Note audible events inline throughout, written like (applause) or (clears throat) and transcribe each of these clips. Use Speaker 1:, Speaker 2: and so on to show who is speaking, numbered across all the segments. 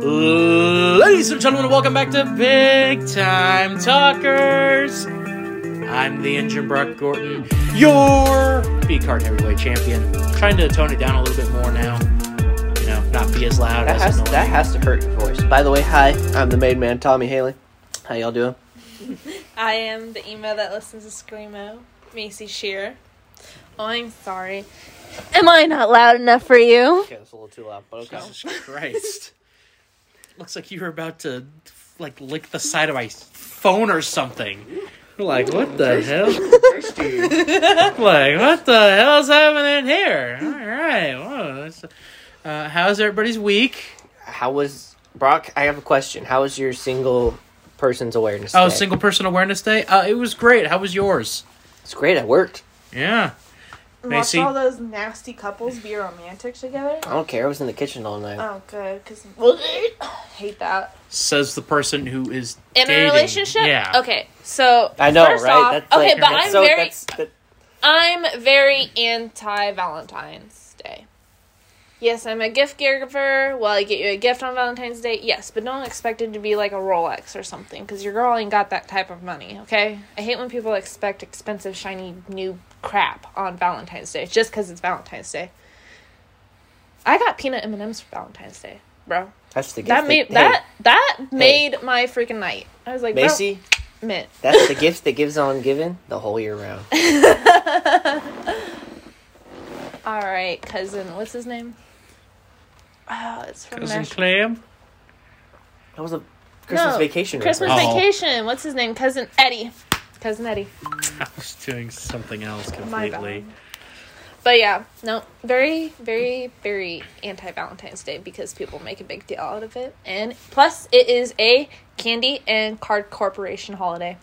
Speaker 1: Ladies and gentlemen, welcome back to Big Time Talkers. I'm the engine Brock Gordon, your B card heavyweight champion. Trying to tone it down a little bit more now. You know, not be as loud
Speaker 2: That
Speaker 1: as
Speaker 2: has,
Speaker 1: annoying.
Speaker 2: that has to hurt your voice. By the way, hi, I'm the main man, Tommy Haley. How y'all doing?
Speaker 3: I am the emo that listens to Screamo, Macy Shear. Oh, I'm sorry. Am I not loud enough for you?
Speaker 2: Okay, that's a little too loud, but okay.
Speaker 1: Jesus Christ. (laughs) Looks like you were about to like lick the side of my phone or something. Like what the hell? like what the hell's happening here? All right. Well, that's- uh, how's everybody's week?
Speaker 2: How was Brock? I have a question. How was your single person's awareness?
Speaker 1: Oh,
Speaker 2: day?
Speaker 1: Single Person Awareness Day. Uh, it was great. How was yours?
Speaker 2: It's great. I worked.
Speaker 1: Yeah. Macy? Oh,
Speaker 3: Watch all those nasty couples be romantic together.
Speaker 2: I don't care. I was in the kitchen all night.
Speaker 3: Oh, good, because (coughs) hate that.
Speaker 1: Says the person who is
Speaker 3: In
Speaker 1: dating.
Speaker 3: a relationship?
Speaker 1: Yeah.
Speaker 3: Okay, so
Speaker 2: I know,
Speaker 3: first
Speaker 2: right?
Speaker 3: off-
Speaker 2: That's like-
Speaker 3: okay, but
Speaker 2: that's
Speaker 3: I'm
Speaker 2: so-
Speaker 3: very,
Speaker 2: that's- that-
Speaker 3: I'm very anti Valentine's Day. Yes, I'm a gift giver. Will I get you a gift on Valentine's Day? Yes, but don't expect it to be like a Rolex or something because your girl ain't got that type of money, okay? I hate when people expect expensive, shiny, new crap on Valentine's Day just because it's Valentine's Day. I got peanut M&Ms for Valentine's Day, bro.
Speaker 2: that's the gift.
Speaker 3: That made
Speaker 2: that, hey,
Speaker 3: that that made my freaking night. I was like, bro,
Speaker 2: Macy,
Speaker 3: mint.
Speaker 2: that's the gift that gives on giving the whole year
Speaker 3: (laughs)
Speaker 2: round.
Speaker 3: All right, cousin. What's his name? Oh, it's from
Speaker 1: Cousin
Speaker 3: Nash-
Speaker 1: Clam.
Speaker 2: That was a Christmas
Speaker 3: No,
Speaker 2: vacation.
Speaker 3: Christmas
Speaker 1: Oh.
Speaker 3: vacation. What's his name? Cousin Eddie. Cousin Eddie.
Speaker 1: (laughs) I was doing something else
Speaker 3: My bad.
Speaker 1: completely.
Speaker 3: But yeah, no, very, very, very anti Valentine's Day because people make a big deal out of it, and plus it is a candy and card corporation holiday.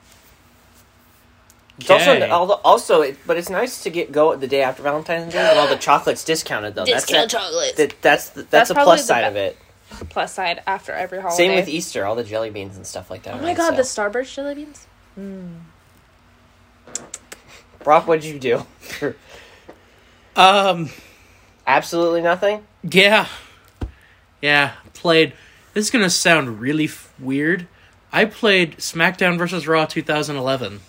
Speaker 2: It's also,
Speaker 1: Okay.
Speaker 2: although- also, it, but it's nice to get go the day after Valentine's Day. when all the chocolates discounted though.
Speaker 3: Discount
Speaker 2: Oh, that's that-
Speaker 3: chocolates.
Speaker 2: that- that's the, that's,
Speaker 3: That's
Speaker 2: a
Speaker 3: probably
Speaker 2: plus
Speaker 3: the
Speaker 2: side
Speaker 3: be-
Speaker 2: of it.
Speaker 3: plus side after every holiday.
Speaker 2: Same with Easter, all the jelly beans and stuff like that.
Speaker 3: Oh my god, the
Speaker 2: this
Speaker 3: Starburst jelly beans.
Speaker 2: Brock, what'd you do? (laughs)
Speaker 1: Um.
Speaker 2: Absolutely nothing.
Speaker 1: Yeah. Yeah, played. This is going to sound really f- weird. I played SmackDown vs. Raw 2011.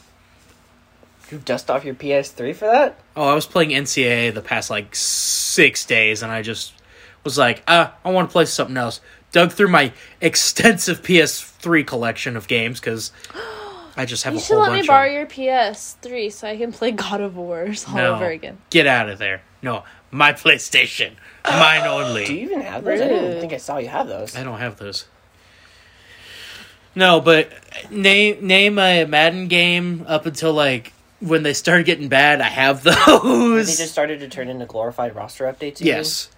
Speaker 2: You dust off your PS3 for that?
Speaker 1: Oh, I was playing NCAA the past like six days, and I just was like, uh, I want to play something else. Dug through my (laughs) extensive PS3 collection of games because I just have
Speaker 3: You
Speaker 1: a
Speaker 3: should
Speaker 1: whole
Speaker 3: let
Speaker 1: bunch
Speaker 3: me borrow
Speaker 1: of
Speaker 3: your PS3 so I can play God of Wars
Speaker 1: (laughs)
Speaker 3: all
Speaker 1: No.
Speaker 3: over again.
Speaker 1: Get out of there. No, my (laughs) PlayStation. Mine only.
Speaker 2: Do you even have those? I didn't
Speaker 3: Rude.
Speaker 2: think I saw you have those.
Speaker 1: I don't have those. No, but name name a Madden game up until like when they started getting bad. I have (laughs)
Speaker 2: They
Speaker 1: those.
Speaker 2: just started to turn into glorified roster updates. you
Speaker 1: yes,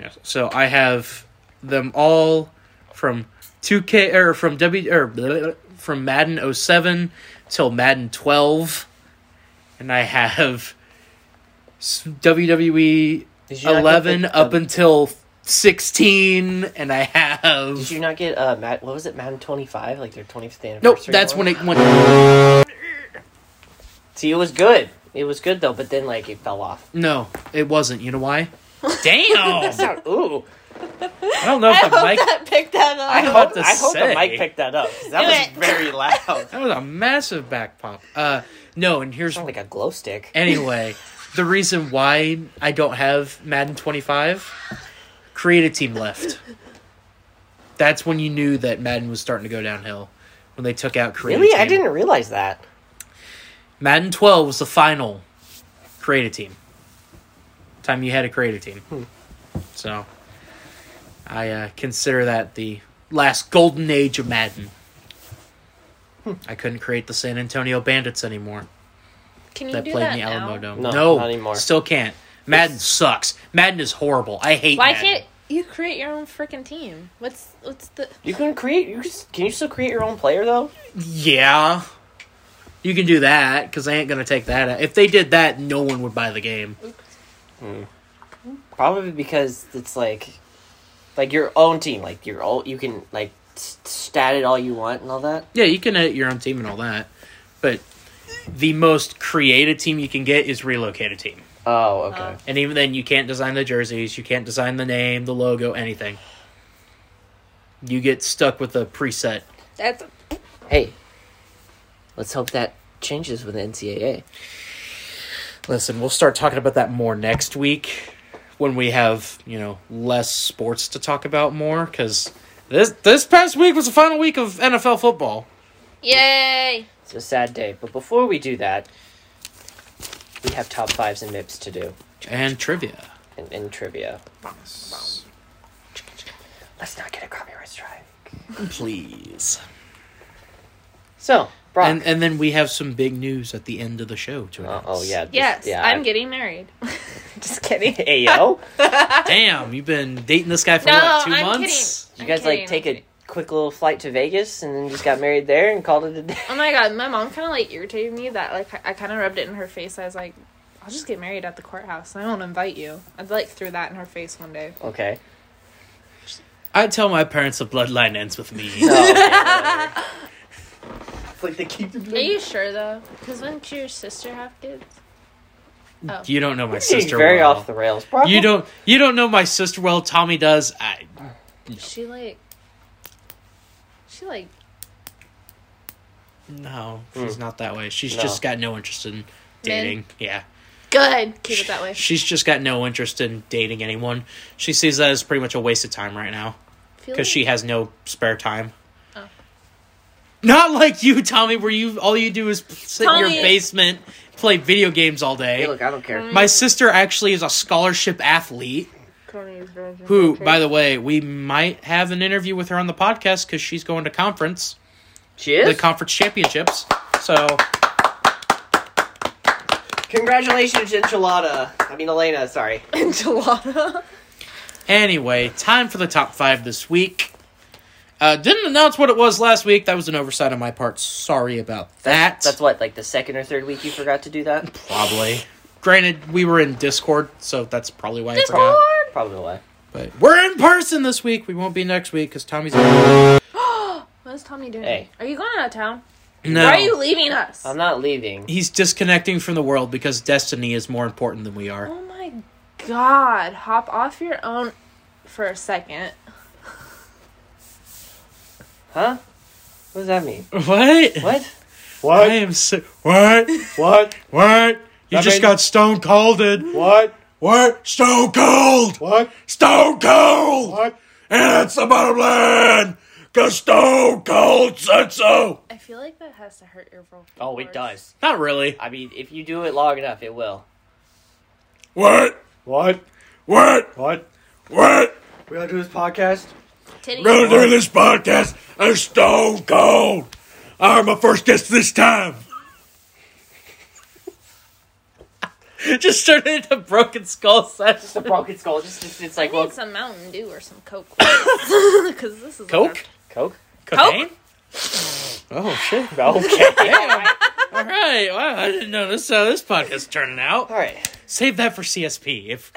Speaker 1: yes. So I have them all from two K or from W or blah, blah, blah, from Madden 07 till Madden twelve, and I have s- WWE
Speaker 2: Did you not get
Speaker 1: eleven
Speaker 2: the-
Speaker 1: up
Speaker 2: the-
Speaker 1: until sixteen, and I have.
Speaker 2: mean? Did you not get uh, Matt? What was it, Madden 25? Like their 25th anniversary.
Speaker 1: Nope, that's
Speaker 2: one?
Speaker 1: when it went.
Speaker 2: See, it was good. It was good though, but then like it fell off.
Speaker 1: No, it wasn't. You know
Speaker 2: (laughs)
Speaker 1: why? Damn! (laughs)
Speaker 2: Sound- Ooh,
Speaker 1: I don't know if the mic. That
Speaker 3: pick that up.
Speaker 2: I
Speaker 1: was
Speaker 2: hope
Speaker 1: about to
Speaker 2: I hope
Speaker 1: say.
Speaker 2: the mic picked that up. 'cause That
Speaker 3: Do
Speaker 2: was
Speaker 3: it. (laughs)
Speaker 2: very loud.
Speaker 1: was a massive back pop. Uh, no, and here's
Speaker 2: Sound like a glow stick.
Speaker 1: anyway. The reason why I don't have Madden 25 creative team left. That's when you knew that Madden was starting to go downhill when they took out creative.
Speaker 2: Really, I
Speaker 1: Team.
Speaker 2: didn't realize that.
Speaker 1: Madden 12 was the final creative team. Time you had a creative team.
Speaker 2: Hmm.
Speaker 1: So I uh, consider that the last golden age of Madden.
Speaker 2: Hmm.
Speaker 1: I couldn't create the San Antonio Bandits anymore.
Speaker 3: Can you
Speaker 1: That
Speaker 3: do
Speaker 1: played
Speaker 3: that
Speaker 1: in the
Speaker 3: now?
Speaker 1: Alamo Dome.
Speaker 2: No, not anymore.
Speaker 1: Still can't. Madden sucks. Madden is horrible. I hate
Speaker 3: Why
Speaker 1: Madden.
Speaker 3: can't you create your own freaking team? What's what's the
Speaker 2: You can create. You can, can you still create your own player though?
Speaker 1: Yeah. You can do that because they ain't going to take that out. If they did that, no one would buy the game.
Speaker 2: Probably because it's like, like your own team. Like your own. You can like s- stat it all you want and all that.
Speaker 1: Yeah, you can edit your own team and all that, but the most creative team you can get is relocated team.
Speaker 2: Oh, okay.
Speaker 3: Oh.
Speaker 1: And even then, you can't design the jerseys, you can't design the name, the logo, anything. You get stuck with a preset.
Speaker 3: That's
Speaker 2: hey, let's hope that changes with the NCAA.
Speaker 1: Listen, we'll start talking about that more next week when we have, you know, less sports to talk about more cuz this this past week was the final week of NFL football.
Speaker 3: yay.
Speaker 2: It's a sad day, but before we do that, we have top fives and MIPS to do
Speaker 1: and trivia.
Speaker 2: and, and trivia. Let's not get a copyright strike.
Speaker 1: Please.
Speaker 2: So, Brock.
Speaker 1: And and then we have some big news at the end of the show too.
Speaker 2: oh, oh,
Speaker 3: (laughs)
Speaker 2: yeah. this-
Speaker 3: Yes, I'm
Speaker 2: I-
Speaker 3: getting married. Just
Speaker 2: (laughs)
Speaker 3: kidding.
Speaker 2: Ayo,
Speaker 1: Damn, you've been dating this guy for
Speaker 3: No,
Speaker 1: what, 2
Speaker 3: I'm
Speaker 1: months?
Speaker 2: you
Speaker 3: I'm
Speaker 2: guys like
Speaker 3: kidding,
Speaker 2: take
Speaker 3: I'm
Speaker 2: a quick little flight to Vegas and then just got married there and called it a day.
Speaker 3: Oh my god, my mom kind of like irritated me that like I- I kind of rubbed it in her face. I was like, I'll just get married at the courthouse. and I won't invite you. I like threw that in her face one day.
Speaker 2: (laughs) Okay.
Speaker 1: I tell my parents the bloodline ends with me.
Speaker 2: No,
Speaker 3: (laughs)
Speaker 2: okay, whatever. (laughs) It's like they keep the
Speaker 3: Are you sure though? Because wouldn't your sister have kids? Oh.
Speaker 1: You don't know my
Speaker 2: You're getting
Speaker 1: sister
Speaker 2: very
Speaker 1: well.
Speaker 2: off the rails. Brock.
Speaker 1: You don't you don't know my sister well. Tommy does. I
Speaker 3: She like. She like.
Speaker 1: no, she's
Speaker 2: Mm.
Speaker 1: not that way. She's
Speaker 2: No.
Speaker 1: just got no interest in dating. Yeah,
Speaker 3: Good. Keep it that way.
Speaker 1: she's just got no interest in dating anyone. She sees that as pretty much a waste of time right now
Speaker 3: Feel
Speaker 1: because
Speaker 3: it?
Speaker 1: she has no spare time.
Speaker 3: Oh.
Speaker 1: Not like you, Tommy, where you all you do is sit in
Speaker 3: Tommy-
Speaker 1: your basement, play video games all
Speaker 2: Hey,
Speaker 1: day.
Speaker 2: look, I don't care.
Speaker 1: My sister actually is a scholarship athlete.
Speaker 3: Oh,
Speaker 1: Who, by the way, we might have an interview with her on the podcast because she's going to conference.
Speaker 2: She is.
Speaker 1: the conference championships. So
Speaker 2: Congratulations, Enchilada. I mean, Elena. Sorry.
Speaker 3: (laughs) enchilada.
Speaker 1: anyway, time for the top five this week. Uh, didn't announce what it was last week. That was an oversight on my part. Sorry about that.
Speaker 2: That's what, like the second or third week you forgot to do that.
Speaker 1: probably. Granted, we were in Discord, so that's probably why I
Speaker 3: Discord.
Speaker 1: forgot.
Speaker 2: (laughs) Probably why.
Speaker 1: But we're in person this week. We won't be next week because Tommy's.
Speaker 3: What is Tommy doing?
Speaker 2: Hey.
Speaker 3: Are you going out of town?
Speaker 1: No,
Speaker 3: Why are you leaving us?
Speaker 2: I'm not leaving.
Speaker 1: he's disconnecting from the world because destiny is more important than we are.
Speaker 3: Oh my god. Hop off your own for a second.
Speaker 2: Huh? What does that (laughs) mean?
Speaker 1: What?
Speaker 2: What?
Speaker 1: I am so. What?
Speaker 2: What?
Speaker 1: What? You
Speaker 2: That
Speaker 1: just
Speaker 2: made-
Speaker 1: got stone colded.
Speaker 2: What?
Speaker 1: What? Stone cold.
Speaker 2: What?
Speaker 1: Stone Cold!
Speaker 2: What?
Speaker 1: And that's the bottom line! Because Stone Cold said so!
Speaker 3: I feel like that has to hurt your vocal.
Speaker 2: Oh, it
Speaker 3: cords.
Speaker 2: does.
Speaker 1: Not really.
Speaker 2: I mean, if you do it long enough, it will.
Speaker 1: What?
Speaker 2: What?
Speaker 1: What?
Speaker 2: What?
Speaker 1: What?
Speaker 2: We gotta do this podcast.
Speaker 3: Titty.
Speaker 1: Gonna do this podcast as Stone Cold! I'm my first guest this time! (laughs) Just turned into Broken Skull
Speaker 2: It's a
Speaker 1: session.
Speaker 2: broken skull. Just, just it's like,
Speaker 3: I
Speaker 2: well,
Speaker 3: need some Mountain Dew or some Coke.
Speaker 1: (laughs)
Speaker 3: (laughs) Because this is
Speaker 1: Coke?
Speaker 2: Coke.
Speaker 1: Cocaine? Oh, shit. (laughs)
Speaker 2: Okay.
Speaker 1: All right. Wow, I didn't know this, how this podcast turning out.
Speaker 2: All right.
Speaker 1: save that for CSP if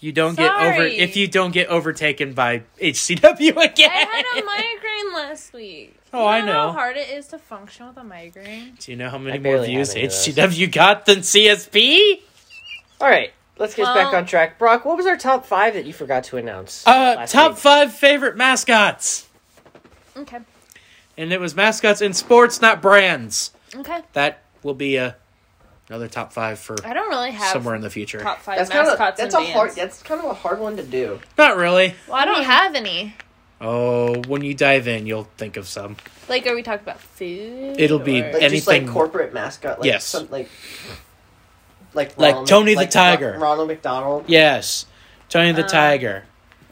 Speaker 1: you don't get over
Speaker 3: Sorry.
Speaker 1: if you don't get overtaken by HCW again.
Speaker 3: I had a migraine last week.
Speaker 1: Oh, I know.
Speaker 3: How hard it is to function with a migraine.
Speaker 1: Do you know how many
Speaker 2: I
Speaker 1: more
Speaker 2: barely
Speaker 1: views
Speaker 2: have any of those.
Speaker 1: HCW got than CSP?
Speaker 2: All right. Let's get us back
Speaker 3: Well-
Speaker 2: on track. Brock, what was our top five that you forgot to announce?
Speaker 1: Uh,
Speaker 2: last
Speaker 1: top
Speaker 2: week?
Speaker 1: five favorite mascots,
Speaker 3: Okay.
Speaker 1: and it was mascots in sports, not brands.
Speaker 3: Okay.
Speaker 1: That will be a another top five for
Speaker 3: I don't really have
Speaker 1: somewhere in the future.
Speaker 3: top five
Speaker 2: That's kind of
Speaker 3: mascots
Speaker 2: that's a
Speaker 3: and
Speaker 2: hard.
Speaker 3: bands.
Speaker 2: That's kind of a hard one to do.
Speaker 1: Not really.
Speaker 3: Well, I don't have any.
Speaker 1: Oh, when you dive in, you'll think of some.
Speaker 3: Like, are we talking about food?
Speaker 1: It'll be-
Speaker 3: or-
Speaker 2: like just
Speaker 1: anything-
Speaker 2: like corporate mascot, like
Speaker 1: Yes.
Speaker 2: some like like
Speaker 1: Like
Speaker 2: Ronald-
Speaker 1: Tony the
Speaker 2: like
Speaker 1: Tiger.
Speaker 2: Ro- Ronald McDonald.
Speaker 1: Yes, Tony the
Speaker 3: Um,
Speaker 1: Tiger,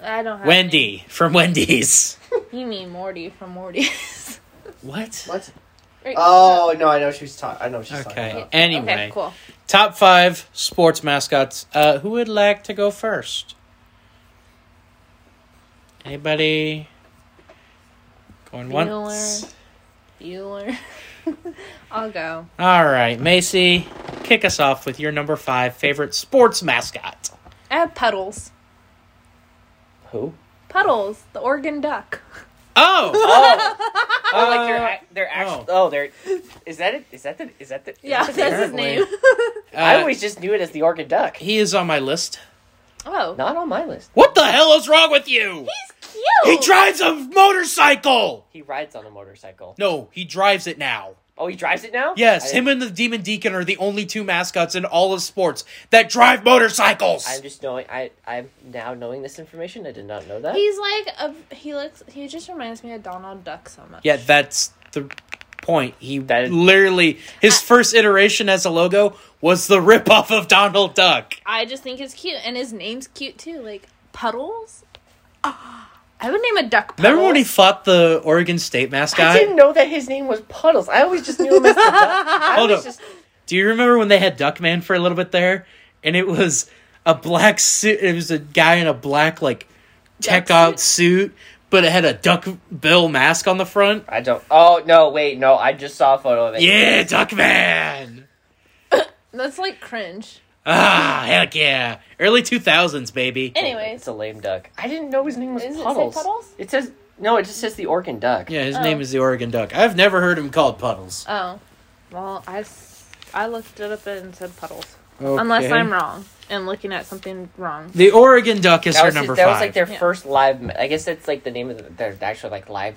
Speaker 3: I don't have
Speaker 1: Wendy from Wendy's.
Speaker 3: any. You mean Morty (laughs) from Morty's?
Speaker 1: What?
Speaker 2: What?
Speaker 3: Right.
Speaker 2: Oh no, I know what she's talking. I know what she's talking
Speaker 1: Okay.
Speaker 2: about.
Speaker 1: Anyway,
Speaker 3: Okay, cool.
Speaker 1: Top five sports mascots. Uh, who would like to go first? Anybody? Going
Speaker 3: Bueller.
Speaker 1: once.
Speaker 3: Bueller. (laughs) I'll go.
Speaker 1: All right, Macy, kick us off with your number five favorite sports mascot.
Speaker 3: I have Puddles.
Speaker 2: Who?
Speaker 3: Puddles, the Oregon duck.
Speaker 1: (laughs) Oh,
Speaker 2: (laughs) Oh, Oh, like they're
Speaker 1: Uh,
Speaker 2: ac- they're actually.
Speaker 1: no.
Speaker 2: Oh, they're. Is that it? Is that the? Is that the? is
Speaker 3: Yeah,
Speaker 2: that
Speaker 3: that's
Speaker 2: the-
Speaker 3: his name.
Speaker 2: (laughs)
Speaker 3: (laughs)
Speaker 1: (laughs)
Speaker 2: I
Speaker 1: Uh,
Speaker 2: always just knew it as the orchid duck.
Speaker 1: He is on my list.
Speaker 3: oh,
Speaker 2: Not on my list.
Speaker 1: What the hell is wrong with you?
Speaker 3: he's cute.
Speaker 1: He drives a motorcycle.
Speaker 2: He rides on a motorcycle.
Speaker 1: No, he drives it now.
Speaker 2: Oh, he drives it now.
Speaker 1: Yes,
Speaker 2: I-
Speaker 1: him and the Demon Deacon are the only two mascots in all of sports that drive motorcycles.
Speaker 2: I'm just knowing. I I'm now knowing this information. I did not know that.
Speaker 3: He's like a he looks. He just reminds me of Donald Duck so much.
Speaker 1: Yeah, that's the point. He
Speaker 2: That is-
Speaker 1: literally his first iteration as a logo was the ripoff of Donald Duck.
Speaker 3: I just think it's cute, and his name's cute too. Like puddles. Ah, I would name a duck. Puddles.
Speaker 1: Remember when he fought the Oregon State
Speaker 2: I didn't
Speaker 1: mascot?
Speaker 2: know that his name was Puddles. I always just knew him (laughs) as the duck. I
Speaker 1: Hold
Speaker 2: always
Speaker 1: up.
Speaker 2: just-
Speaker 1: Do you remember when they had Duckman for a little bit there, and it was a black suit? It was a guy in a black like tech out suit, but it had a duck bill mask on the front.
Speaker 2: I don't. Oh no! Wait, no. I just saw a photo of it.
Speaker 1: Yeah, Duckman.
Speaker 3: That's like cringe.
Speaker 1: Ah, heck yeah! Early two thousands, baby.
Speaker 3: Anyways,
Speaker 2: It's a lame duck. I didn't know his name was
Speaker 3: Does it say
Speaker 2: Puddles.
Speaker 3: Puddles?
Speaker 2: It says no. It just says the Orkin duck.
Speaker 1: Yeah, his
Speaker 3: Oh.
Speaker 1: name is the Oregon Duck. I've never heard him called Puddles.
Speaker 3: oh, well, I s- I looked it up and said puddles. Unless I'm wrong and looking at something wrong.
Speaker 1: The Oregon Duck is
Speaker 2: That
Speaker 1: her
Speaker 2: was,
Speaker 1: number
Speaker 2: that was
Speaker 1: five.
Speaker 2: like their
Speaker 3: Yeah.
Speaker 2: first live. ma- I guess that's like the name of the, their actual like live,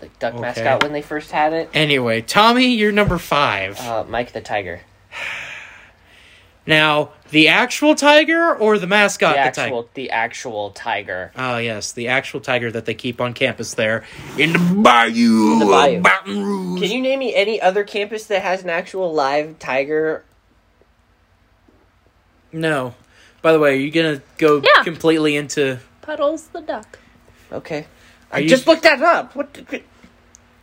Speaker 2: like duck
Speaker 1: Okay.
Speaker 2: mascot when they first had it.
Speaker 1: anyway, Tommy, you're number five.
Speaker 2: Uh, Mike the tiger,
Speaker 1: now, the actual tiger or the mascot?
Speaker 2: the
Speaker 1: the
Speaker 2: actual, the actual tiger.
Speaker 1: tiger. Oh yes, the actual tiger that they keep on campus there in the bayou,
Speaker 2: The
Speaker 1: of
Speaker 2: bayou.
Speaker 1: Baton Rouge.
Speaker 2: Can you name me any other campus that has an actual live tiger?
Speaker 1: No. By the way, are you gonna go
Speaker 3: Yeah.
Speaker 1: completely into?
Speaker 3: Puddles the duck.
Speaker 2: Okay,
Speaker 1: Are
Speaker 2: I
Speaker 1: you-
Speaker 2: just looked that up. What? the-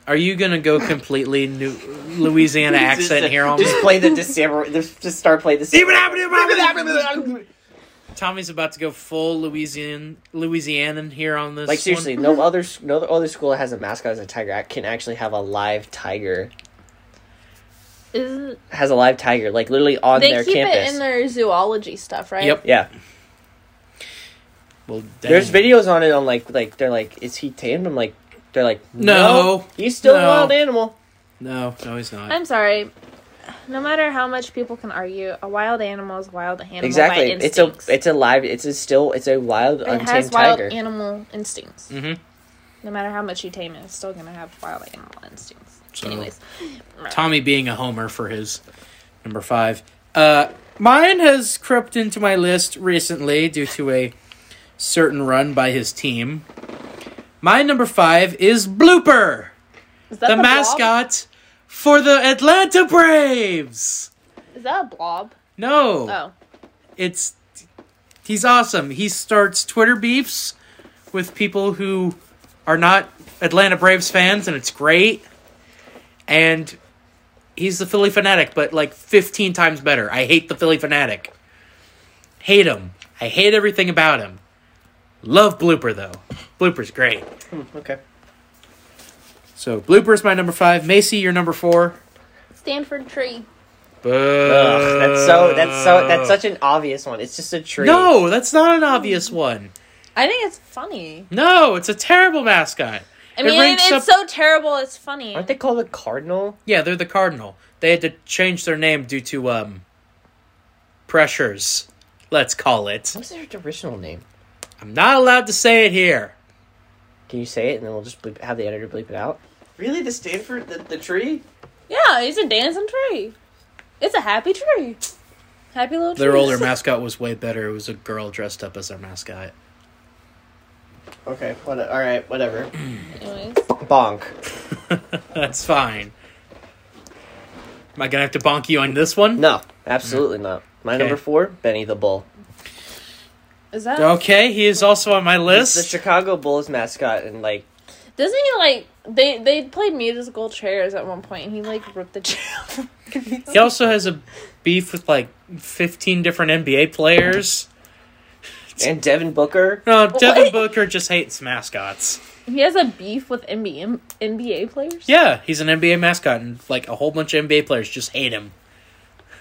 Speaker 1: Are you gonna go completely new Louisiana accent
Speaker 2: Just-
Speaker 1: here on me?
Speaker 2: Just play the December. Just start playing the.
Speaker 1: See what happened to my- Tommy's about to go full Louisian Louisianan here on this.
Speaker 2: Like
Speaker 1: one.
Speaker 2: seriously, no other s- no other school that has a mascot as a tiger act can actually have a live tiger.
Speaker 3: Isn't
Speaker 2: Has a live tiger like literally on
Speaker 3: they
Speaker 2: their
Speaker 3: keep
Speaker 2: campus.
Speaker 3: it in their zoology stuff, right?
Speaker 1: Yep.
Speaker 2: yeah,
Speaker 1: Well,
Speaker 2: there's
Speaker 1: dang.
Speaker 2: videos on it on like like they're like is he tamed? I'm like they're like
Speaker 1: No.
Speaker 2: no, he's still a
Speaker 1: No.
Speaker 2: wild animal.
Speaker 1: No, no, he's not.
Speaker 3: I'm sorry. No matter how much people can argue, a wild animal is a wild animal
Speaker 2: exactly,
Speaker 3: by
Speaker 2: it's a
Speaker 3: instincts.
Speaker 2: it's a live it's a still it's a wild
Speaker 3: it
Speaker 2: untamed
Speaker 3: has wild
Speaker 2: tiger.
Speaker 3: animal instincts.
Speaker 1: Mhm.
Speaker 3: No matter how much you tame it, it's still gonna have wild animal instincts.
Speaker 1: So-
Speaker 3: Anyways,
Speaker 1: Tommy being a homer for his number five. Uh, mine has crept into my list recently due to a certain run by his team. My number five is Blooper,
Speaker 3: is that
Speaker 1: the,
Speaker 3: blob?
Speaker 1: mascot for the Atlanta Braves.
Speaker 3: Is that a blob?
Speaker 1: No,
Speaker 3: Oh,
Speaker 1: it's he's awesome. He starts Twitter beefs with people who are not Atlanta Braves fans, and it's great. And he's the Philly fanatic, but like fifteen times better. I hate the Philly fanatic. Hate him. I hate everything about him. Love Blooper though. Blooper's great.
Speaker 2: Hmm, Okay,
Speaker 1: So Blooper's my number five. Macy, your number four.
Speaker 3: Stanford tree.
Speaker 1: Boo.
Speaker 2: Ugh, that's so that's so that's such an obvious one. It's just a tree.
Speaker 1: No, that's not an obvious one.
Speaker 3: I think it's funny.
Speaker 1: No, it's a terrible mascot.
Speaker 3: I
Speaker 1: It
Speaker 3: mean,
Speaker 1: ranks
Speaker 3: it's
Speaker 1: up-
Speaker 3: so terrible. It's funny.
Speaker 2: aren't they called a cardinal?
Speaker 1: Yeah, they're the Cardinal. They had to change their name due to um pressures. Let's call it.
Speaker 2: What's their original name?
Speaker 1: I'm not allowed to say it here.
Speaker 2: Can you say it and then we'll just bleep, have the editor bleep it out? Really, the Stanford the, the tree?
Speaker 3: Yeah, it's a dancing tree. It's a happy tree. Happy little tree.
Speaker 1: Their
Speaker 2: (laughs)
Speaker 1: older mascot was way better. It was a girl dressed up as their mascot. (laughs)
Speaker 2: Okay, what, all right, whatever.
Speaker 3: Anyways,
Speaker 2: Bonk.
Speaker 1: That's fine. Am I gonna have to bonk you on this one?
Speaker 2: No, absolutely not. My
Speaker 1: Okay.
Speaker 2: number four, Benny the Bull.
Speaker 3: is that
Speaker 1: Okay, he is also on my
Speaker 2: It's the
Speaker 1: list.
Speaker 2: Chicago Bulls mascot, and like
Speaker 3: doesn't he like they they played musical chairs at one point and he like ripped the chair. off. (laughs)
Speaker 1: He also has a beef with like 15 different NBA players.
Speaker 2: and Devin Booker.
Speaker 1: No, Devin
Speaker 3: What?
Speaker 1: Booker just hates mascots.
Speaker 3: he has a beef with NBA NBA players.
Speaker 1: Yeah, he's an NBA mascot, and like a whole bunch of NBA players just hate him.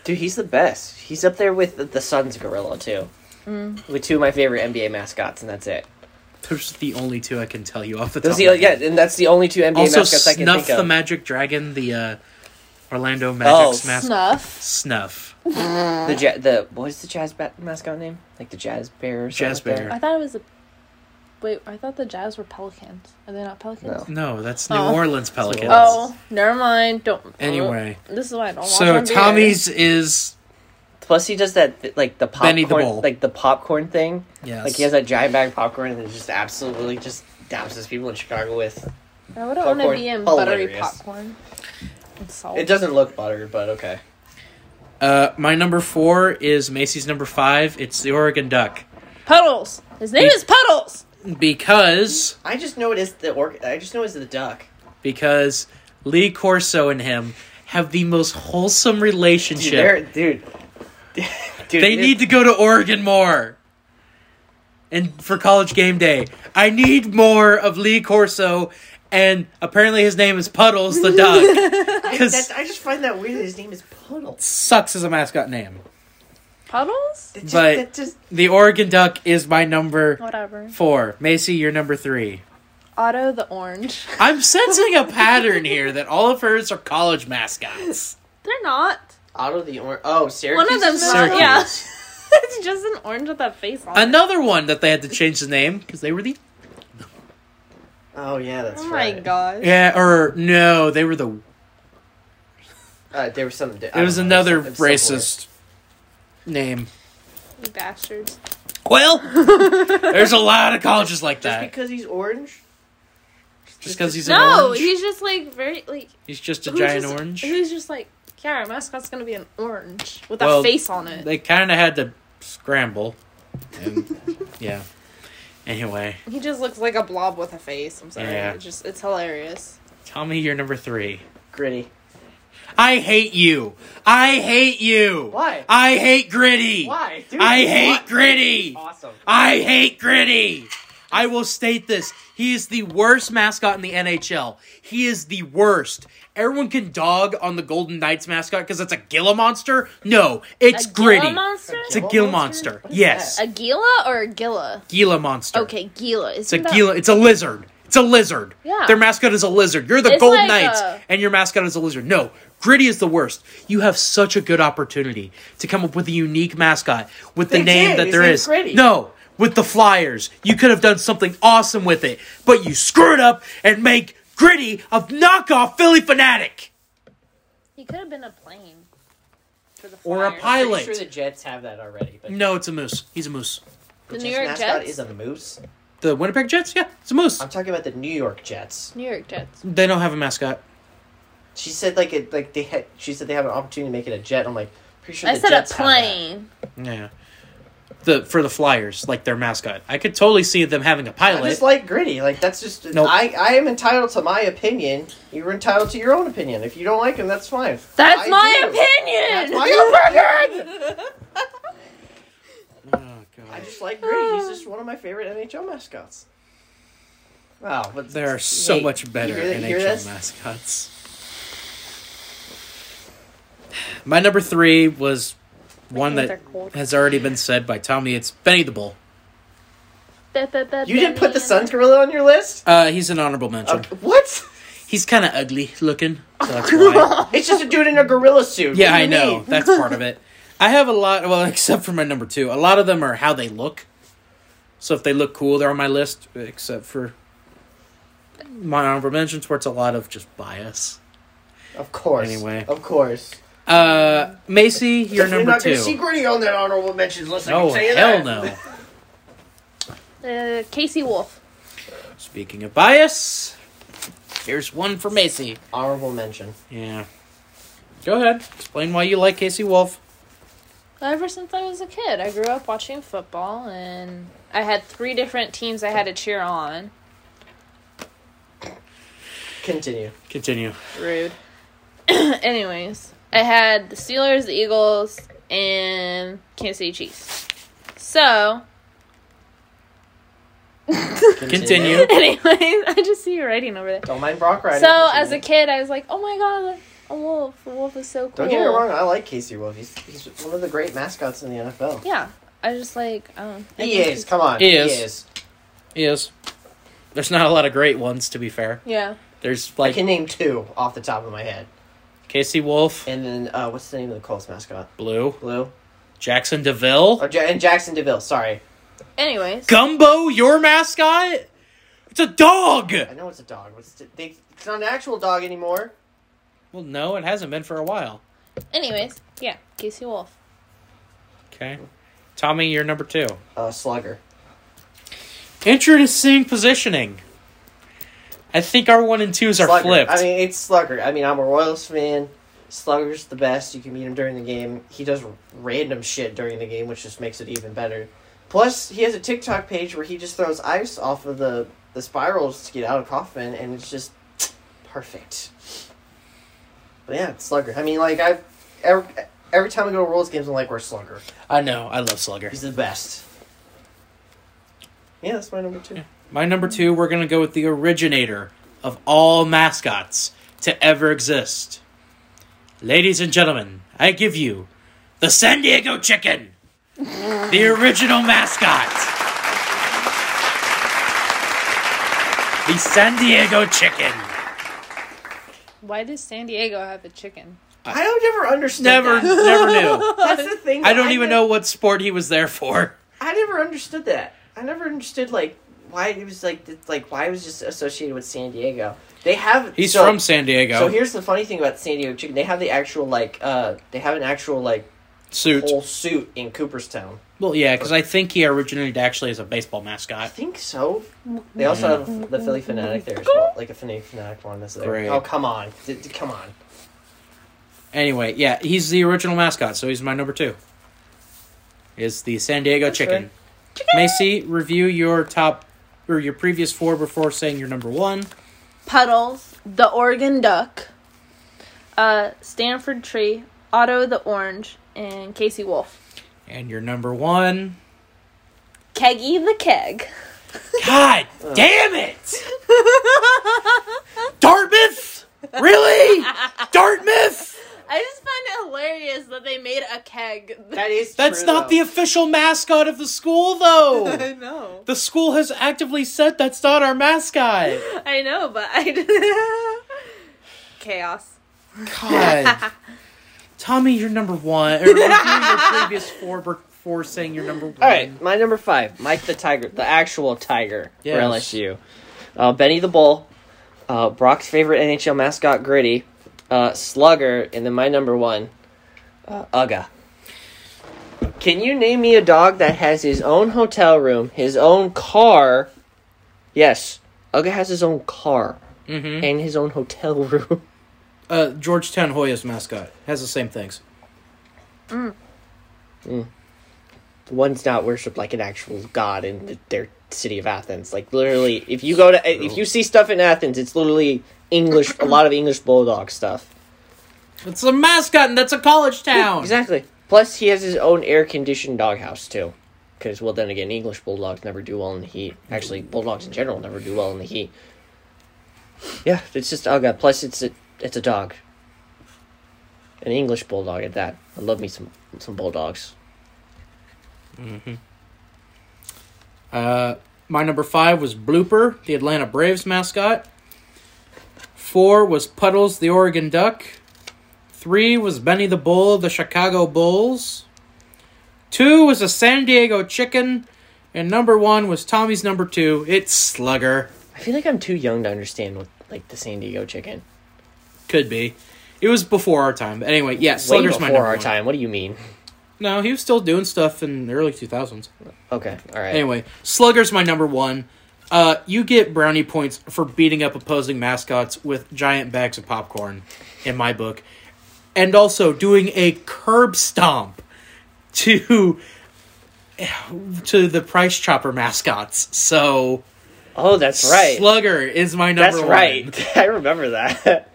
Speaker 2: Dude, he's the best. He's up there with the, the Suns gorilla too, with two of my favorite NBA mascots, and that's it.
Speaker 1: Those are the only two I can tell you off the top. of
Speaker 2: Those the,
Speaker 1: my
Speaker 2: yeah,
Speaker 1: head.
Speaker 2: and that's the only two NBA
Speaker 1: Also,
Speaker 2: mascots I can
Speaker 1: snuff
Speaker 2: think
Speaker 1: the
Speaker 2: of.
Speaker 1: Magic Dragon, the uh, Orlando Magic's
Speaker 2: Oh.
Speaker 1: mascot.
Speaker 3: Snuff.
Speaker 1: Snuff.
Speaker 2: the ja- the what is the jazz ba- mascot name? Like the jazz bear. Or something
Speaker 1: Jazz
Speaker 2: like that?
Speaker 1: bear.
Speaker 3: I thought it was a. Wait, I thought the Jazz were pelicans. Are they not pelicans?
Speaker 1: No, that's New
Speaker 3: Oh.
Speaker 1: Orleans Pelicans.
Speaker 3: Oh, never mind. Don't.
Speaker 1: Anyway.
Speaker 3: this is why I don't. watch
Speaker 1: So
Speaker 3: on beer.
Speaker 1: Tommy's is
Speaker 2: Plus, he does that th- like the popcorn,
Speaker 1: Benny the Bull.
Speaker 2: like the popcorn thing.
Speaker 1: yes.
Speaker 2: Like he has that giant bag of popcorn and then just absolutely just douses people in Chicago with.
Speaker 3: I wouldn't want to
Speaker 2: popcorn.
Speaker 3: be in buttery
Speaker 2: Hilarious.
Speaker 3: popcorn. And salt.
Speaker 2: It doesn't look buttered, but okay.
Speaker 1: Uh, my number four is Macy's number five. It's the Oregon Duck
Speaker 3: Puddles. His name
Speaker 1: He-
Speaker 3: is Puddles.
Speaker 1: because
Speaker 2: I just know it is the orc. I just know it's the duck.
Speaker 1: because Lee Corso and him have the most wholesome
Speaker 2: Dude,
Speaker 1: relationship.
Speaker 2: they're- dude. (laughs) dude
Speaker 1: they
Speaker 2: it-
Speaker 1: need to go to Oregon more. And for college game day, I need more of Lee Corso, and apparently his name is Puddles the
Speaker 2: (laughs)
Speaker 1: Duck
Speaker 2: That's,
Speaker 1: because
Speaker 2: I just find that weird. that His name is Puddle.
Speaker 1: sucks as a mascot name.
Speaker 3: Puddles.
Speaker 2: That just,
Speaker 1: But-
Speaker 2: that just
Speaker 1: The Oregon Duck is my number
Speaker 3: Whatever.
Speaker 1: four. Macy, you're number three.
Speaker 3: Otto the Orange.
Speaker 1: I'm sensing a pattern here that all of hers are college mascots.
Speaker 3: (laughs) They're not.
Speaker 2: Otto the Orange. Oh, Syracuse.
Speaker 3: One of them's
Speaker 1: Syracuse.
Speaker 3: not. Yeah. (laughs) it's just an orange with a face on. it.
Speaker 1: Another one that they had to change the name because they were the
Speaker 2: Oh yeah, that's
Speaker 3: Oh
Speaker 2: right.
Speaker 3: my gosh.
Speaker 1: yeah or no they were the
Speaker 2: Uh, there was something. It
Speaker 1: it was another racist name.
Speaker 3: You (laughs) bastards.
Speaker 1: Well, there's a lot of colleges like
Speaker 2: Just
Speaker 1: that.
Speaker 2: because he's orange.
Speaker 1: Just because he's an
Speaker 3: No,
Speaker 1: orange,
Speaker 3: he's just like very like.
Speaker 1: he's just a
Speaker 3: who's
Speaker 1: giant
Speaker 3: just-
Speaker 1: orange.
Speaker 3: Who's just like, yeah, our mascot's gonna be an orange with
Speaker 1: Well,
Speaker 3: a face on it.
Speaker 1: They kind of had to scramble. And, yeah. Anyway,
Speaker 3: He just looks like a blob with a face. I'm sorry.
Speaker 1: Yeah.
Speaker 3: It just it's hilarious.
Speaker 1: Tommy, you're number three.
Speaker 2: Gritty.
Speaker 1: I hate you. I hate you.
Speaker 2: Why?
Speaker 1: I hate gritty.
Speaker 2: Why? Dude,
Speaker 1: I
Speaker 2: he's
Speaker 1: hate
Speaker 2: hot.
Speaker 1: Gritty.
Speaker 2: He's Awesome.
Speaker 1: I hate Gritty. I will state this. He is the worst mascot in the NHL. He is the worst. Everyone can dog on the Golden Knights mascot because it's a Gila monster. No, it's
Speaker 3: a
Speaker 1: Gritty.
Speaker 3: Gila monster?
Speaker 1: It's a
Speaker 2: Gila
Speaker 1: Gila
Speaker 2: monster?
Speaker 1: monster.
Speaker 2: What is
Speaker 1: Yes.
Speaker 3: A Gila or a Gila?
Speaker 1: Gila monster.
Speaker 3: Okay, Gila.
Speaker 1: It's a Gila. It's a lizard. It's a lizard.
Speaker 3: Yeah.
Speaker 1: Their mascot is a lizard. You're the
Speaker 3: It's
Speaker 1: Golden
Speaker 3: like
Speaker 1: Knights,
Speaker 3: a-
Speaker 1: and your mascot is a lizard. No, Gritty is the worst. You have such a good opportunity to come up with a unique mascot with the
Speaker 2: They
Speaker 1: name
Speaker 2: did.
Speaker 1: that
Speaker 2: His
Speaker 1: there
Speaker 2: name's
Speaker 1: is.
Speaker 2: Gritty.
Speaker 1: No, with the Flyers, you could have done something awesome with it, but you screwed up and make Gritty a knockoff Philly fanatic.
Speaker 3: He could have been a plane. For the
Speaker 1: Or a
Speaker 3: Flyers.
Speaker 1: pilot.
Speaker 2: Pretty sure the Jets have that already. But
Speaker 1: No, it's a moose. He's a moose.
Speaker 3: The
Speaker 2: Jets
Speaker 3: New York
Speaker 2: mascot
Speaker 3: Jets.
Speaker 2: is a moose.
Speaker 1: The Winnipeg Jets? Yeah, it's a moose.
Speaker 2: I'm talking about the New York Jets.
Speaker 3: New York Jets.
Speaker 1: They don't have a mascot.
Speaker 2: She said like it like they had. She said they have an opportunity to make it a jet. I'm like pretty sure.
Speaker 3: I
Speaker 2: the
Speaker 3: said
Speaker 2: Jets
Speaker 3: a
Speaker 2: have that.
Speaker 3: plane.
Speaker 1: Yeah. The for the Flyers, like their mascot. I could totally see them having a pilot.
Speaker 2: I just like gritty. Like that's just.
Speaker 1: Nope.
Speaker 2: I I am entitled to my opinion. You're entitled to your own opinion. If you don't like him, that's fine.
Speaker 3: That's
Speaker 2: I
Speaker 3: my
Speaker 2: do. That's
Speaker 3: opinion.
Speaker 2: my opinion.
Speaker 1: Oh, God.
Speaker 2: I just like gritty. He's just one of my favorite NHL mascots. Wow, but
Speaker 1: There are so
Speaker 2: Hey,
Speaker 1: much
Speaker 2: you
Speaker 1: better
Speaker 2: hear that- you hear
Speaker 1: NHL
Speaker 2: this?
Speaker 1: mascots. My number three was one
Speaker 3: hands
Speaker 1: that
Speaker 3: are cold.
Speaker 1: has already been said by Tommy. It's Benny the Bull.
Speaker 2: You didn't put the Suns gorilla on your list.
Speaker 1: Uh, he's an honorable mention.
Speaker 2: Okay, what?
Speaker 1: He's kind of ugly looking, so
Speaker 2: (laughs)
Speaker 1: that's why.
Speaker 2: It's just a dude in a gorilla suit.
Speaker 1: yeah,
Speaker 2: What do
Speaker 1: I
Speaker 2: you
Speaker 1: know.
Speaker 2: mean?
Speaker 1: That's part of it. I have a lot, well, (laughs) except for my number two. A lot of them are how they look. So if they look cool, they're on my list, except for my honorable mentions, where it's a lot of just bias.
Speaker 2: Of course.
Speaker 1: Anyway.
Speaker 2: Of course.
Speaker 1: Uh, Macy, you're
Speaker 2: Definitely
Speaker 1: number
Speaker 2: not
Speaker 1: two.
Speaker 2: gonna see Gritty on that honorable mentions list. I
Speaker 1: Oh
Speaker 2: can tell you
Speaker 1: hell
Speaker 2: that.
Speaker 1: no!
Speaker 3: Uh, Casey Wolf.
Speaker 1: Speaking of bias, here's one for Macy.
Speaker 2: Honorable mention.
Speaker 1: Yeah. Go ahead. Explain why you like Casey Wolf.
Speaker 3: Ever since I was a kid, I grew up watching football, and I had three different teams I had to cheer on.
Speaker 1: (laughs)
Speaker 2: Continue.
Speaker 1: Continue.
Speaker 3: Rude. (coughs) Anyways, I had the Steelers, the Eagles, and Kansas City Chiefs. So,
Speaker 1: Continue.
Speaker 3: (laughs) anyways, I just see you writing over there.
Speaker 2: Don't mind Brock Ryder.
Speaker 3: So, as a
Speaker 2: Continue.
Speaker 3: kid, I was like, oh my god, a wolf. A wolf is so cool.
Speaker 2: Don't get me wrong, I like Casey Wolf. He's, he's one of the great mascots in the NFL.
Speaker 3: Yeah. I just like, um. I
Speaker 2: He is.
Speaker 3: think he's-
Speaker 2: Come on.
Speaker 1: He is. Yes. There's not a lot of great ones, to be fair.
Speaker 3: Yeah.
Speaker 1: There's
Speaker 2: I
Speaker 1: like
Speaker 2: can name two off the top of my head.
Speaker 1: Casey Wolf,
Speaker 2: And then uh, what's the name of the Colts mascot?
Speaker 1: Blue,
Speaker 2: Blue
Speaker 1: Jackson DeVille,
Speaker 2: or ja- and Jackson Deville. Sorry,
Speaker 3: Anyways.
Speaker 1: Gumbo, your mascot. It's a dog.
Speaker 2: I know it's a dog, but it's, they, it's not an actual dog anymore.
Speaker 1: Well, no, it hasn't been for a while.
Speaker 3: Anyways. Yeah. Casey Wolf.
Speaker 1: Okay, Tommy, you're number two.
Speaker 2: Uh, Slugger.
Speaker 1: Introducing positioning. I think our one and twos are
Speaker 2: Slugger.
Speaker 1: flipped.
Speaker 2: I mean, it's Slugger. I mean, I'm a Royals fan. Slugger's the best. You can meet him during the game. He does random shit during the game, which just makes it even better. Plus, he has a TikTok page where he just throws ice off of the, the spirals to get out of Kaufman, and it's just perfect. But yeah, it's Slugger. I mean, like, I've. Every, every time we go to Royals games, I'm like, we're Slugger.
Speaker 1: I know. I love Slugger.
Speaker 2: He's the best. Yeah, that's my number two.
Speaker 1: My number two, we're going to go with the originator of all mascots to ever exist. Ladies and gentlemen, I give you the San Diego Chicken, the original mascot. The San Diego Chicken.
Speaker 3: Why does San Diego have a chicken?
Speaker 2: I don't ever understand.
Speaker 1: Never,
Speaker 2: that.
Speaker 1: never knew.
Speaker 2: (laughs) That's the thing.
Speaker 1: I don't even
Speaker 2: know.
Speaker 1: know what sport he was there for.
Speaker 2: I never understood that. I never understood like why it was like th- like why it was just associated with San Diego. They have
Speaker 1: He's
Speaker 2: so-
Speaker 1: from San Diego.
Speaker 2: So here's the funny thing about San Diego chicken. They have the actual like uh they have an actual like
Speaker 1: Suit.
Speaker 2: whole suit in Cooperstown.
Speaker 1: Well, yeah, because I think he originated actually as a baseball mascot.
Speaker 2: I think so. They also have the Philly fanatic there as well, like a Philly fanatic one that's there.
Speaker 1: Great.
Speaker 2: Oh come on, D- d- come on.
Speaker 1: Anyway, yeah, he's the original mascot, so he's my number two. Is the San Diego Chicken. Macy, review your top or your previous four before saying your number one.
Speaker 3: Puddles, the Oregon Duck, uh, Stanford Tree, Otto the Orange, and Casey Wolf.
Speaker 1: And your number one.
Speaker 2: (laughs)
Speaker 3: Keggy the Keg.
Speaker 1: God
Speaker 2: Oh.
Speaker 1: damn it! Dartmouth?
Speaker 2: (laughs)
Speaker 1: Really? Dartmouth?
Speaker 3: I just find it hilarious that they made a
Speaker 2: (laughs)
Speaker 3: keg.
Speaker 2: That is
Speaker 1: That's
Speaker 2: true,
Speaker 1: not
Speaker 2: though.
Speaker 1: the official mascot of the school,
Speaker 2: (laughs)
Speaker 3: (laughs)
Speaker 1: though.
Speaker 3: know.
Speaker 1: The school has actively said that's not our mascot.
Speaker 3: I (laughs) know, but I. Chaos.
Speaker 1: God. (laughs) Tommy, you're number one. Or review your previous four before saying you're number one.
Speaker 2: All right, my number five, Mike the Tiger, the actual Tiger
Speaker 1: Mm-hmm. Yes.
Speaker 2: for LSU. Uh, Benny the Bull, uh, Brock's favorite NHL mascot, Gritty, uh, Slugger, and then my number one, uh, Ugga. Can you name me a dog that has his own hotel room, his own car? Yes, Ugga has his own car
Speaker 1: Mm-hmm.
Speaker 2: and his own hotel (laughs) room.
Speaker 1: Uh, Georgetown Hoya's mascot has the same things.
Speaker 2: one's not worshipped like an actual god in the, their city of Athens. Like literally, if you go to if you see stuff in Athens, it's literally English, a lot of English bulldog stuff.
Speaker 1: It's a mascot, and that's a college town.
Speaker 2: Exactly. Plus, he has his own air conditioned doghouse too. Because well, then again, English bulldogs never do well in the heat. Actually, bulldogs in general never do well in the heat. Yeah, it's just oh god. Plus, it's a it's a dog. An English bulldog at that. I love me some some bulldogs.
Speaker 1: Uh, my number five was Blooper, the Atlanta Braves mascot. Four was Puddles, the Oregon Duck. Three was Benny the Bull, the Chicago Bulls. Two was a San Diego Chicken. And number one was Tommy's number two. It's Slugger.
Speaker 2: I feel like I'm too young to understand what like the San Diego chicken.
Speaker 1: Could be. It was before our time. But anyway, yeah,
Speaker 2: way
Speaker 1: Slugger's my
Speaker 2: before
Speaker 1: number
Speaker 2: our
Speaker 1: one.
Speaker 2: time. What do you mean?
Speaker 1: No, he was still doing stuff in the early 2000s.
Speaker 2: Okay, all right.
Speaker 1: Anyway, Slugger's my number one. Uh, you get brownie points for beating up opposing mascots with giant bags of popcorn, in my book, and also doing a curb stomp to to the Price Chopper mascots. So
Speaker 2: Oh, that's right.
Speaker 1: Slugger is my number
Speaker 2: that's
Speaker 1: one.
Speaker 2: right. (laughs) I remember that. (laughs)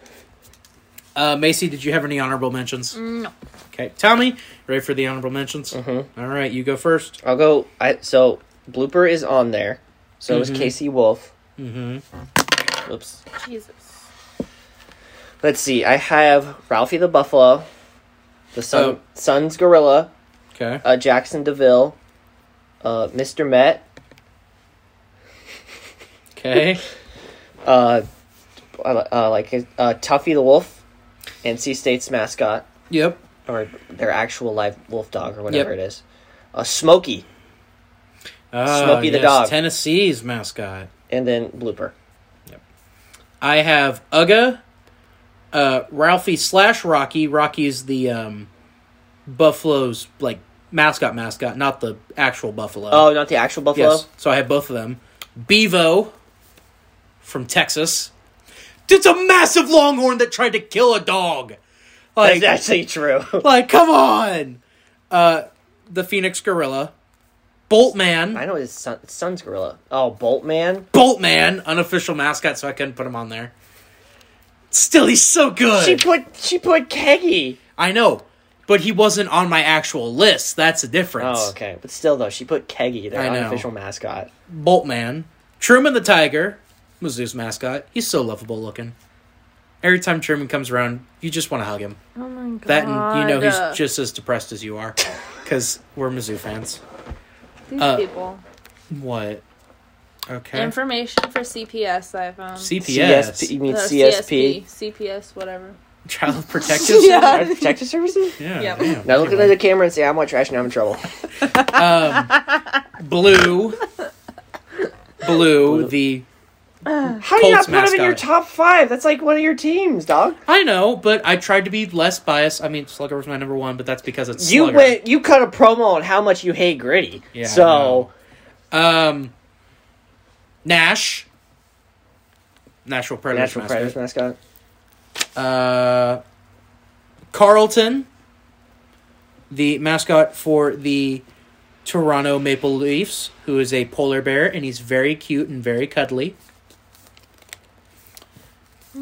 Speaker 1: Uh, Macy, did you have any honorable mentions?
Speaker 3: No.
Speaker 1: Okay, Tommy, ready for the honorable mentions?
Speaker 2: Uh-huh.
Speaker 1: All right, you go first.
Speaker 2: I'll go. I so blooper is on there. So is Casey Wolf. Mm-hmm. Oops.
Speaker 3: Jesus.
Speaker 2: Let's see. I have Ralphie the Buffalo, the Sun
Speaker 1: Oh.
Speaker 2: Sun's Gorilla,
Speaker 1: Okay,
Speaker 2: uh, Jackson Deville, uh, Mr. Met,
Speaker 1: Okay.
Speaker 2: Uh, I li- uh, like uh, Tuffy the wolf, NC State's mascot,
Speaker 1: (laughs) Yep.
Speaker 2: or their actual live wolf dog, or whatever
Speaker 1: Yep.
Speaker 2: it is. Uh, Smokey,
Speaker 1: Ah,
Speaker 2: Smokey the dog.
Speaker 1: Tennessee's mascot.
Speaker 2: and then Blooper.
Speaker 1: I have Uga, uh, Ralphie slash Rocky. Rocky is the um, Buffalo's like mascot mascot, not the actual Buffalo.
Speaker 2: Oh, not the actual buffalo. (laughs)
Speaker 1: yes. So I have both of them. Bevo from Texas. It's a massive longhorn that tried to kill a dog. Like,
Speaker 2: That's actually true.
Speaker 1: like come on. Uh, the Phoenix Gorilla, Boltman.
Speaker 2: (laughs) I know his son, son's gorilla. Oh, Boltman.
Speaker 1: Boltman, unofficial mascot, so I couldn't put him on there. Still, he's so good.
Speaker 2: She put she put Keggy.
Speaker 1: I know, but he wasn't on my actual list. That's the difference.
Speaker 2: Oh, okay. But still though, she put Keggy, their
Speaker 1: I know.
Speaker 2: unofficial mascot.
Speaker 1: Boltman, Truman the Tiger, Mizzou's mascot. He's so lovable looking. Every time Truman comes around, you just want to hug him.
Speaker 3: Oh my god.
Speaker 1: That and you know he's just as depressed as you are, because we're Mizzou fans.
Speaker 3: These
Speaker 1: uh,
Speaker 3: people.
Speaker 1: What? Okay.
Speaker 3: Information for CPS I found.
Speaker 1: CPS,
Speaker 2: CSP. You mean
Speaker 3: Uh,
Speaker 2: CSP?
Speaker 3: CPS, whatever.
Speaker 1: Child Protective.
Speaker 3: Yeah.
Speaker 2: Child (laughs) Protective Services.
Speaker 1: Yeah.
Speaker 3: Yep.
Speaker 1: damn.
Speaker 2: Now look into the camera and say, "I'm white trash and I'm in trouble."
Speaker 1: um, blue, blue. The
Speaker 2: How do you
Speaker 1: Colts
Speaker 2: not put him in your
Speaker 1: mascot.
Speaker 2: top five? That's like one of your teams, dog.
Speaker 1: I know, but I tried to be less biased. I mean, Slugger was my number one, but that's because it's
Speaker 2: You
Speaker 1: Slugger.
Speaker 2: went. You cut a promo on how much you hate gritty.
Speaker 1: Yeah, I
Speaker 2: so
Speaker 1: Um, Nash, Nashville Predators
Speaker 2: natural predators
Speaker 1: mascot.
Speaker 2: mascot.
Speaker 1: Uh, Carlton, the mascot for the Toronto Maple Leafs, who is a polar bear, and he's very cute and very cuddly.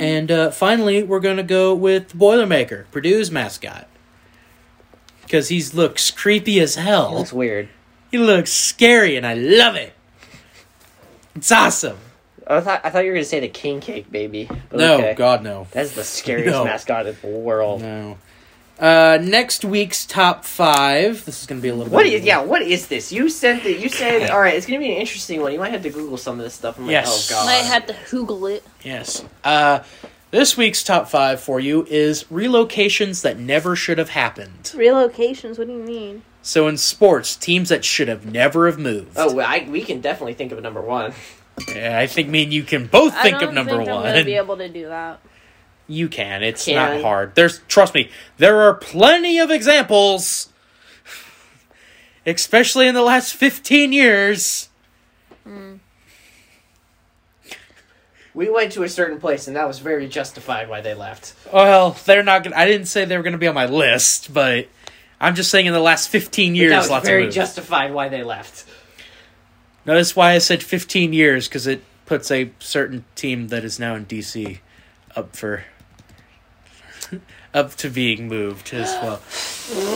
Speaker 1: And uh, finally, we're gonna go with Boilermaker, Purdue's mascot, because he looks creepy as hell.
Speaker 2: That's weird.
Speaker 1: He looks scary, and I love it. It's awesome.
Speaker 2: I thought I thought you were gonna say the king cake baby. But
Speaker 1: No,
Speaker 2: okay.
Speaker 1: God, no.
Speaker 2: That's the scariest
Speaker 1: No.
Speaker 2: mascot in the world.
Speaker 1: No. Uh, next week's top five. This is going to be a little
Speaker 2: What
Speaker 1: bit.
Speaker 2: is yeah? What is this? You said that
Speaker 1: (laughs)
Speaker 2: you said all right. It's gonna be an interesting one. You might have to Google some of this stuff. I'm like,
Speaker 1: Yes.
Speaker 2: oh god.
Speaker 3: Might have to Google it.
Speaker 1: Yes. Uh, this week's top five for you is relocations that never should have happened.
Speaker 3: Relocations, what do you mean?
Speaker 1: So in sports, teams that should have never have moved.
Speaker 2: Oh, well, I, we can definitely think of a number one. (laughs)
Speaker 1: Yeah, I think me and you can both
Speaker 3: I
Speaker 1: think
Speaker 3: don't
Speaker 1: of number
Speaker 3: think I'm
Speaker 1: one.
Speaker 3: gonna be able to do that.
Speaker 1: you can. It's
Speaker 2: Can
Speaker 1: not
Speaker 2: I?
Speaker 1: hard. There's trust me. There are plenty of examples, especially in the last fifteen years.
Speaker 2: We went to a certain place, and that was very justified why they left.
Speaker 1: Well, they're not gonna. I didn't say they were gonna be on my list, but I'm just saying in the last 15 years,
Speaker 2: that was
Speaker 1: lots
Speaker 2: very
Speaker 1: of moves.
Speaker 2: justified why they left.
Speaker 1: Notice why I said 15 years because it puts a certain team that is now in DC up for (laughs) up to being moved as well.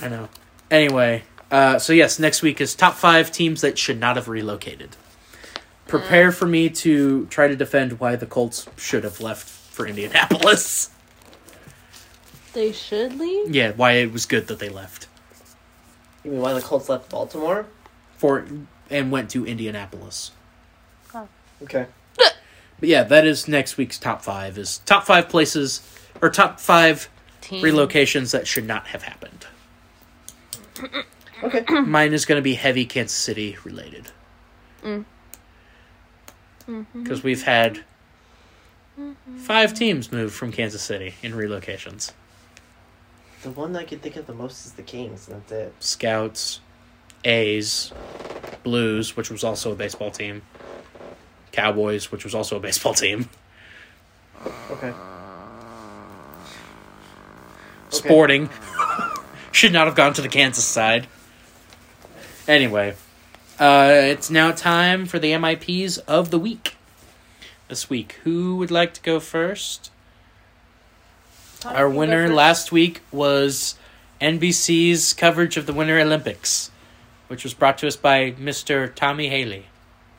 Speaker 1: I know. Anyway, uh, so yes, next week is top five teams that should not have relocated. Prepare
Speaker 2: Mm.
Speaker 1: for me to try to defend why the Colts should have left for Indianapolis. (laughs)
Speaker 3: They should leave?
Speaker 1: Yeah, why it was good that they left
Speaker 2: You mean why the Colts left Baltimore?
Speaker 1: for and went to Indianapolis.
Speaker 2: Okay.
Speaker 1: But yeah, that is next week's top five is top five places or top five
Speaker 3: Team.
Speaker 1: relocations that should not have happened.
Speaker 2: Okay.
Speaker 1: (coughs) Mine is going to be heavy Kansas City related. Because we've had five teams move from Kansas City in relocations.
Speaker 2: the one that I can think of the most is the Kings, and that's it.
Speaker 1: Scouts, A's, Blues, which was also a baseball team, Cowboys, which was also a baseball team,
Speaker 2: Okay.
Speaker 1: Sporting (laughs) should not have gone to the Kansas side. Anyway, uh, it's now time for the MIPs of the week. This week, who would like to go first? Our winner last week was NBC's coverage of the Winter Olympics, which was brought to us by Mr. Tommy Haley.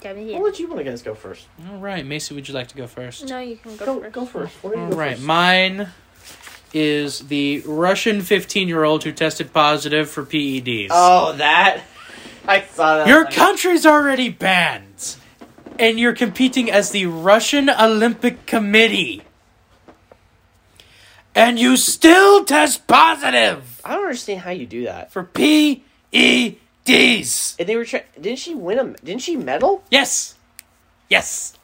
Speaker 2: I'll
Speaker 3: Oh,
Speaker 2: let you want to guys go first.
Speaker 1: All right, Macy, would you like to go first?
Speaker 3: No, you can go,
Speaker 2: Go,
Speaker 3: first.
Speaker 2: go first. Why don't
Speaker 1: All
Speaker 2: you go
Speaker 1: right,
Speaker 2: first?
Speaker 1: mine is the Russian 15 year old who tested positive for PEDs.
Speaker 2: Oh, that. (laughs) I saw that.
Speaker 1: Your
Speaker 2: like,
Speaker 1: country's already banned. and you're competing as the Russian Olympic Committee. And you still test positive
Speaker 2: I don't understand how you do that.
Speaker 1: for E PEDs.
Speaker 2: And they were trying. Didn't she win a? Didn't she medal?
Speaker 1: Yes. Yes.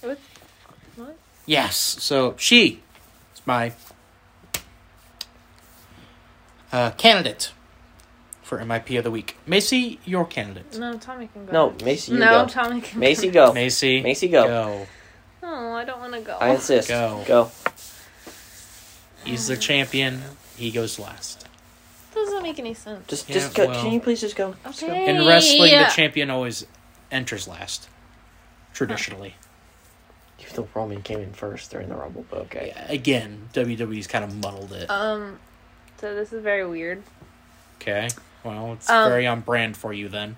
Speaker 3: What? What?
Speaker 1: Yes. So she is my uh, candidate for MIP of the week. Macy, your candidate.
Speaker 3: No, Tommy can go.
Speaker 2: No, Macy. You
Speaker 3: no,
Speaker 2: go.
Speaker 3: Tommy can
Speaker 2: Macy,
Speaker 3: go.
Speaker 2: go.
Speaker 1: Macy.
Speaker 2: Macy, go.
Speaker 1: Go.
Speaker 3: No, I don't want to go.
Speaker 2: I insist.
Speaker 1: Go.
Speaker 2: Go.
Speaker 1: He's the champion. He goes last.
Speaker 3: doesn't make any sense.
Speaker 2: Just,
Speaker 1: Yeah,
Speaker 2: just go.
Speaker 1: well.
Speaker 2: Can you please just go? Just go.
Speaker 3: Okay.
Speaker 1: In wrestling, the
Speaker 3: Yeah.
Speaker 1: champion always enters last. Traditionally.
Speaker 2: Even the Roman came in first during the Rumble, but okay.
Speaker 1: Again, WWE's kind of muddled it.
Speaker 3: Um, so this is very (laughs) weird.
Speaker 1: Okay. Well, it's
Speaker 3: Um,
Speaker 1: very on brand for you then.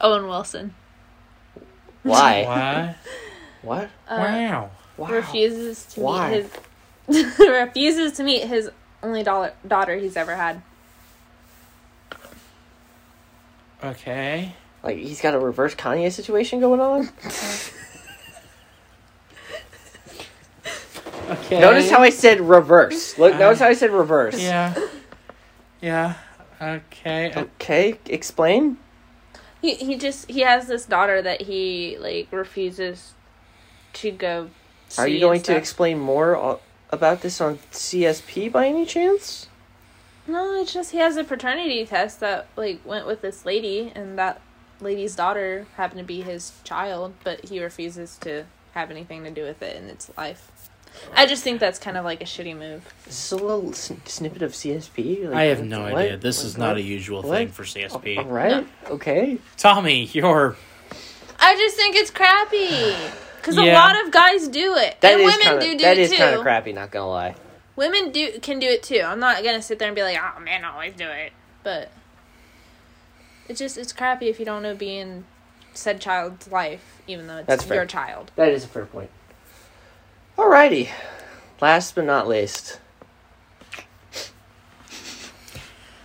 Speaker 3: Owen Wilson
Speaker 2: Why?
Speaker 1: Why?
Speaker 2: what?
Speaker 3: (laughs) uh,
Speaker 1: wow.
Speaker 2: Wow.
Speaker 3: refuses to
Speaker 2: Why?
Speaker 3: meet his (laughs) refuses to meet his only dollar, daughter he's ever had.
Speaker 1: Okay.
Speaker 2: Like he's got a reverse Kanye situation going on.
Speaker 1: Okay.
Speaker 2: Notice how I said reverse. Look, notice how I said reverse.
Speaker 1: Yeah. (laughs) Yeah. Okay. Uh,
Speaker 2: Okay, explain.
Speaker 3: He he just he has this daughter that he like refuses to go.
Speaker 2: Are
Speaker 3: see
Speaker 2: you
Speaker 3: and
Speaker 2: going to
Speaker 3: stuff.
Speaker 2: explain more o- about this on CSP by any chance?
Speaker 3: No, it's just he has a paternity test that like went with this lady, and that lady's daughter happened to be his child, but he refuses to have anything to do with it in its life. I just think that's kind of like a shitty move.
Speaker 2: Is this a little sn- snippet of CSP? Like,
Speaker 1: I have no
Speaker 2: what-
Speaker 1: idea. This
Speaker 2: what-
Speaker 1: is not E a
Speaker 2: what-
Speaker 1: usual
Speaker 2: what?
Speaker 1: thing for
Speaker 2: Oh, All
Speaker 1: CSP.
Speaker 2: right. Okay.
Speaker 1: Tommy, you're
Speaker 3: I just think it's crappy because a
Speaker 1: Yeah.
Speaker 3: lot of guys do it,
Speaker 2: That
Speaker 3: and
Speaker 2: is
Speaker 3: women
Speaker 2: kinda,
Speaker 3: do do
Speaker 2: that
Speaker 3: it
Speaker 2: is
Speaker 3: too.
Speaker 2: kind of crappy. Not gonna lie.
Speaker 3: Women do can do it too. I'm not gonna sit there and be like, oh man, I always do it, but it's just it's crappy if you don't know being said child's life, even though it's
Speaker 2: That's fair.
Speaker 3: your child.
Speaker 2: That is a fair point. Alrighty. Last but not least,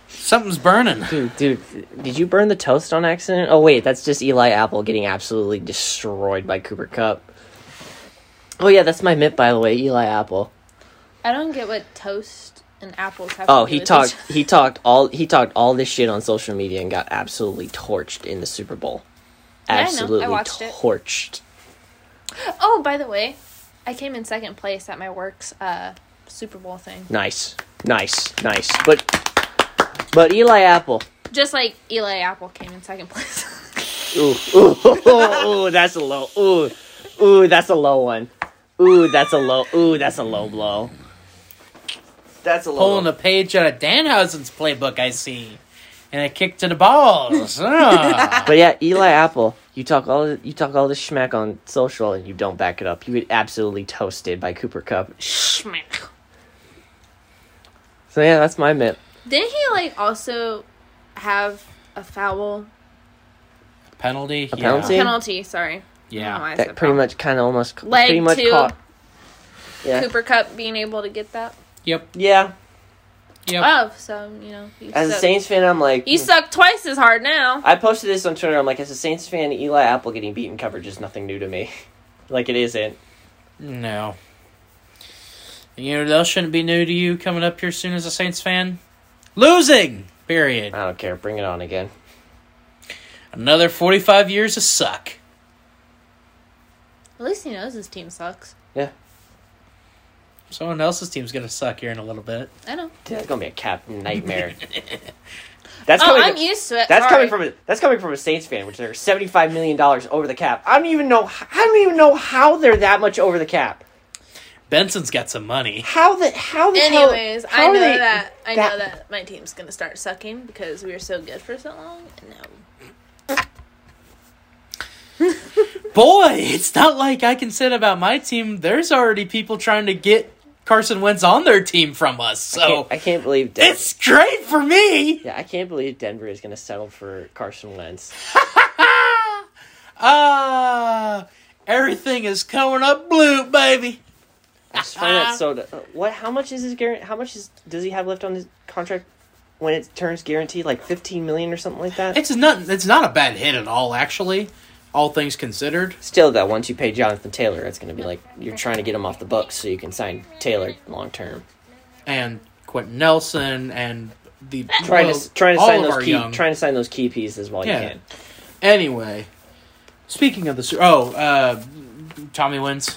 Speaker 1: something's burning.
Speaker 2: dude, dude, did you burn the toast on accident? Oh wait, that's just Eli Apple getting absolutely destroyed by Cooper Cup. Oh yeah, that's my mitt by the way, Eli Apple.
Speaker 3: I don't get what toast and apples have.
Speaker 2: Oh,
Speaker 3: to do
Speaker 2: he
Speaker 3: with
Speaker 2: talked.
Speaker 3: each-
Speaker 2: He talked all. He talked all this shit on social media and got absolutely torched in the Super Bowl.
Speaker 3: Yeah, I know. I
Speaker 2: Absolutely
Speaker 3: watched it.
Speaker 2: torched.
Speaker 3: (laughs) Oh, by the way, I came in second place at my work's uh, Super Bowl thing.
Speaker 2: Nice, nice, nice. But but Eli Apple.
Speaker 3: Just like Eli Apple came in second place. (laughs)
Speaker 2: Ooh, ooh, ooh, ooh, that's a low. Ooh, ooh, that's a low one. Ooh, that's a low. Ooh, that's a low blow. That's a low.
Speaker 1: Pulling a page out of Danhausen's playbook, I see. And a kick to the
Speaker 2: (laughs)
Speaker 1: balls. Ah.
Speaker 2: But yeah, Eli Apple, you talk all you talk all this schmack on social and you don't back it up. You get absolutely toasted by Cooper Cup.
Speaker 3: Schmack.
Speaker 2: So yeah, that's my myth.
Speaker 3: Didn't he like also have a foul
Speaker 1: penalty. yeah.
Speaker 2: penalty?
Speaker 3: penalty? Sorry. I don't know why
Speaker 1: Yeah.
Speaker 3: I
Speaker 2: That
Speaker 3: said
Speaker 2: pretty
Speaker 3: foul.
Speaker 2: much kind of almost
Speaker 3: Leg
Speaker 2: pretty much
Speaker 3: two.
Speaker 2: caught. Yeah.
Speaker 3: Cooper Cup being able to get that
Speaker 1: Yep.
Speaker 2: Yeah.
Speaker 1: Yep.
Speaker 3: Oh, so you know. You
Speaker 2: As a
Speaker 3: suck.
Speaker 2: Saints fan, I'm like
Speaker 3: you
Speaker 2: hmm.
Speaker 3: suck twice as hard now.
Speaker 2: I posted this on Twitter. I'm like, as a Saints fan, Eli Apple getting beaten coverage is nothing new to me. (laughs) like it isn't.
Speaker 1: No. You know what else shouldn't be new to you coming up here soon as a Saints fan? Losing! Period.
Speaker 2: I don't care. Bring it on again.
Speaker 1: Another 45 years of suck.
Speaker 3: At least he knows his team sucks.
Speaker 2: Yeah.
Speaker 1: Someone else's team's gonna suck here in a little bit.
Speaker 3: I know.
Speaker 2: That's gonna be a cap
Speaker 3: (laughs)
Speaker 2: nightmare. that's
Speaker 3: Oh,
Speaker 2: coming.
Speaker 3: I'm used to it.
Speaker 2: that's coming
Speaker 3: Sorry.
Speaker 2: from a, that's coming from a Saints fan, which they're seventy five million dollars over the cap. I don't even know. I don't even know how they're that much over the cap.
Speaker 1: Benson's got some money.
Speaker 2: How the how the hell-
Speaker 3: Anyways, I
Speaker 2: how are
Speaker 3: know
Speaker 2: they-
Speaker 3: that I know that my team's gonna start sucking because we were so good for so long, and now
Speaker 1: Boy, it's not like I can sit about my team. There's already people trying to get Carson Wentz on their team from us, so
Speaker 2: I can't believe Denver.
Speaker 1: Oh. it's great for me.
Speaker 2: yeah, I can't believe Denver is going to settle for Carson Wentz.
Speaker 1: Ah, everything is coming up blue, baby.
Speaker 2: uh,
Speaker 3: Uh-huh.
Speaker 2: I just find that so. What? How much is his guarantee? How much is does he have left on his contract? when it turns guaranteed, like fifteen million or something like that.
Speaker 1: It's not it's not a bad hit at all, actually. All things considered,
Speaker 2: Still, though, once you pay Jonathan Taylor, it's going to be like you're trying to get him off the books so you can sign Taylor long term.
Speaker 1: and Quentin Nelson and the
Speaker 2: Trying
Speaker 1: well,
Speaker 2: to trying to
Speaker 1: all
Speaker 2: sign
Speaker 1: of
Speaker 2: those
Speaker 1: our
Speaker 2: key
Speaker 1: young-
Speaker 2: trying to sign those key pieces while
Speaker 1: Yeah.
Speaker 2: you can.
Speaker 1: Anyway, speaking of the Su- oh, uh, Tommy wins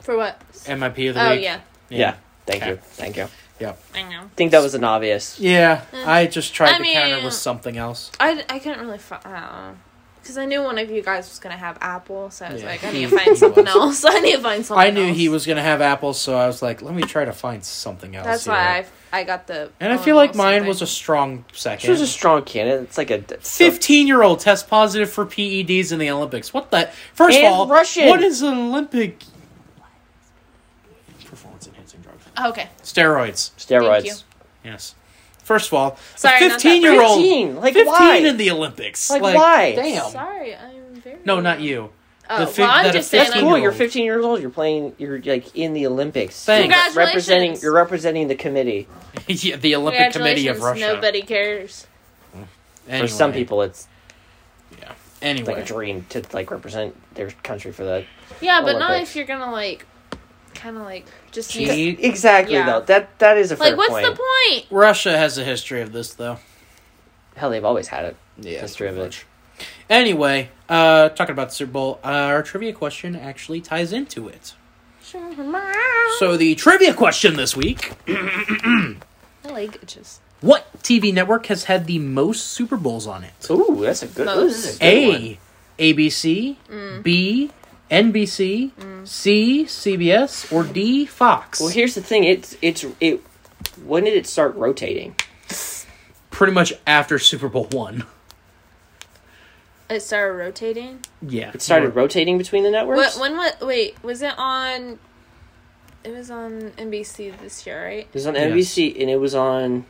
Speaker 3: For what?
Speaker 1: MIP of the
Speaker 3: Oh,
Speaker 1: week.
Speaker 3: yeah.
Speaker 2: Yeah. Thank you.
Speaker 1: Okay.
Speaker 2: Thank you. I
Speaker 3: I know.
Speaker 2: think that was an obvious.
Speaker 1: Yeah, I just tried
Speaker 3: Eh. I
Speaker 1: to counter
Speaker 3: mean-
Speaker 1: with something else.
Speaker 3: I, I couldn't really find because I knew one of you guys was gonna have Apple, so I was
Speaker 1: Yeah.
Speaker 3: like, I need
Speaker 1: (laughs)
Speaker 3: to find something else. (laughs) I need to find something.
Speaker 1: I knew
Speaker 3: else.
Speaker 1: he was gonna have apples, so I was like, let me try to find something else.
Speaker 3: That's
Speaker 1: here.
Speaker 3: why I I got the.
Speaker 1: And I feel like
Speaker 3: Apple
Speaker 1: mine was a
Speaker 3: something.
Speaker 1: strong
Speaker 2: She was
Speaker 1: second.
Speaker 2: a strong candidate. It's like a
Speaker 1: Fifteen-year-old test positive for PEDs in the Olympics. What the? First
Speaker 2: And
Speaker 1: of all,
Speaker 2: Russian.
Speaker 1: what is an Olympic? Performance-enhancing drugs.
Speaker 3: Oh, okay.
Speaker 1: Steroids.
Speaker 2: steroids.
Speaker 3: Thank you.
Speaker 1: Yes. First of all,
Speaker 3: Sorry,
Speaker 1: a
Speaker 3: not that
Speaker 1: 15 year old.
Speaker 2: 15, like,
Speaker 1: 15
Speaker 2: why?
Speaker 1: in the Olympics.
Speaker 2: Like, why?
Speaker 1: Damn.
Speaker 3: Sorry, I'm very.
Speaker 1: No, not you. (laughs)
Speaker 3: Oh,
Speaker 1: fif-
Speaker 3: well, I'm
Speaker 1: that a
Speaker 3: just saying.
Speaker 2: That's
Speaker 1: Fifteen
Speaker 2: cool.
Speaker 1: year
Speaker 2: You're
Speaker 1: old.
Speaker 2: 15 years old. You're playing. You're like in the Olympics.
Speaker 1: Thanks.
Speaker 2: You're representing.
Speaker 3: Congratulations.
Speaker 2: You're representing the committee.
Speaker 1: yeah, the
Speaker 3: I'm,
Speaker 1: Olympic Committee
Speaker 3: congratulations.
Speaker 1: of Russia.
Speaker 3: Nobody cares.
Speaker 1: Anyway,
Speaker 2: For some people, it's
Speaker 1: Yeah.
Speaker 2: like a
Speaker 1: Anyway.
Speaker 2: dream to like represent their country for that.
Speaker 3: Yeah, but not
Speaker 2: Olympics.
Speaker 3: if you're gonna like, kind of like just
Speaker 1: Gee.
Speaker 3: use.
Speaker 1: He-
Speaker 2: exactly
Speaker 3: Yeah.
Speaker 2: though. That that is a fair
Speaker 3: Like, what's
Speaker 2: point.
Speaker 3: the point?
Speaker 1: Russia has a history of this, though.
Speaker 2: Hell, they've always had it.
Speaker 1: Yeah.
Speaker 2: History of it.
Speaker 1: Anyway, uh, talking about the Super Bowl, uh, our trivia question actually ties into it. So, the trivia question this week
Speaker 3: My leg itches.
Speaker 1: What TV network has had the most Super Bowls on it?
Speaker 2: Ooh, that's a good.
Speaker 3: Most.
Speaker 2: ooh, this is a good one.
Speaker 1: A. ABC. B. NBC. C. CBS. Or D. Fox.
Speaker 2: Well, here's the thing. It's it's it. When did it start rotating?
Speaker 1: Pretty much after Super Bowl one.
Speaker 3: It started rotating.
Speaker 1: Yeah.
Speaker 2: It started rotating between the
Speaker 3: What?
Speaker 2: networks.
Speaker 3: When? What? Wait, was it on? It was on NBC this year, right?
Speaker 2: It was on
Speaker 1: Yes.
Speaker 2: NBC and it was on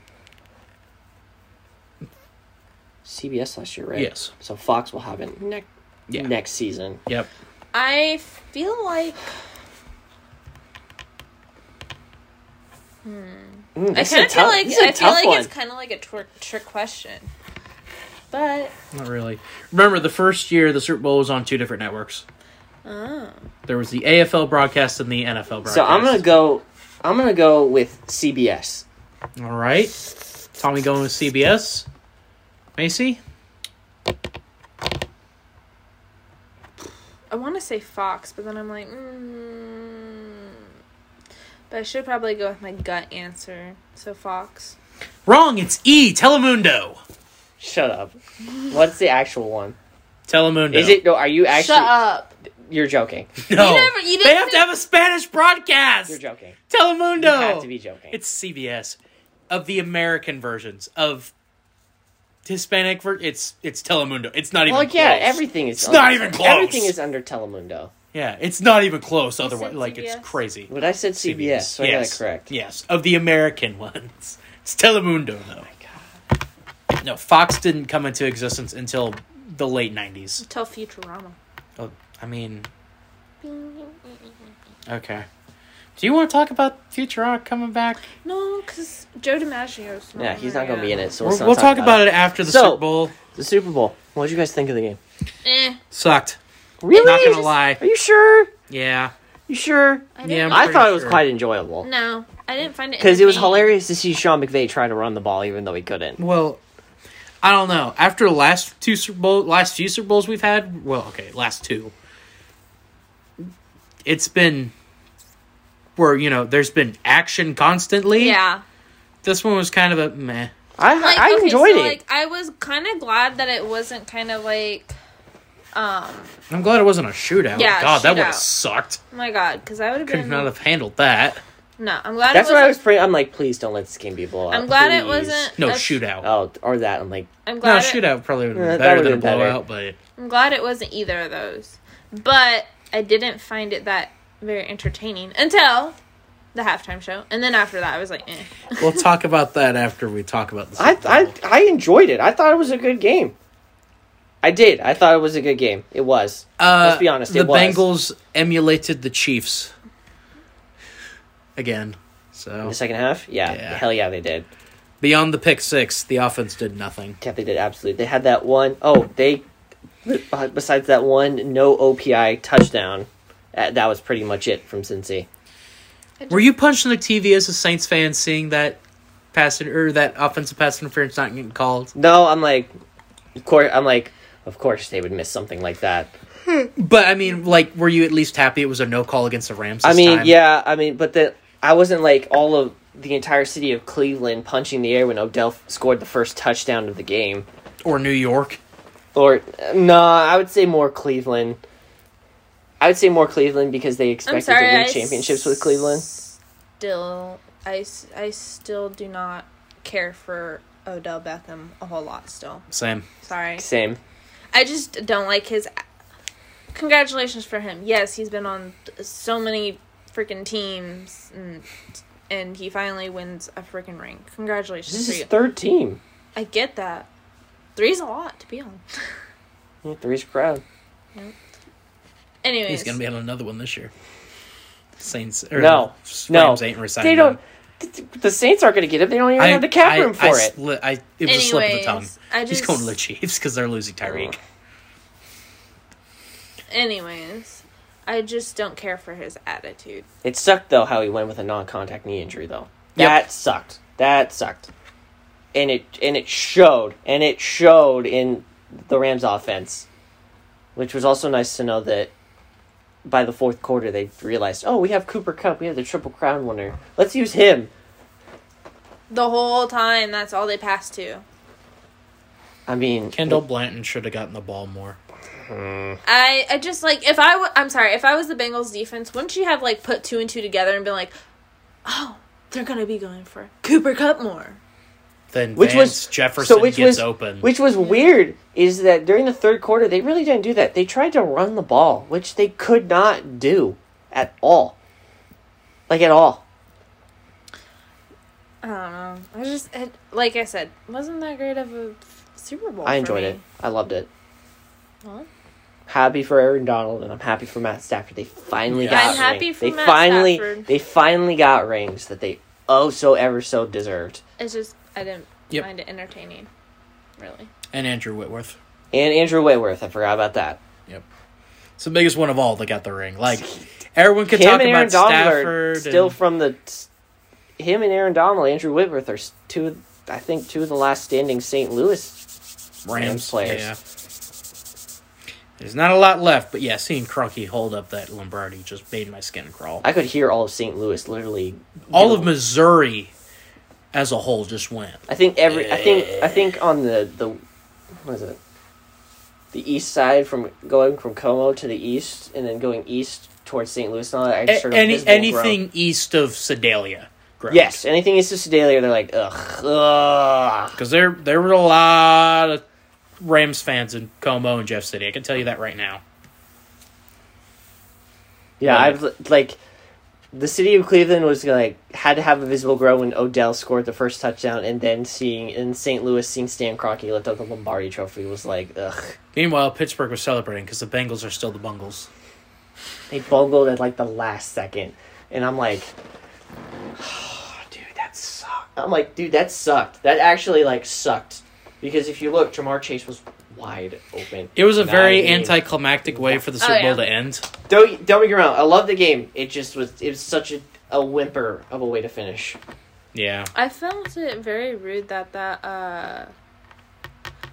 Speaker 2: CBS last year, right?
Speaker 1: Yes.
Speaker 2: So Fox will have it next
Speaker 1: Yeah.
Speaker 2: next season.
Speaker 1: Yep.
Speaker 3: I feel like
Speaker 2: Mm,
Speaker 3: I
Speaker 2: this is
Speaker 3: kind
Speaker 2: a
Speaker 3: of feel
Speaker 2: tou-
Speaker 3: like
Speaker 2: this is a
Speaker 3: I feel
Speaker 2: tough
Speaker 3: like
Speaker 2: one.
Speaker 3: it's kind of like a twer- trick question, but
Speaker 1: Not really. Remember, the first year the Super Bowl was on two different networks.
Speaker 3: oh,
Speaker 1: There was the AFL broadcast and the NFL broadcast.
Speaker 2: So I'm gonna go. I'm gonna go with CBS.
Speaker 1: All right. Tommy going with CBS. Macy.
Speaker 3: I want to say Fox, but then I'm like, mm, but I should probably go with my gut answer. So Fox.
Speaker 1: Wrong. It's E. Telemundo.
Speaker 2: Shut up. What's the actual one?
Speaker 1: Telemundo.
Speaker 2: Is it? No, are you actually?
Speaker 3: Shut up.
Speaker 2: You're joking.
Speaker 1: (laughs) No.
Speaker 3: You never- you
Speaker 1: they
Speaker 3: didn't
Speaker 1: have to have a Spanish
Speaker 2: You're
Speaker 1: broadcast.
Speaker 2: joking.
Speaker 1: Telemundo.
Speaker 2: You have to be joking.
Speaker 1: It's CBS of the American versions of Hispanic. Ver- it's it's Telemundo. It's not even.
Speaker 2: well, yeah,
Speaker 1: close.
Speaker 2: everything is.
Speaker 1: It's not even close.
Speaker 2: Everything is under Telemundo.
Speaker 1: Yeah, it's not even close. Otherwise,
Speaker 3: said
Speaker 1: like
Speaker 3: CBS?
Speaker 1: it's crazy.
Speaker 2: But I said CBS, so I got it correct.
Speaker 1: Yes, of the American (laughs) ones. It's Telemundo though. No, Fox didn't come into existence until the late '90s.
Speaker 3: Tell Futurama.
Speaker 1: Oh, I mean, okay. Do you want to talk about Futurama coming back?
Speaker 3: No, because Joe DiMaggio's not.
Speaker 2: Yeah, he's not gonna be in it, so
Speaker 1: We'll,
Speaker 2: let's not
Speaker 1: we'll talk about it after the
Speaker 2: So-
Speaker 1: Super Bowl.
Speaker 2: The Super Bowl. What did you guys think of the game?
Speaker 3: Eh,
Speaker 1: Sucked.
Speaker 2: Really?
Speaker 1: Not gonna lie.
Speaker 2: Are you sure?
Speaker 1: Yeah.
Speaker 2: You sure?
Speaker 3: I
Speaker 1: Yeah, I'm
Speaker 3: didn't.
Speaker 2: I
Speaker 1: pretty
Speaker 2: thought it was
Speaker 1: sure.
Speaker 2: quite enjoyable
Speaker 3: no, I didn't find it
Speaker 2: because it was
Speaker 3: entertaining.
Speaker 2: hilarious to see Sean McVay try to run the ball even though he couldn't.
Speaker 1: Well, I don't know. After the last two Super Bowl, last few Super Bowls we've had, well, okay, last two. It's been where you know there's been action constantly.
Speaker 3: Yeah.
Speaker 1: this one was kind of a meh.
Speaker 2: I
Speaker 3: Like,
Speaker 2: I
Speaker 3: okay,
Speaker 2: enjoyed
Speaker 3: so,
Speaker 2: it.
Speaker 3: Like I was kind of glad that it wasn't kind of like, um,
Speaker 1: I'm glad it wasn't a shootout.
Speaker 3: Yeah,
Speaker 1: God, that would
Speaker 3: shootout.
Speaker 1: have sucked.
Speaker 3: oh my God, because I would have
Speaker 1: Could
Speaker 3: been
Speaker 1: not have handled that.
Speaker 3: no. I'm glad
Speaker 2: That's
Speaker 3: it
Speaker 2: what I
Speaker 3: wasn't.
Speaker 2: was praying. I'm like, please don't let this game be a blowout.
Speaker 3: I'm glad it
Speaker 2: please."
Speaker 3: wasn't.
Speaker 1: No
Speaker 3: a-
Speaker 1: shootout.
Speaker 2: Oh, or that. I'm like,
Speaker 3: I'm
Speaker 1: no
Speaker 3: glad. it,
Speaker 1: shootout probably would have been
Speaker 2: Yeah, that
Speaker 1: better
Speaker 2: would've
Speaker 1: than a
Speaker 2: been better.
Speaker 1: blowout, but
Speaker 3: I'm glad it wasn't either of those. But I didn't find it that very entertaining until the halftime show, and then after that, I was like, eh.
Speaker 1: we'll talk about that after we talk about the
Speaker 2: (laughs) I
Speaker 1: Super
Speaker 2: I
Speaker 1: Bowl.
Speaker 2: I enjoyed it. I thought it was a good game. I did. I thought it was a good game. It was.
Speaker 1: Uh,
Speaker 2: let's be honest,
Speaker 1: The
Speaker 2: it was.
Speaker 1: Bengals emulated the Chiefs again. So
Speaker 2: In the second half, yeah,
Speaker 1: Yeah.
Speaker 2: hell yeah, they did.
Speaker 1: Beyond the pick six, the offense did nothing.
Speaker 2: Yeah, they did absolutely. They had that one oh they, uh, besides that one no OPI touchdown, uh, that was pretty much it from Cincy.
Speaker 1: Were you punching the TV as a Saints fan seeing that pass in- or that offensive pass interference not getting called?
Speaker 2: No, I'm like, of course, I'm like, of course they would miss something like that.
Speaker 1: But I mean, like, were you at least happy it was a no call against the Rams?
Speaker 2: I
Speaker 1: this
Speaker 2: mean,
Speaker 1: time?
Speaker 2: yeah, I mean, but the I wasn't like all of the entire city of Cleveland punching the air when Odell f- scored the first touchdown of the game.
Speaker 1: Or New York.
Speaker 2: Or uh, no, I would say more Cleveland. I would say more Cleveland because they expected to win
Speaker 3: I
Speaker 2: championships with Cleveland.
Speaker 3: Still, I, s- I still do not care for Odell Beckham a whole lot. Still,
Speaker 1: Same.
Speaker 3: sorry.
Speaker 2: Same.
Speaker 3: I just don't like his. Congratulations for him. Yes, he's been on so many freaking teams, and and he finally wins a freaking ring.
Speaker 2: This
Speaker 3: Congratulations
Speaker 2: is
Speaker 3: for
Speaker 2: his
Speaker 3: you.
Speaker 2: third team.
Speaker 3: I get that. Three's a lot to be on. (laughs)
Speaker 2: Yeah, three's a crowd.
Speaker 3: Anyways,
Speaker 1: He's gonna be on another one this year. Saints. Or
Speaker 2: No,
Speaker 1: Rams
Speaker 2: no,
Speaker 1: ain't resigning.
Speaker 2: They don't.
Speaker 1: him.
Speaker 2: th- The Saints aren't going to get it. They don't even have the cap room for
Speaker 1: I,
Speaker 2: it.
Speaker 1: sli- I, it was a slip of the tongue.
Speaker 3: Anyways, I
Speaker 1: He's
Speaker 3: just-
Speaker 1: going to the Chiefs because they're losing
Speaker 2: Uh-huh.
Speaker 1: Tyreek.
Speaker 3: anyways, I just don't care for his attitude.
Speaker 2: It sucked though how he went with a non-contact knee injury though.
Speaker 1: Yep.
Speaker 2: That sucked. That sucked. And it and it showed and it showed in the Rams offense, which was also nice to know that by the fourth quarter they realized, oh, we have Cooper Cup, we have the Triple Crown winner. Let's use him.
Speaker 3: The whole time, that's all they pass to.
Speaker 2: I mean,
Speaker 1: Kendall Blanton should have gotten the ball more.
Speaker 3: I, I just like if I w- I'm sorry if I was the Bengals defense, wouldn't you have like put two and two together and been like, oh, they're gonna be going for Cooper Cup more.
Speaker 1: Then
Speaker 2: Which
Speaker 1: Vance
Speaker 2: was
Speaker 1: Jefferson
Speaker 2: so which
Speaker 1: gets
Speaker 2: was
Speaker 1: open.
Speaker 2: which was weird is that during the third quarter they really didn't do that. They tried to run the ball, which they could not do at all. Like at all.
Speaker 3: I don't know. I just it, like I said, wasn't that great of a Super Bowl?
Speaker 2: I
Speaker 3: for
Speaker 2: enjoyed
Speaker 3: me.
Speaker 2: it. I loved it.
Speaker 3: Huh?
Speaker 2: Happy for Aaron Donald, and I'm happy for Matt Stafford. They finally
Speaker 1: Yeah.
Speaker 2: got.
Speaker 1: I'm
Speaker 3: happy
Speaker 2: rings.
Speaker 3: for
Speaker 2: they
Speaker 3: Matt
Speaker 2: finally,
Speaker 3: Stafford.
Speaker 2: They finally got rings that they oh so ever so deserved.
Speaker 3: It's just I didn't
Speaker 1: Yep.
Speaker 3: find it entertaining, really.
Speaker 1: and Andrew Whitworth.
Speaker 2: And Andrew Whitworth, I forgot about that.
Speaker 1: Yep. It's the biggest one of all that got the ring. Like everyone could
Speaker 2: him
Speaker 1: talk
Speaker 2: and Aaron
Speaker 1: about
Speaker 2: Donald are
Speaker 1: Stafford.
Speaker 2: still
Speaker 1: and-
Speaker 2: from the. Him and Aaron Donald, Andrew Whitworth are s- two. of- I think two of the last standing St. Louis. Rams players.
Speaker 1: Yeah. There's not a lot left, but yeah, seeing Kroenke hold up that Lombardi just made my skin crawl.
Speaker 2: I could hear all of St. Louis literally.
Speaker 1: All
Speaker 2: do-
Speaker 1: of Missouri as a whole just went.
Speaker 2: I think every. I think. I think on the the, what is it? The east side from going from Como to the east, and then going east towards St. Louis. And all that, I just
Speaker 1: A-
Speaker 2: heard a
Speaker 1: any
Speaker 2: visible
Speaker 1: anything
Speaker 2: groan.
Speaker 1: east of Sedalia. Ground.
Speaker 2: Yes, anything east of Sedalia, they're like ugh. ugh.
Speaker 1: because there there were a lot of Rams fans in Como and Jeff City. I can tell you that right now.
Speaker 2: Yeah,
Speaker 1: Yeah.
Speaker 2: I've like. The city of Cleveland was like had to have a visible grow when Odell scored the first touchdown, and then seeing in St. Louis seeing Stan Kroenke lift up the Lombardi Trophy was like ugh.
Speaker 1: Meanwhile, Pittsburgh was celebrating because the Bengals are still the Bungles.
Speaker 2: They bungled at like the last second, and I'm like, "Oh, dude, that sucked. I'm like, dude, that sucked. That actually like sucked, because if you look, Jamar Chase was wide open.
Speaker 1: It was a
Speaker 2: And I
Speaker 1: very
Speaker 2: mean,
Speaker 1: anticlimactic way for the Super
Speaker 3: yeah.
Speaker 1: Bowl to end.
Speaker 2: Don't don't get me wrong. I love the game. It just was. It was such a a whimper of a way to finish.
Speaker 1: Yeah,
Speaker 3: I felt it very rude that that uh,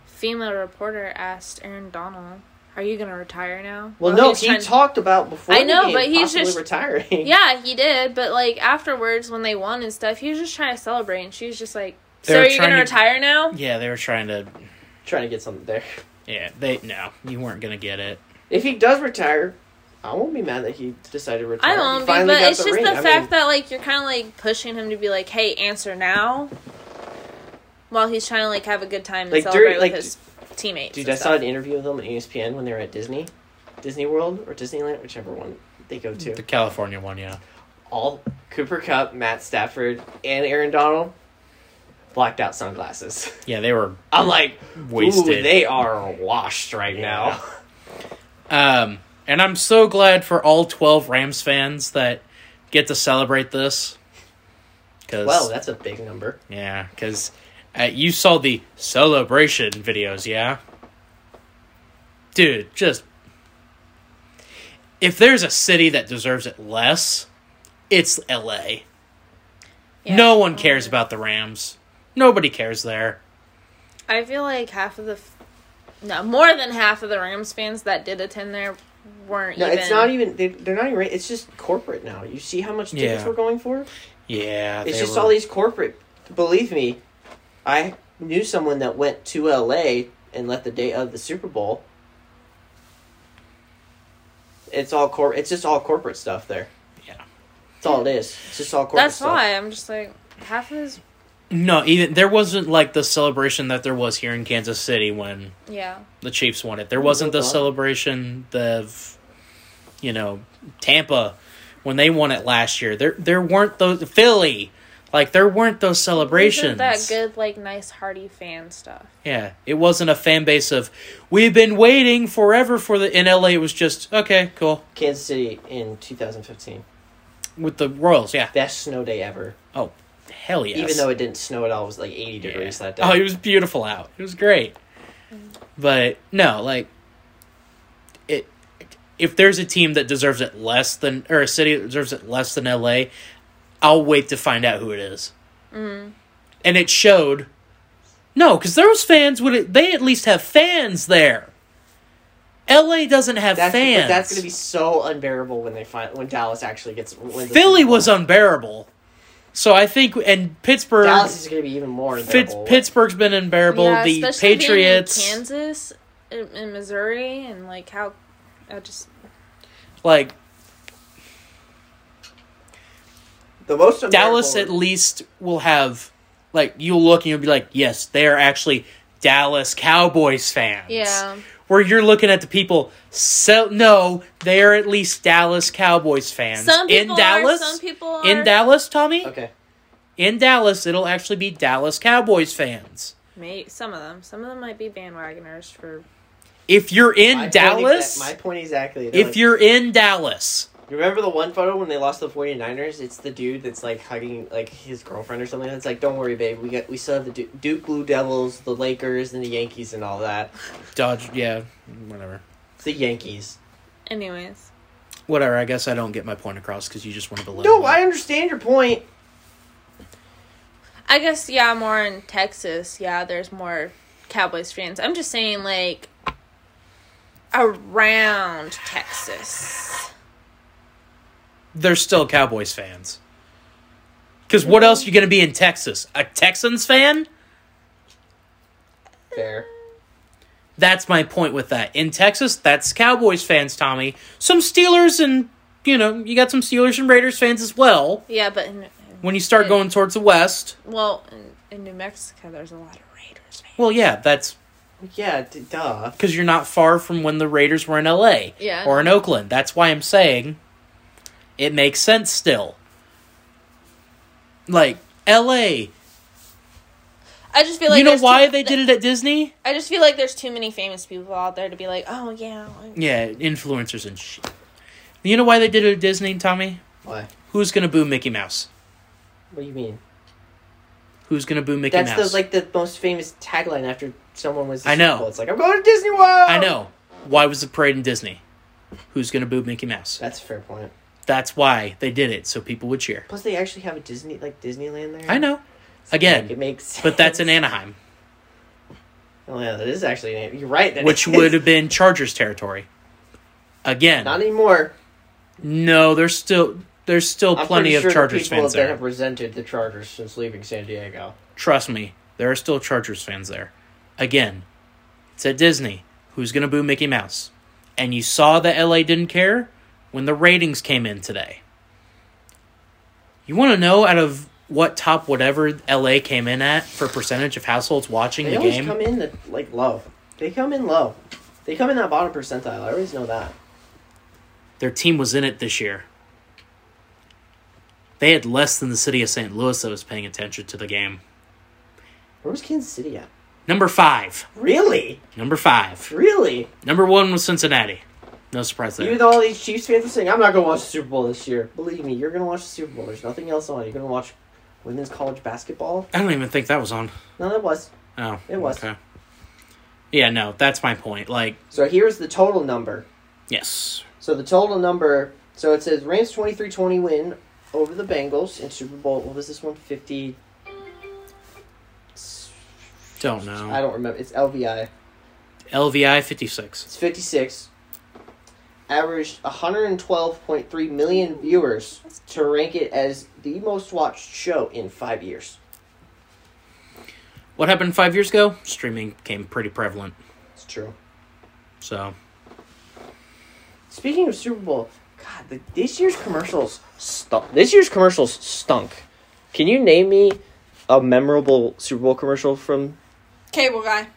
Speaker 3: female reporter asked Aaron Donald, "Are you gonna retire now?"
Speaker 2: Well,
Speaker 3: While
Speaker 2: no,
Speaker 3: was
Speaker 2: he
Speaker 3: trying-
Speaker 2: talked about before.
Speaker 3: I
Speaker 2: the
Speaker 3: know,
Speaker 2: game
Speaker 3: but he's
Speaker 2: possibly
Speaker 3: just-
Speaker 2: retiring.
Speaker 3: Yeah, he did, but like afterwards when they won and stuff, he was just trying to celebrate, and she was just like,
Speaker 1: They
Speaker 3: "So
Speaker 1: were
Speaker 3: are you gonna
Speaker 1: trying to-
Speaker 3: retire now?"
Speaker 1: yeah, they were trying to.
Speaker 2: (laughs) trying to get something there.
Speaker 1: Yeah, they no, you weren't gonna get it.
Speaker 2: If he does retire, I won't be mad that he decided to retire.
Speaker 3: I
Speaker 2: He
Speaker 3: won't be,
Speaker 2: finally
Speaker 3: but
Speaker 2: got
Speaker 3: it's just
Speaker 2: ring.
Speaker 3: the
Speaker 2: I
Speaker 3: fact
Speaker 2: mean,
Speaker 3: that like you're kind of like pushing him to be like, "Hey, answer now," while he's trying to like have a good time and
Speaker 2: Like,
Speaker 3: celebrate
Speaker 2: during-
Speaker 3: with
Speaker 2: like,
Speaker 3: his teammates.
Speaker 2: Dude,
Speaker 3: and
Speaker 2: I
Speaker 3: stuff.
Speaker 2: saw an interview with them on E ESPN when they were at Disney, Disney World or Disneyland, whichever one they go to.
Speaker 1: The California one, yeah.
Speaker 2: All Cooper Cup, Matt Stafford, and Aaron Donald blacked out sunglasses. (laughs)
Speaker 1: Yeah, they were
Speaker 2: I'm like, Ooh,
Speaker 1: wasted.
Speaker 2: they are washed right now.
Speaker 1: Um, and I'm so glad for all 12 Rams fans that get to celebrate this. because
Speaker 2: Well, that's a big number.
Speaker 1: yeah, because uh, you saw the celebration videos, yeah, dude. Just if there's a city that deserves it less, it's L.A.
Speaker 3: Yeah.
Speaker 1: No one cares about the Rams. Nobody cares there.
Speaker 3: I feel like half of the, f- no, more than half of the Rams fans that did attend there weren't
Speaker 2: No,
Speaker 3: even.
Speaker 2: it's not even. They, they're not even. ra- It's just corporate now. You see how much tickets
Speaker 1: Yeah.
Speaker 2: we're going for?
Speaker 1: Yeah,
Speaker 2: It's
Speaker 1: they
Speaker 2: just
Speaker 1: were-
Speaker 2: all these corporate. Believe me, I knew someone that went to L.A. and left the day of the Super Bowl. It's all cor. It's just all corporate stuff there.
Speaker 1: Yeah.
Speaker 2: That's all it is. It's just all corporate.
Speaker 3: That's
Speaker 2: stuff.
Speaker 3: why I'm just like half of this.
Speaker 1: No, even there wasn't like the celebration that there was here in Kansas City when
Speaker 3: Yeah.
Speaker 1: the Chiefs won it. There wasn't the
Speaker 2: God.
Speaker 1: celebration of, you know, Tampa when they won it last year. There there weren't those Philly, like there weren't those celebrations.
Speaker 3: Isn't that good, like nice, hearty fan stuff?
Speaker 1: Yeah, it wasn't a fan base of we've been waiting forever for the in LA. It was just okay, cool
Speaker 2: Kansas City in 2015.
Speaker 1: with the Royals. Yeah.
Speaker 2: Best snow day ever.
Speaker 1: Oh, hell yes.
Speaker 2: Even though it didn't snow at all, it was like 80
Speaker 1: Yeah.
Speaker 2: degrees that day.
Speaker 1: Oh, it was beautiful out. It was great. But no, like it if there's a team that deserves it less than or a city that deserves it less than LA, I'll wait to find out who it is.
Speaker 2: Mm.
Speaker 1: And it showed No, cuz those fans would they at least have fans there. LA doesn't have
Speaker 2: that's,
Speaker 1: fans.
Speaker 2: But that's going to be so unbearable when they find when Dallas actually gets. When the
Speaker 1: Philly
Speaker 2: Super Bowl.
Speaker 1: was unbearable. So I think and Pittsburgh
Speaker 2: Dallas is going to be even more
Speaker 1: Fitz,
Speaker 2: unbearable.
Speaker 1: Pittsburgh's been unbearable.
Speaker 3: yeah,
Speaker 1: the
Speaker 3: especially being in
Speaker 1: Patriots
Speaker 3: Kansas, in, in Missouri, and like how, I just
Speaker 1: like
Speaker 2: the most unbearable-
Speaker 1: Dallas at least will have like you'll look and you'll be like, yes, they're actually Dallas Cowboys fans.
Speaker 3: yeah.
Speaker 1: Where you're looking at the people so no, they're at least Dallas Cowboys fans.
Speaker 3: Some people
Speaker 1: in Dallas
Speaker 3: are, some people are.
Speaker 1: in Dallas, Tommy?
Speaker 2: Okay.
Speaker 1: In Dallas it'll actually be Dallas Cowboys fans.
Speaker 3: May, some of them, some of them might be bandwagoners for.
Speaker 1: If you're in
Speaker 2: My point
Speaker 1: Dallas
Speaker 2: exa- my point exactly. They're
Speaker 1: if
Speaker 2: like-
Speaker 1: you're in Dallas
Speaker 2: you remember the one photo when they lost the 49ers, it's the dude that's like hugging like his girlfriend or something. It's like, don't worry, babe. We got we still have the Du- Duke Blue Devils, the Lakers, and the Yankees, and all that.
Speaker 1: Dodge yeah, whatever.
Speaker 2: It's the Yankees.
Speaker 3: Anyways,
Speaker 1: Whatever, I guess I don't get my point across because you just want to believe.
Speaker 2: No, I understand your point.
Speaker 3: I guess yeah, more in Texas. Yeah, there's more Cowboys fans. I'm just saying, like around Texas.
Speaker 1: they're still Cowboys fans. Because what else are you going to be in Texas? A Texans fan?
Speaker 2: Fair.
Speaker 1: That's my point with that. In Texas, that's Cowboys fans, Tommy. Some Steelers and, you know, you got some Steelers and Raiders fans as well.
Speaker 3: Yeah, but in,
Speaker 1: When you start going towards the West,
Speaker 3: well, in, in New Mexico, there's a lot of Raiders fans.
Speaker 1: well, yeah, that's
Speaker 2: Yeah, d- duh.
Speaker 1: because you're not far from when the Raiders were in LA
Speaker 3: Yeah.
Speaker 1: or in Oakland. That's why I'm saying it makes sense still. Like, LA.
Speaker 3: I just feel like
Speaker 1: you know
Speaker 3: there's
Speaker 1: why
Speaker 3: too-
Speaker 1: they did it at Disney?
Speaker 3: I just feel like there's too many famous people out there to be like, oh yeah,
Speaker 1: Yeah, influencers and shit. You know why they did it at Disney, Tommy?
Speaker 2: Why?
Speaker 1: Who's gonna boo Mickey Mouse?
Speaker 2: What do you mean?
Speaker 1: Who's gonna boo Mickey
Speaker 2: That's
Speaker 1: Mouse?
Speaker 2: the like the most famous tagline after someone was. the
Speaker 1: I
Speaker 2: Super
Speaker 1: know.
Speaker 2: Bowl. It's like I'm going to Disney World.
Speaker 1: I know. Why was the parade in Disney? Who's gonna boo Mickey Mouse?
Speaker 2: That's a fair point.
Speaker 1: That's why they did it, so people would cheer.
Speaker 2: Plus, they actually have a Disney like Disneyland there.
Speaker 1: I know.
Speaker 2: So, like, it
Speaker 1: Again,
Speaker 2: makes. Sense.
Speaker 1: but that's in Anaheim,
Speaker 2: Oh yeah, that is actually an. You're right. that
Speaker 1: which
Speaker 2: is.
Speaker 1: would have been Chargers territory.
Speaker 2: not
Speaker 1: Again,
Speaker 2: anymore.
Speaker 1: no, there's still there's still
Speaker 2: I'm
Speaker 1: plenty
Speaker 2: pretty
Speaker 1: of
Speaker 2: sure the
Speaker 1: Chargers
Speaker 2: people
Speaker 1: fans
Speaker 2: there
Speaker 1: there.
Speaker 2: have resented the Chargers since leaving San Diego.
Speaker 1: Trust me, there are still Chargers fans there. Again, it's at Disney. Who's going to boo Mickey Mouse? And you saw that LA didn't care when the ratings came in today. You want to know out of what top whatever LA came in at for percentage of households watching
Speaker 2: They
Speaker 1: the
Speaker 2: always
Speaker 1: game?
Speaker 2: come in the, like low. They come in low. They come in that bottom percentile. I always know that.
Speaker 1: Their team was in it this year. They had less than the city of St. Louis that was paying attention to the game.
Speaker 2: Where was Kansas City at?
Speaker 1: Number five.
Speaker 2: Really,
Speaker 1: Number five.
Speaker 2: really.
Speaker 1: Number one was Cincinnati. No surprise there.
Speaker 2: Even though all these Chiefs fans are saying, I'm not going to watch the Super Bowl this year. Believe me, you're going to watch the Super Bowl. There's nothing else on. You're going to watch women's college basketball.
Speaker 1: I don't even think that was on.
Speaker 2: No, that was.
Speaker 1: Oh,
Speaker 2: It was.
Speaker 1: Yeah, no, that's my point. Like,
Speaker 2: So here's the total number.
Speaker 1: yes,
Speaker 2: So the total number. So it says Rams 23-20 win over the Bengals in Super Bowl. What was this one? 50.
Speaker 1: don't know.
Speaker 2: I don't remember. It's LVI.
Speaker 1: LVI fifty six.
Speaker 2: It's 56. Averaged 112.3 million viewers to rank it as the most watched show in five years.
Speaker 1: What happened five years ago? Streaming became pretty prevalent.
Speaker 2: It's true.
Speaker 1: So
Speaker 2: Speaking of Super Bowl, God, the, this year's commercials stunk. This year's commercials stunk. Can you name me a memorable Super Bowl commercial from
Speaker 3: Cable guy.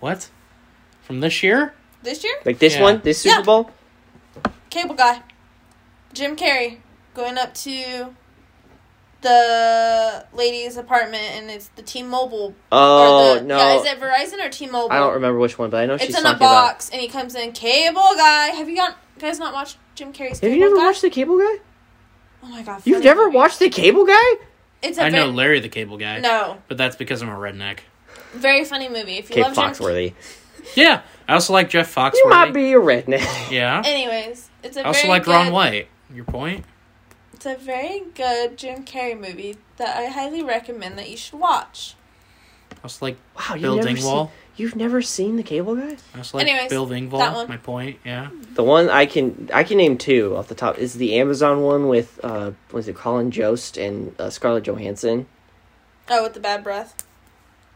Speaker 1: what? From this year?
Speaker 3: This year?
Speaker 2: like this
Speaker 1: Yeah.
Speaker 2: one, this Super
Speaker 3: Yeah.
Speaker 2: Bowl?
Speaker 3: Cable guy. Jim Carrey going up to the lady's apartment and it's the T-Mobile.
Speaker 2: Oh
Speaker 3: or the,
Speaker 2: no,
Speaker 3: Yeah, is it Verizon or T-Mobile?
Speaker 2: I don't remember which one, but I know she's
Speaker 3: It's in a
Speaker 2: talking about.
Speaker 3: box and he comes in. Cable guy. Have you got guys not watched Jim Carrey's?
Speaker 2: Have
Speaker 3: Cable
Speaker 2: you never
Speaker 3: guy?
Speaker 2: watched the Cable Guy?
Speaker 3: Oh my god.
Speaker 2: You've
Speaker 3: funny
Speaker 2: never
Speaker 3: movie.
Speaker 2: watched the Cable Guy?
Speaker 3: It's a
Speaker 1: I know
Speaker 3: very-
Speaker 1: Larry the Cable Guy.
Speaker 3: No,
Speaker 1: But that's because I'm a redneck.
Speaker 3: very funny movie. If you
Speaker 2: Kate
Speaker 3: love Jim
Speaker 2: Foxworthy.
Speaker 1: Yeah. I also like Jeff Foxworthy.
Speaker 2: You might be a redneck.
Speaker 1: Yeah.
Speaker 3: Anyways, it's a
Speaker 1: I also
Speaker 3: very
Speaker 1: like
Speaker 3: good,
Speaker 1: Ron White. Your point?
Speaker 3: It's a very good Jim Carrey movie that I highly recommend that you should watch.
Speaker 1: I also like
Speaker 2: (laughs) Wow, you've
Speaker 1: Bill
Speaker 2: never
Speaker 1: Dingwall.
Speaker 2: Seen, you've never seen the Cable Guy?
Speaker 1: I also like
Speaker 3: Anyways,
Speaker 1: Bill
Speaker 3: that
Speaker 1: Dingwall.
Speaker 3: one.
Speaker 1: My point, yeah.
Speaker 2: The one I can I can name two off the top is the Amazon one with uh was it Colin Jost and uh, Scarlett Johansson.
Speaker 3: Oh, with the bad breath.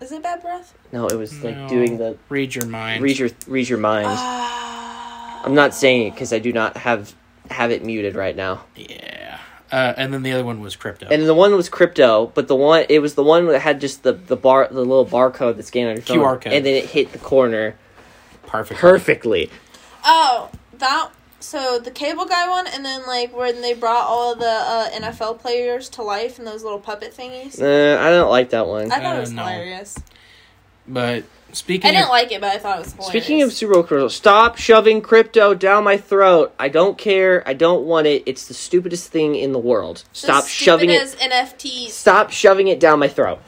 Speaker 3: Is it bad breath?
Speaker 2: No, it was like
Speaker 1: No.
Speaker 2: doing the
Speaker 1: Read your mind.
Speaker 2: read your read your mind.
Speaker 3: Ah.
Speaker 2: I'm
Speaker 3: I'm
Speaker 2: not saying it because I do not have have it muted right now.
Speaker 1: yeah. Uh, and then the other one was crypto.
Speaker 2: And the one was crypto, but the one it was the one that had just the the bar the little barcode that scanned on your phone,
Speaker 1: QR code.
Speaker 2: and then it hit the corner
Speaker 1: Perfect.
Speaker 2: perfectly.
Speaker 3: Oh, that. So the cable guy one, and then like when they brought all the uh, NFL players to life in those little puppet thingies.
Speaker 2: Uh, I don't like that one.
Speaker 3: I thought
Speaker 1: Uh,
Speaker 3: it was
Speaker 1: no.
Speaker 3: hilarious.
Speaker 1: But speaking
Speaker 3: I didn't
Speaker 1: of
Speaker 3: like it, but I thought it was hilarious.
Speaker 2: Speaking of Super Bowl commercials, stop shoving crypto down my throat. I don't care. I don't want it. It's the stupidest thing in the world. Stop shoving it.
Speaker 3: NFTs.
Speaker 2: Stop shoving it down my throat.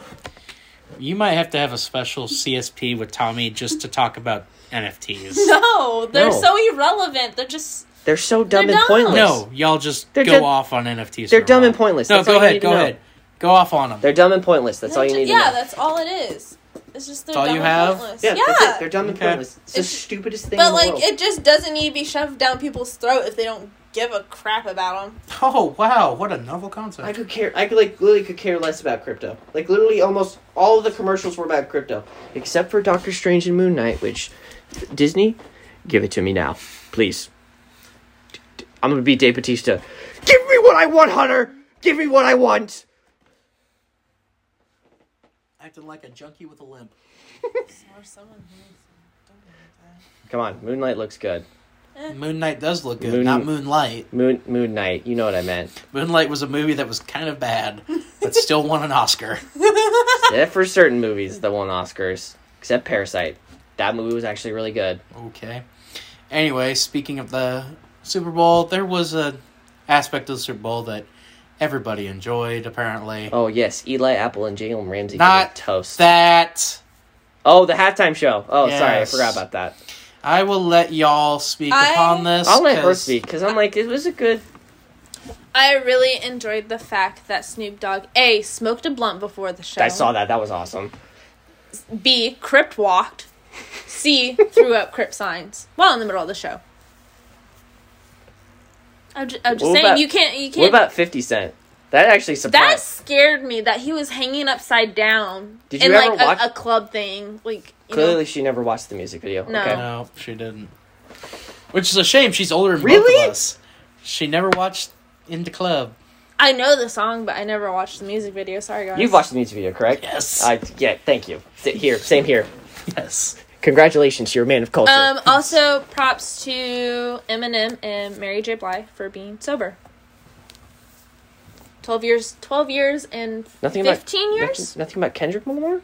Speaker 1: you might have to have a special CSP with Tommy just to talk about NFTs.
Speaker 3: (laughs) No, they're
Speaker 2: (laughs) No.
Speaker 3: so irrelevant. They're just
Speaker 2: They're so dumb
Speaker 3: They're
Speaker 2: and
Speaker 3: dumb.
Speaker 2: pointless.
Speaker 1: No, y'all just
Speaker 2: They're
Speaker 1: go
Speaker 2: dumb-
Speaker 1: off on NFTs.
Speaker 2: they're
Speaker 1: for a
Speaker 2: dumb
Speaker 1: while.
Speaker 2: and pointless.
Speaker 1: No,
Speaker 2: That's
Speaker 1: go
Speaker 2: all you
Speaker 1: ahead,
Speaker 2: need to
Speaker 1: go
Speaker 2: know.
Speaker 1: ahead, go off on them.
Speaker 2: They're dumb and pointless. That's all you need to
Speaker 3: yeah,
Speaker 2: know.
Speaker 3: that's all it is. It's just they're
Speaker 1: all
Speaker 3: dumb
Speaker 1: you
Speaker 3: and
Speaker 1: have?
Speaker 3: pointless.
Speaker 2: yeah,
Speaker 3: Yeah,
Speaker 2: that's it. They're dumb and
Speaker 1: Okay.
Speaker 2: pointless. It's, the
Speaker 3: It's-
Speaker 2: stupidest thing
Speaker 3: but
Speaker 2: in the
Speaker 3: like
Speaker 2: world.
Speaker 3: it just doesn't need to be shoved down people's throat if they don't give a crap about them.
Speaker 1: Oh wow, what a novel
Speaker 2: I
Speaker 1: concept!
Speaker 2: could care. I could like literally could care less about crypto. Like literally, almost all of the commercials were about crypto, except for Doctor Strange and Moon Knight, which Disney, give it to me now, please. D- d- I'm gonna be Dave Batista. Give me what I want, Hunter. Give me what I want.
Speaker 1: Acted like a junkie with a limp.
Speaker 2: Come on, Moonlight looks good.
Speaker 1: Moon Knight does look good,
Speaker 2: Moon-
Speaker 1: not Moonlight.
Speaker 2: Moon Moon Knight, you know what I meant.
Speaker 1: (laughs) Moonlight was a movie that was kind of bad,
Speaker 2: (laughs)
Speaker 1: but still won an Oscar.
Speaker 2: yeah, for certain movies that won Oscars, except Parasite. That movie was actually really good.
Speaker 1: Okay. Anyway, speaking of the Super Bowl, there was a aspect of the Super Bowl that everybody enjoyed. Apparently,
Speaker 2: Oh yes, Eli Apple and Jalen Ramsey.
Speaker 1: Not
Speaker 2: getting toast.
Speaker 1: that
Speaker 2: Oh, the halftime show. Oh, sorry, I
Speaker 1: Yes.
Speaker 2: forgot about that.
Speaker 1: I will let y'all speak
Speaker 3: I-
Speaker 1: upon this.
Speaker 2: I'll let her
Speaker 1: 'cause-
Speaker 2: speak because I'm like, it was a good.
Speaker 3: (laughs) I really enjoyed the fact that Snoop Dogg a smoked a blunt before the show.
Speaker 2: I saw that. That was awesome.
Speaker 3: B crypt walked. C threw up crypt signs while in the middle of the show. I'm just, I'm just
Speaker 2: What
Speaker 3: saying
Speaker 2: about-
Speaker 3: you can't you
Speaker 2: What
Speaker 3: can't
Speaker 2: about Fifty Cent? That actually
Speaker 3: That
Speaker 2: surprised.
Speaker 3: scared me that he was hanging upside down
Speaker 2: Did
Speaker 3: in
Speaker 2: you ever
Speaker 3: like a,
Speaker 2: watch-
Speaker 3: a club thing. Like you
Speaker 2: Clearly,
Speaker 3: know,
Speaker 2: she never watched the music video.
Speaker 3: No.
Speaker 2: Okay.
Speaker 1: No, she didn't. Which is a shame. She's older than both
Speaker 2: Really?
Speaker 1: of us. She never watched In the Club.
Speaker 3: I know the song, but I never watched the music video. Sorry guys.
Speaker 2: You've watched the music video, correct?
Speaker 1: Yes.
Speaker 2: I yeah. Thank you. Sit here. Same here.
Speaker 1: Yes.
Speaker 2: Congratulations, you're a man of culture.
Speaker 3: Um. Also, props to Eminem and Mary J. Blige for being sober. Twelve years. Twelve years and
Speaker 2: nothing about
Speaker 3: fifteen
Speaker 2: nothing-
Speaker 3: years.
Speaker 2: Nothing, about Kendrick Lamar.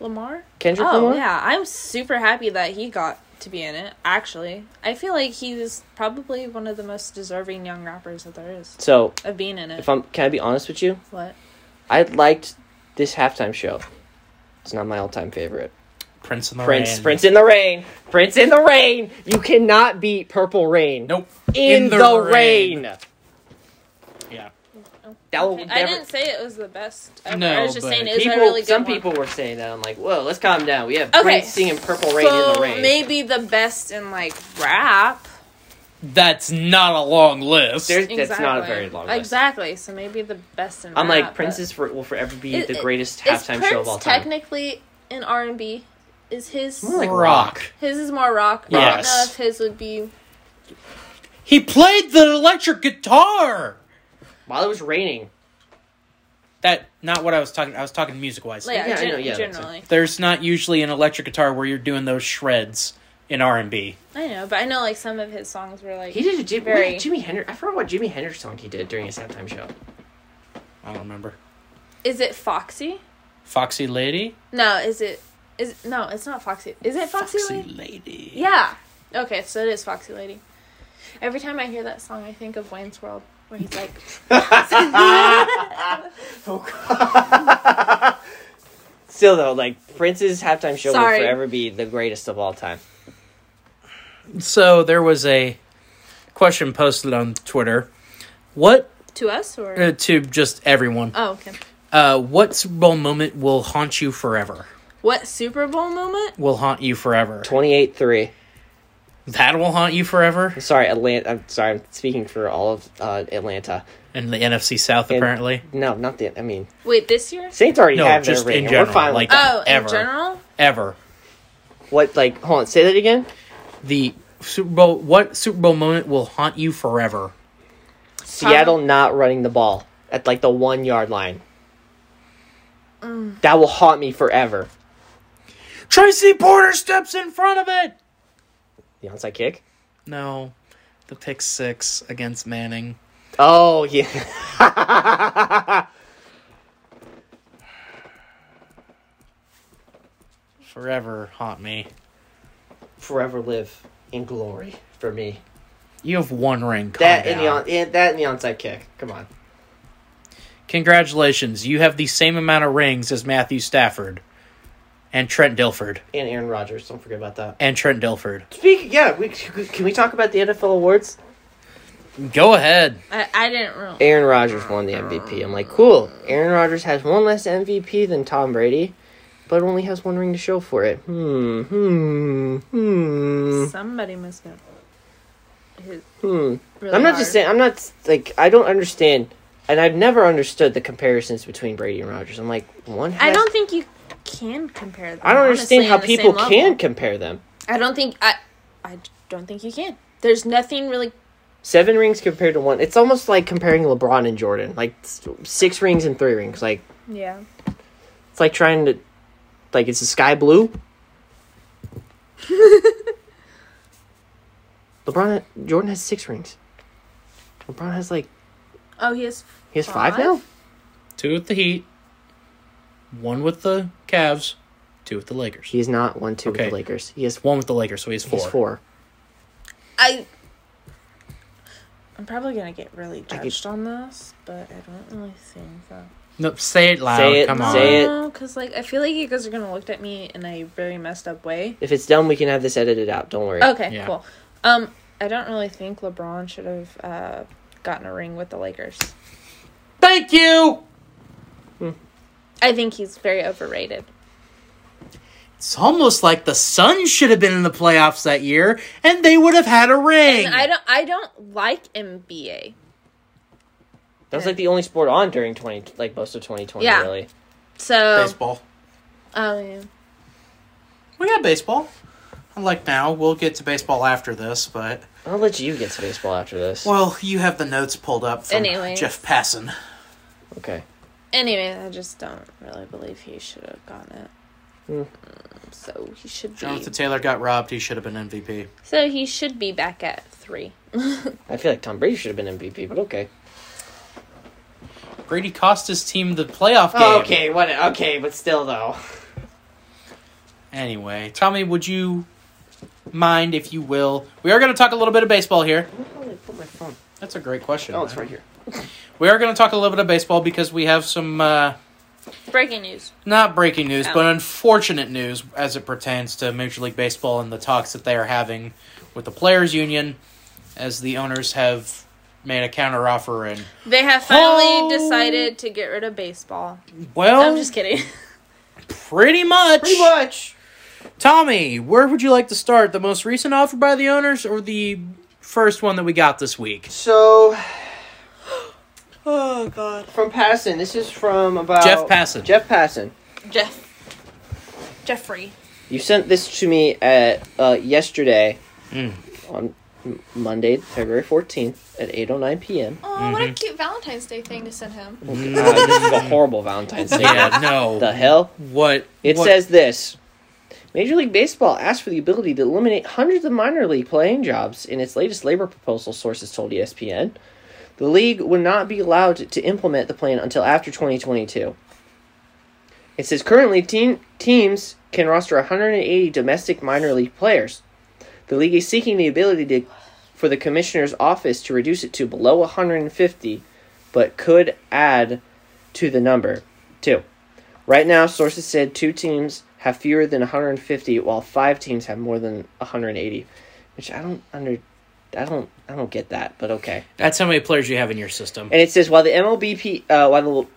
Speaker 3: Lamar.
Speaker 2: Kendrick
Speaker 3: Oh
Speaker 2: Lamar.
Speaker 3: yeah, I'm super happy that he got to be in it. Actually, I feel like he's probably one of the most deserving young rappers that there is
Speaker 2: So
Speaker 3: of being in it.
Speaker 2: if I'm, can I be honest with you?
Speaker 3: what?
Speaker 2: I liked this halftime show. It's not my all time favorite.
Speaker 1: Prince in the
Speaker 2: Prince,
Speaker 1: Rain.
Speaker 2: Prince in the Rain, Prince in the Rain. You cannot beat Purple Rain.
Speaker 1: Nope.
Speaker 2: In, the, rain.
Speaker 1: Yeah.
Speaker 2: That will
Speaker 3: Okay, I
Speaker 2: never-
Speaker 3: didn't say it was the best. ever.
Speaker 1: No,
Speaker 3: I was just
Speaker 1: but
Speaker 3: saying it was
Speaker 2: People,
Speaker 3: a really good
Speaker 2: some
Speaker 3: one.
Speaker 2: people were saying that. I'm like, whoa, let's calm down. We have
Speaker 3: Okay,
Speaker 2: Prince singing Purple Rain in the
Speaker 3: so
Speaker 2: Rain.
Speaker 3: maybe the best in like rap.
Speaker 1: That's not a long list.
Speaker 2: There's- That's not a very long list.
Speaker 3: Exactly. So maybe the best in.
Speaker 2: I'm
Speaker 3: rap,
Speaker 2: like,
Speaker 3: but-
Speaker 2: Prince is for, will forever be
Speaker 3: Is-
Speaker 2: the greatest
Speaker 3: is
Speaker 2: halftime show of
Speaker 3: Prince
Speaker 2: all time.
Speaker 3: Technically, in R and B, is his
Speaker 2: More like
Speaker 1: rock.
Speaker 3: his is more rock. but I don't know
Speaker 1: Yes.
Speaker 3: if his would be.
Speaker 1: He played the electric guitar.
Speaker 2: While it was raining,
Speaker 1: That not what I was talking. I was talking music wise.
Speaker 3: Like,
Speaker 2: Yeah, I
Speaker 3: gen-
Speaker 2: know, yeah, that's it.
Speaker 3: generally,
Speaker 1: There's not usually an electric guitar where you're doing those shreds in R and B.
Speaker 3: I know, but I know like some of his songs were like
Speaker 2: he did a Jim, what
Speaker 3: Very.
Speaker 2: did Jimi Hendrix. I forgot what Jimi Hendrix song he did during his halftime show.
Speaker 1: I don't remember.
Speaker 3: Is it Foxy?
Speaker 1: Foxy Lady.
Speaker 3: No, is it is no, it's not Foxy. Is it Foxy, Lady?
Speaker 1: Lady.
Speaker 3: Yeah. Okay, so it is Foxy Lady. Every time I hear that song, I think of Wayne's World, where he's like,
Speaker 2: Still though, like Prince's halftime show
Speaker 3: Sorry.
Speaker 2: will forever be the greatest of all time.
Speaker 1: So there was a question posted on Twitter. What
Speaker 3: "To us or
Speaker 1: uh, to just everyone?
Speaker 3: oh, okay."
Speaker 1: Uh, what Super Bowl moment will haunt you forever?
Speaker 3: What Super Bowl moment?
Speaker 1: Will haunt you forever.
Speaker 2: Twenty eight three.
Speaker 1: That will haunt you forever.
Speaker 2: Sorry, Atlanta. I'm sorry. I'm speaking for all of uh, Atlanta.
Speaker 1: And the NFC South
Speaker 2: And-
Speaker 1: apparently.
Speaker 2: No, not the. I mean,
Speaker 3: Wait, this year?
Speaker 2: Saints already
Speaker 1: No,
Speaker 2: have their
Speaker 1: just
Speaker 2: ring.
Speaker 1: in
Speaker 2: and
Speaker 1: general,
Speaker 2: we're fine
Speaker 1: like-
Speaker 2: with that.
Speaker 3: Oh, in
Speaker 1: Ever.
Speaker 3: general?
Speaker 1: Ever.
Speaker 2: What? Like, hold on. Say that again.
Speaker 1: The Super Bowl what Super Bowl moment will haunt you forever?
Speaker 2: Seattle
Speaker 1: Um,
Speaker 2: not running the ball at like the one yard line.
Speaker 1: Mm.
Speaker 2: That will haunt me forever.
Speaker 1: Tracy Porter steps in front of it.
Speaker 2: The onside kick.
Speaker 1: No. The pick six against Manning.
Speaker 2: Oh yeah. (laughs)
Speaker 1: Forever haunt me.
Speaker 2: Forever live in glory for me.
Speaker 1: You have one ring. Calm
Speaker 2: That
Speaker 1: down.
Speaker 2: and the on, and that and the onside kick. Come on.
Speaker 1: Congratulations, you have the same amount of rings as Matthew Stafford and Trent Dilford.
Speaker 2: And Aaron Rodgers. Don't forget about that.
Speaker 1: And Trent Dilford.
Speaker 2: Speak. Yeah. We can we talk about the NFL awards?
Speaker 1: Go ahead.
Speaker 3: I, I didn't really.
Speaker 2: Aaron Rodgers won the MVP. I'm like, cool. Aaron Rodgers has one less MVP than Tom Brady, but only has one ring to show for it. Hmm. Hmm. Hmm.
Speaker 3: Somebody must have. His,
Speaker 2: Hmm.
Speaker 3: really
Speaker 2: I'm not
Speaker 3: hard.
Speaker 2: just saying. I'm not like I don't understand, and I've never understood the comparisons between Brady and Rogers. I'm like one. Has,
Speaker 3: I don't think you can compare them.
Speaker 2: I don't understand
Speaker 3: honestly,
Speaker 2: how
Speaker 3: on the same
Speaker 2: people
Speaker 3: level.
Speaker 2: can compare them.
Speaker 3: I don't think I. I don't think you can. There's nothing really.
Speaker 2: Seven rings compared to one. It's almost like comparing LeBron and Jordan. Like s- six rings and three rings. Like
Speaker 3: Yeah.
Speaker 2: it's like trying to, like it's the sky
Speaker 3: (laughs)
Speaker 2: blue. LeBron Jordan has six rings. LeBron has like
Speaker 3: Oh, he has.
Speaker 2: he has five, now.
Speaker 1: Two with the Heat, one with the Cavs, two with the Lakers.
Speaker 2: He is not one two
Speaker 1: Okay.
Speaker 2: with the Lakers. He has
Speaker 1: One with the Lakers, so he's
Speaker 2: He
Speaker 1: four.
Speaker 2: has four.
Speaker 3: I. I'm probably gonna get really
Speaker 2: I get-
Speaker 3: judged on this, but I don't really think that.
Speaker 1: No, say it loud.
Speaker 2: Say it,
Speaker 1: Come on.
Speaker 2: say it.
Speaker 3: because like I feel like you guys are gonna look at me in a very messed up way.
Speaker 2: If it's done, we can have this edited out. Don't worry.
Speaker 3: Okay,
Speaker 1: Yeah.
Speaker 3: cool. Um, I don't really think LeBron should have uh gotten a ring with the Lakers.
Speaker 1: Thank you.
Speaker 3: I think he's very overrated.
Speaker 1: It's almost like the Suns should have been in the playoffs that year, and they would have had a ring.
Speaker 3: And I don't. I don't like NBA.
Speaker 2: That was like the only sport on during twenty, like most of twenty twenty.
Speaker 3: Yeah.
Speaker 2: Really,
Speaker 3: So.
Speaker 1: baseball.
Speaker 3: Oh yeah.
Speaker 1: We got baseball. Unlike now, we'll get to baseball after this, but
Speaker 2: I'll let you get to baseball after this.
Speaker 1: well, you have the notes pulled up from
Speaker 3: Anyways.
Speaker 1: Jeff Passan.
Speaker 2: okay.
Speaker 3: Anyway, I just don't really believe he should have gotten it.
Speaker 2: Hmm.
Speaker 3: Mm, So he should be.
Speaker 1: Jonathan Taylor got robbed. He should have been MVP.
Speaker 3: So he should be back at three. (laughs)
Speaker 2: I feel like Tom Brady should have been MVP, but okay.
Speaker 1: Brady cost his team the playoff game.
Speaker 2: Oh, okay, what? Okay, but still though.
Speaker 1: Anyway, Tommy, would you mind, if you will? We are going to talk a little bit of baseball here.
Speaker 2: Where the hell did I put my phone?
Speaker 1: That's a great question.
Speaker 2: Oh, it's right here.
Speaker 1: We are going to talk a little bit of baseball because we have some uh,
Speaker 3: Breaking news.
Speaker 1: not breaking news,
Speaker 3: Oh.
Speaker 1: but unfortunate news as it pertains to Major League Baseball and the talks that they are having with the players' union, as the owners have made a counteroffer and
Speaker 3: They have finally
Speaker 1: Oh.
Speaker 3: decided to get rid of baseball.
Speaker 1: well,
Speaker 3: I'm just kidding. (laughs)
Speaker 1: pretty much.
Speaker 2: Pretty much.
Speaker 1: Tommy, where would you like to start? The most recent offer by the owners, or the first one that we got this week?
Speaker 2: (sighs) So
Speaker 3: oh god.
Speaker 2: from Passon, this is from about
Speaker 1: Jeff Passan.
Speaker 2: Jeff Passon.
Speaker 3: Jeff. Jeffrey.
Speaker 2: You sent this to me at uh, yesterday
Speaker 1: Mm.
Speaker 2: on M- Monday, February fourteenth at eight oh nine p.m.
Speaker 3: Oh, what
Speaker 1: Mm-hmm.
Speaker 3: a cute Valentine's Day thing to send him.
Speaker 2: Uh, this is a
Speaker 1: (laughs)
Speaker 2: horrible Valentine's Day.
Speaker 1: (laughs) Yeah,
Speaker 2: (laughs) The
Speaker 1: no.
Speaker 2: hell.
Speaker 1: What
Speaker 2: It
Speaker 1: what-
Speaker 2: says this Major League Baseball asked for the ability to eliminate hundreds of minor league playing jobs in its latest labor proposal, sources told E ESPN. The league would not be allowed to implement the plan until after 2022. It says currently team, teams can roster 180 domestic minor league players. The league is seeking the ability to, for the commissioner's office to reduce it to below 150, but could add to the number too. Right now, sources said two teams have fewer than 150, while five teams have more than 180, which I don't under, I don't, I don't get that. But okay.
Speaker 1: That's how many players you have in your system.
Speaker 2: And it says while the MLBP, uh, while the,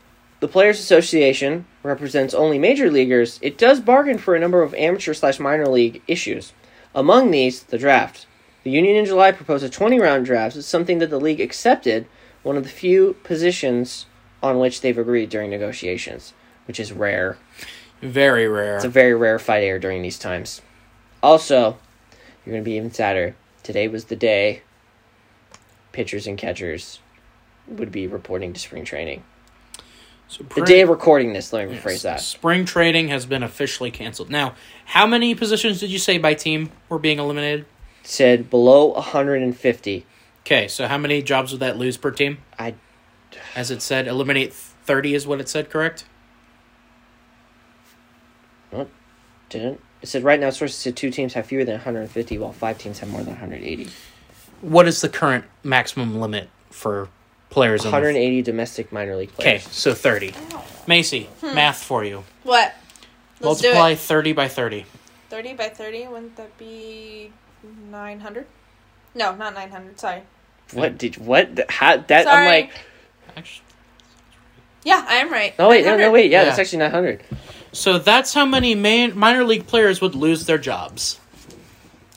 Speaker 2: the Players Association represents only major leaguers, it does bargain for a number of amateur slash minor league issues. Among these, the draft. The union in July proposed a 20 round draft, it's something that the league accepted, one of the few positions on which they've agreed during negotiations, which is rare.
Speaker 1: Very rare.
Speaker 2: It's a very rarefied air during these times. Also, you're going to be even sadder. Today was the day pitchers and catchers would be reporting to spring training.
Speaker 1: So
Speaker 2: The
Speaker 1: pretty-
Speaker 2: day of recording this, let me
Speaker 1: yes,
Speaker 2: rephrase that.
Speaker 1: Spring trading has been officially canceled. Now, how many positions did you say by team were being eliminated?
Speaker 2: Said below 150.
Speaker 1: Okay, so how many jobs would that lose per team?
Speaker 2: I
Speaker 1: As it said, eliminate 30 is what it said, correct?
Speaker 2: didn't. It said right now sources said two teams have fewer than 150 while five teams have more than 180.
Speaker 1: What is the current maximum limit for players on the
Speaker 2: 180 domestic minor league
Speaker 1: Okay,
Speaker 2: players.
Speaker 1: so 30. Macy, math for you.
Speaker 3: What? Hmm. Let's
Speaker 1: Multiply
Speaker 3: do it.
Speaker 1: 30 by 30.
Speaker 3: 30 by 30, wouldn't that be 900? No, not 900, sorry.
Speaker 2: What did what the- how that
Speaker 3: sorry.
Speaker 2: I'm like
Speaker 1: Actually,
Speaker 3: yeah, I am right.
Speaker 2: No wait, no no
Speaker 3: 900.
Speaker 2: wait. Yeah,
Speaker 1: Yeah.
Speaker 2: that's actually 900.
Speaker 1: So that's how many man- minor league players would lose their jobs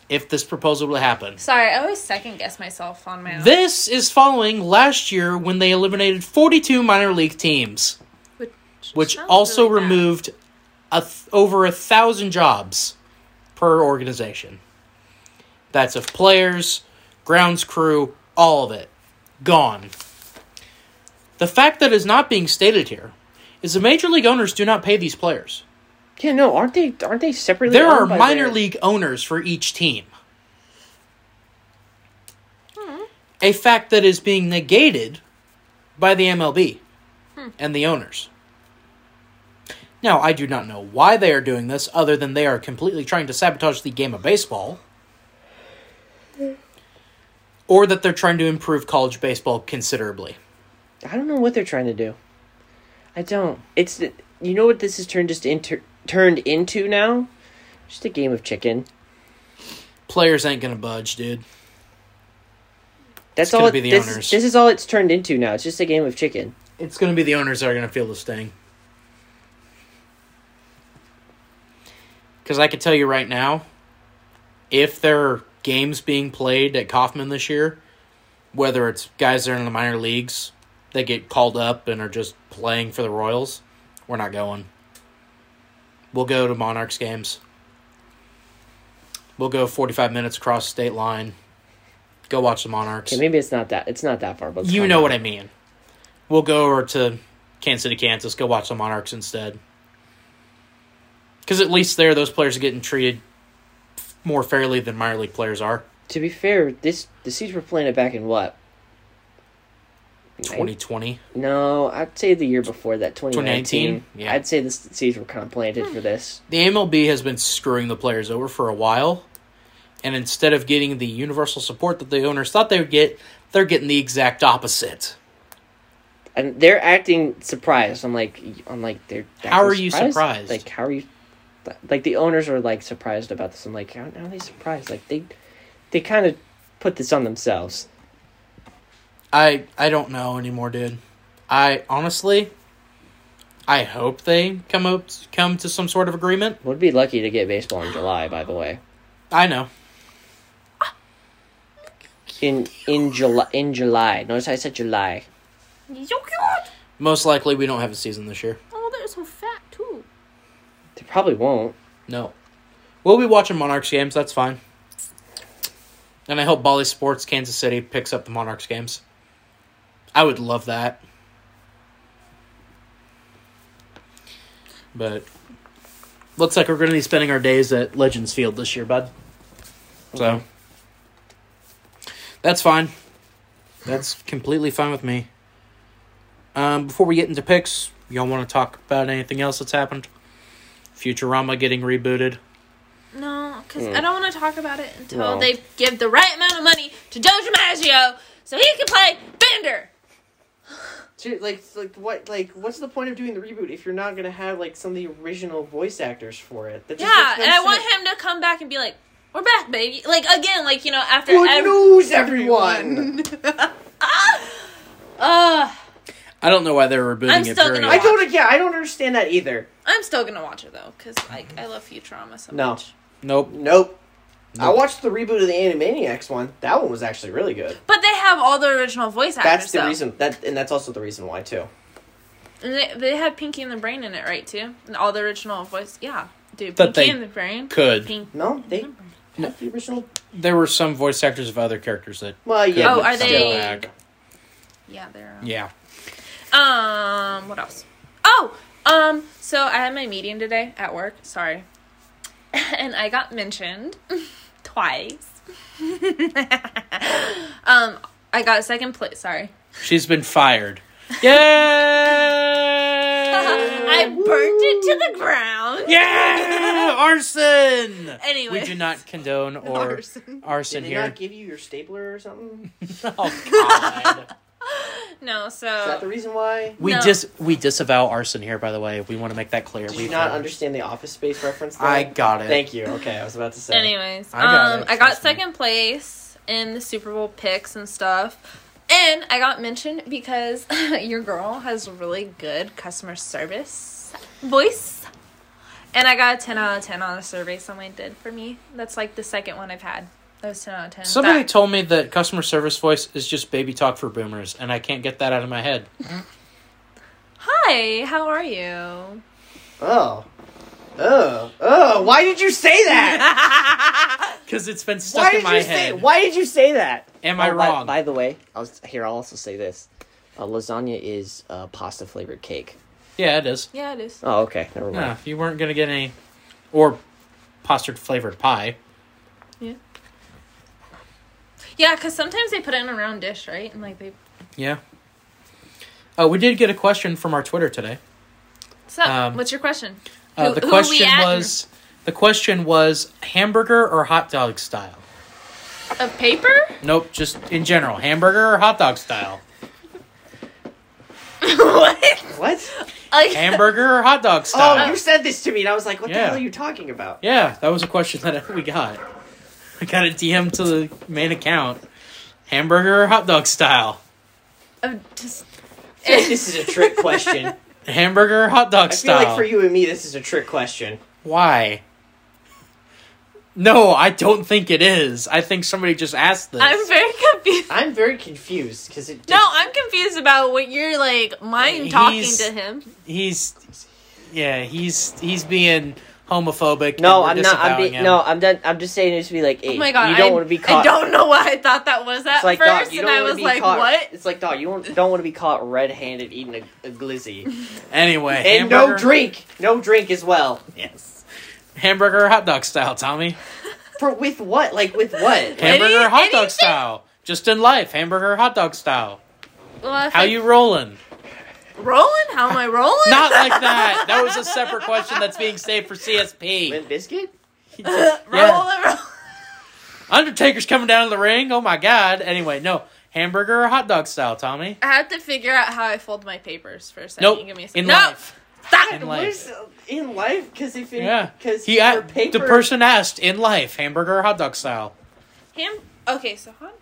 Speaker 1: if this proposal would happen.
Speaker 3: Sorry, I always second guess myself on my own.
Speaker 1: This is following last year when they eliminated 42 minor league teams,
Speaker 3: which
Speaker 1: which
Speaker 3: sounds
Speaker 1: also
Speaker 3: really bad.
Speaker 1: removed a th- over a thousand jobs per organization. That's of players, grounds crew, all of it. Gone. The fact that is not being stated here is the major league owners do not pay these players.
Speaker 2: Yeah, no, aren't they aren't they separately
Speaker 1: There
Speaker 2: owned
Speaker 1: are
Speaker 2: by
Speaker 1: minor
Speaker 2: their-
Speaker 1: league owners for each team. A fact that is being negated by the MLB and the owners. Now, I do not know why they are doing this, other than they are completely trying to sabotage the game of baseball. Or that they're trying to improve college baseball considerably.
Speaker 2: I don't know what they're trying to do. I don't. It's the, you know what this has turned just inter, turned into now? Just a game of chicken.
Speaker 1: Players ain't gonna budge, dude.
Speaker 2: That's
Speaker 1: gonna
Speaker 2: all. It,
Speaker 1: be the
Speaker 2: this,
Speaker 1: owners.
Speaker 2: this is all it's turned into now. It's just a game of chicken.
Speaker 1: It's gonna be the owners that are gonna feel this thing. Because I can tell you right now, if there are games being played at Kaufman this year, whether it's guys that are in the minor leagues that get called up and are just playing for the Royals, we're not going. We'll go to Monarchs games. We'll go 45 minutes across the state line. Go watch the Monarchs.
Speaker 2: Okay, maybe it's not that. It's not that far, but it's
Speaker 1: You
Speaker 2: kinda-
Speaker 1: know what I mean. We'll go over to Kansas City, Kansas. Go watch the Monarchs instead. Because at least there, those players are getting treated more fairly than minor league players are.
Speaker 2: To be fair, this the Seeds were playing it back in what?
Speaker 1: Twenty twenty.
Speaker 2: No, I'd say the year before that, twenty nineteen.
Speaker 1: 2019? Yeah. Hmm.
Speaker 2: I'd say the Seeds were kind of planted for this.
Speaker 1: The MLB has been screwing the players over for a while, and instead of getting the universal support that the owners thought they would get, they're getting the exact opposite.
Speaker 2: and they're acting surprised. I'm like, I'm like, they're
Speaker 1: How
Speaker 2: acting
Speaker 1: are you surprised?
Speaker 2: Like, how are you? Like the owners are like surprised about this. I'm like, how, how are they surprised? Like they, they kind of put this on themselves.
Speaker 1: I I don't know anymore, dude. I honestly, I hope they come up come to some sort of agreement.
Speaker 2: Would be lucky to get baseball in July, by the way.
Speaker 1: I know.
Speaker 2: In in July in July. Notice I said July.
Speaker 3: Yo, God!
Speaker 1: Most likely, we don't have a season this year.
Speaker 3: Oh, they're so fat too.
Speaker 2: They probably won't.
Speaker 1: No, we'll be watching Monarchs games. That's fine. And I hope Bali Sports Kansas City picks up the Monarchs games. I would love that. But looks like we're going to be spending our days at Legends Field this year, bud. So that's fine. That's completely fine with me. Um, before we get into picks, y'all want to talk about anything else that's happened? Futurama getting rebooted.
Speaker 3: No, because
Speaker 2: Mm.
Speaker 3: I don't want to talk about it until
Speaker 2: No.
Speaker 3: they give the right amount of money to Doja Maggio so he can play Bender.
Speaker 2: Dude, like like what like what's the point of doing the reboot if you're not gonna have like some of the original voice actors for it? That
Speaker 3: yeah, and I want him to come back and be like, "We're back, baby!" Like again, like you know, after ev- Ah!
Speaker 2: news, everyone.
Speaker 3: (laughs) Ugh,
Speaker 1: I don't know why they're rebooting
Speaker 3: I'm
Speaker 1: it.
Speaker 3: still
Speaker 1: Period.
Speaker 3: gonna
Speaker 2: I don't. Yeah, I don't understand that either.
Speaker 3: I'm still gonna watch it though, because like I love Futurama so
Speaker 2: No.
Speaker 3: much.
Speaker 1: Nope.
Speaker 2: Nope. I
Speaker 1: Nope.
Speaker 2: watched the reboot of the Animaniacs one. That one was actually really good.
Speaker 3: But they have all the original voice actors.
Speaker 2: That's the
Speaker 3: though.
Speaker 2: reason. That and that's also the reason why too.
Speaker 3: And they, they had Pinky and the Brain in it, right? Too, and all the original voice. Yeah, dude,
Speaker 1: But
Speaker 3: Pinky
Speaker 1: they
Speaker 3: and the Brain.
Speaker 1: Could
Speaker 3: Pink.
Speaker 2: No, they not the original.
Speaker 1: there were some voice actors of other characters that
Speaker 2: Well,
Speaker 1: could
Speaker 2: yeah.
Speaker 3: Oh,
Speaker 2: but
Speaker 3: are
Speaker 1: come
Speaker 2: still.
Speaker 3: they-
Speaker 1: back.
Speaker 3: Yeah, they're. um,
Speaker 1: Yeah.
Speaker 3: Um, what else? Oh, um, so I had my meeting today at work. Sorry. (laughs) And I got mentioned (laughs) twice. (laughs) um, I got second place. Sorry. (laughs)
Speaker 1: She's been fired. Yeah.
Speaker 3: I burned it to the ground.
Speaker 1: yeah. Arson.
Speaker 3: Anyway.
Speaker 1: We do not
Speaker 3: (laughs)
Speaker 1: condone (laughs) or arson,
Speaker 3: Arson.
Speaker 2: Did they
Speaker 1: here.
Speaker 2: not give you your stapler or something?
Speaker 1: (laughs) oh
Speaker 3: (laughs)
Speaker 1: God.
Speaker 3: No,
Speaker 2: Is that the
Speaker 3: so
Speaker 2: reason why?
Speaker 1: We
Speaker 3: No.
Speaker 1: dis we disavow arson here. By the way, we want to make that clear.
Speaker 2: Did
Speaker 1: we
Speaker 2: you not understand the Office Space reference? There?
Speaker 1: I got it.
Speaker 2: Thank you. Okay, I was about to say.
Speaker 3: anyways,
Speaker 1: I got
Speaker 3: um,
Speaker 1: it,
Speaker 3: I got
Speaker 1: trust me.
Speaker 3: second place in the Super Bowl picks and stuff. And I got mentioned because (laughs) your girl has really good customer service voice. And I got a 10 out of 10 on a survey someone did for me. That's like the second one I've had. That was 10 out of 10.
Speaker 1: Somebody
Speaker 3: That-
Speaker 1: told me that customer service voice is just baby talk for boomers, and I can't get that out of my (laughs) head.
Speaker 3: Hi, how are you? (laughs)
Speaker 2: Oh. Oh. Oh. Why did you say that?
Speaker 1: Because it's been (laughs) stuck
Speaker 2: why
Speaker 1: in
Speaker 2: did
Speaker 1: my
Speaker 2: you say?
Speaker 1: head.
Speaker 2: Why did you say that?
Speaker 1: Am I
Speaker 4: Oh, by-
Speaker 1: wrong?
Speaker 4: By, the way, I was, here I'll also say this: uh, lasagna is uh, pasta flavored cake.
Speaker 1: yeah, it is.
Speaker 3: Yeah, it is.
Speaker 4: Oh, okay, never mind.
Speaker 1: No, you weren't gonna get any, or postard flavored pie.
Speaker 3: Yeah, because sometimes they put it in a round dish, right? And like they.
Speaker 1: Yeah. Oh, we did get a question from our Twitter today.
Speaker 3: So,
Speaker 1: Um,
Speaker 3: what's your question?
Speaker 1: Uh,
Speaker 3: Who-
Speaker 1: the
Speaker 3: who are we
Speaker 1: question
Speaker 3: atting?
Speaker 1: was, the question was hamburger or hot dog style.
Speaker 3: A paper? (laughs)
Speaker 1: Nope, just in general, hamburger or hot dog style.
Speaker 3: what?
Speaker 2: What?
Speaker 3: Like,
Speaker 1: Hamburger or hot dog
Speaker 2: Oh,
Speaker 1: style.
Speaker 2: you said this to me, and I was like, "What the
Speaker 1: Yeah.
Speaker 2: hell are you talking about?"
Speaker 1: Yeah, that was a question that (laughs) we got. I got a DM to the main account. Hamburger or hot dog style?
Speaker 3: (laughs) I'm just.
Speaker 2: I feel like (laughs) this is a trick (laughs) question. I
Speaker 1: Hamburger or hot dog
Speaker 2: feel
Speaker 1: style?
Speaker 2: like for you and me, this is a trick question.
Speaker 1: Why? No, I don't think it is. I think somebody just asked this.
Speaker 3: I'm very confused.
Speaker 2: I'm very confused because it.
Speaker 3: No, I'm confused about what you're like mind talking
Speaker 1: He's-
Speaker 3: to him.
Speaker 1: he's yeah, he's he's being homophobic.
Speaker 4: No,
Speaker 1: and
Speaker 4: I'm
Speaker 1: we're
Speaker 4: not. I'm
Speaker 1: disavowing
Speaker 4: be,
Speaker 1: him.
Speaker 4: no, I'm done. I'm just saying it to be like, hey,
Speaker 3: Oh my god,
Speaker 4: you don't
Speaker 3: I,
Speaker 4: want to be caught.
Speaker 3: I don't know why I thought that was at
Speaker 4: It's like,
Speaker 3: first,
Speaker 4: dog, you
Speaker 3: and
Speaker 4: don't
Speaker 3: I
Speaker 4: wanna
Speaker 3: was
Speaker 4: be
Speaker 3: like,
Speaker 4: caught.
Speaker 3: what?
Speaker 4: It's like, dog, you won't, don't want to be caught red-handed eating a, a
Speaker 1: (laughs)
Speaker 4: glizzy,
Speaker 1: Anyway,
Speaker 2: And
Speaker 1: hamburger,
Speaker 2: no drink. No drink as well.
Speaker 1: Yes, hamburger or hot dog style, Tommy.
Speaker 2: For with what? Like with what?
Speaker 1: Hamburger or hot
Speaker 3: anything?
Speaker 1: dog style. Just in life, hamburger or hot dog style.
Speaker 3: Well, if
Speaker 1: How
Speaker 3: I-
Speaker 1: you rolling?
Speaker 3: rolling? How am I rolling?
Speaker 1: Not like
Speaker 3: (laughs)
Speaker 1: that. That was a separate question that's being saved for CSP.
Speaker 2: Limp biscuit.
Speaker 3: rolling, rolling.
Speaker 1: Undertaker's coming down to the ring. Oh my god. Anyway, no. Hamburger or hot dog style, Tommy?
Speaker 3: I had to figure out how I fold my papers for a second.
Speaker 1: Nope.
Speaker 3: Give me a second.
Speaker 1: In
Speaker 3: no.
Speaker 1: life.
Speaker 3: Stop.
Speaker 1: In
Speaker 2: What
Speaker 1: life.
Speaker 2: is uh, in life? Because if you
Speaker 1: Yeah.
Speaker 2: because
Speaker 1: He
Speaker 2: your
Speaker 1: a-
Speaker 2: paper
Speaker 1: the person asked in life, hamburger or hot dog style.
Speaker 3: Ham. Okay, so hot.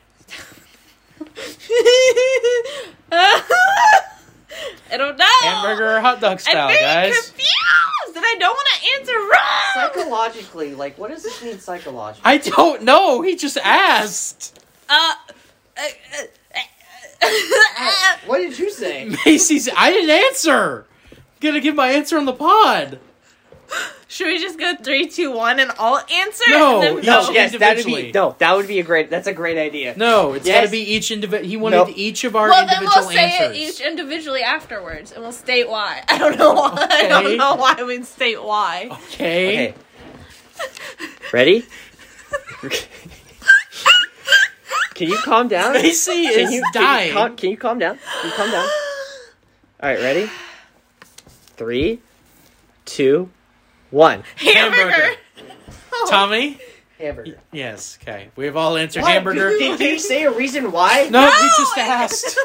Speaker 3: (laughs)
Speaker 4: (laughs)
Speaker 3: I don't know.
Speaker 1: Hamburger or hot dog style,
Speaker 3: I'm very
Speaker 1: guys.
Speaker 3: confused, and I don't want to answer wrong.
Speaker 2: psychologically, like, what does this mean psychologically?
Speaker 1: I don't know. He just asked.
Speaker 3: Uh, uh, uh,
Speaker 2: what did
Speaker 1: (laughs)
Speaker 2: you say?
Speaker 1: Macy's. I didn't answer. I'm gonna give my answer on the pod.
Speaker 3: Should we just go three, two, one, and all answer?
Speaker 1: No,
Speaker 3: and
Speaker 1: no.
Speaker 3: vote?
Speaker 4: yes, that would
Speaker 1: individually.
Speaker 4: be no. That would be a great. That's a great idea.
Speaker 1: No, it's
Speaker 4: Yes.
Speaker 1: gotta be each individual. He wanted
Speaker 4: Nope.
Speaker 1: each of our
Speaker 3: Well, then
Speaker 1: individual
Speaker 3: we'll say
Speaker 1: answers.
Speaker 3: it each individually afterwards, and we'll state why. I don't know why. I don't
Speaker 1: Okay.
Speaker 3: know why we state why.
Speaker 1: okay.
Speaker 4: Okay. Ready? Can you calm down?
Speaker 1: Macy
Speaker 4: Can
Speaker 1: is
Speaker 4: you, Can
Speaker 1: dying.
Speaker 4: you, calm, can you calm down? Can you calm down? All right, ready? Three, two, one.
Speaker 1: Hamburger.
Speaker 3: Hamburger.
Speaker 1: (laughs) Tommy.
Speaker 2: Hamburger.
Speaker 1: Yes. Okay. We've all answered
Speaker 2: What? (laughs)
Speaker 1: hamburger.
Speaker 2: Did, did you say a reason why?
Speaker 1: No, he just
Speaker 3: I-
Speaker 1: asked.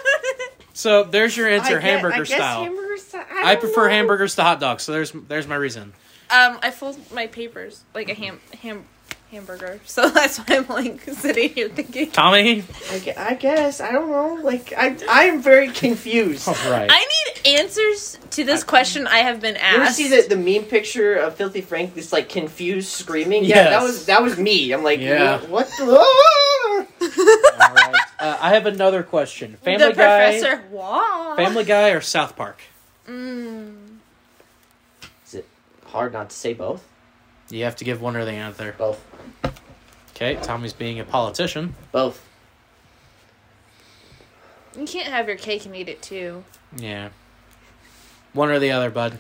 Speaker 1: So there's your
Speaker 2: I
Speaker 1: answer,
Speaker 2: guess-
Speaker 1: hamburger
Speaker 2: I guess
Speaker 1: style.
Speaker 2: hamburger style. I,
Speaker 1: I
Speaker 2: don't
Speaker 1: prefer
Speaker 2: know.
Speaker 1: hamburgers to hot dogs. So there's there's my reason.
Speaker 3: Um, I fold my papers like a ham ham hamburger, so that's why I'm like sitting here thinking.
Speaker 1: Tommy.
Speaker 2: I, gue- I guess I don't know. Like I, I am very confused.
Speaker 1: All right.
Speaker 3: I need answers to this question I have been
Speaker 2: You ever
Speaker 3: asked.
Speaker 2: see the, the meme picture of Filthy Frank, this like confused screaming? Yeah, that
Speaker 1: Yes.
Speaker 2: was that was me. I'm like,
Speaker 1: Yeah.
Speaker 2: what? (laughs) the-
Speaker 1: all
Speaker 3: (laughs)
Speaker 1: right. Uh, I have another question. Family
Speaker 3: the
Speaker 1: Guy.
Speaker 3: professor. Wah.
Speaker 1: Family Guy or South Park?
Speaker 3: Mm.
Speaker 4: Is it-
Speaker 2: Hard not to say both.
Speaker 1: You have to give one or the other.
Speaker 2: Both.
Speaker 1: Okay, Tommy's being a politician.
Speaker 2: Both.
Speaker 3: You can't have your cake and eat it too.
Speaker 1: Yeah. One or the other, bud.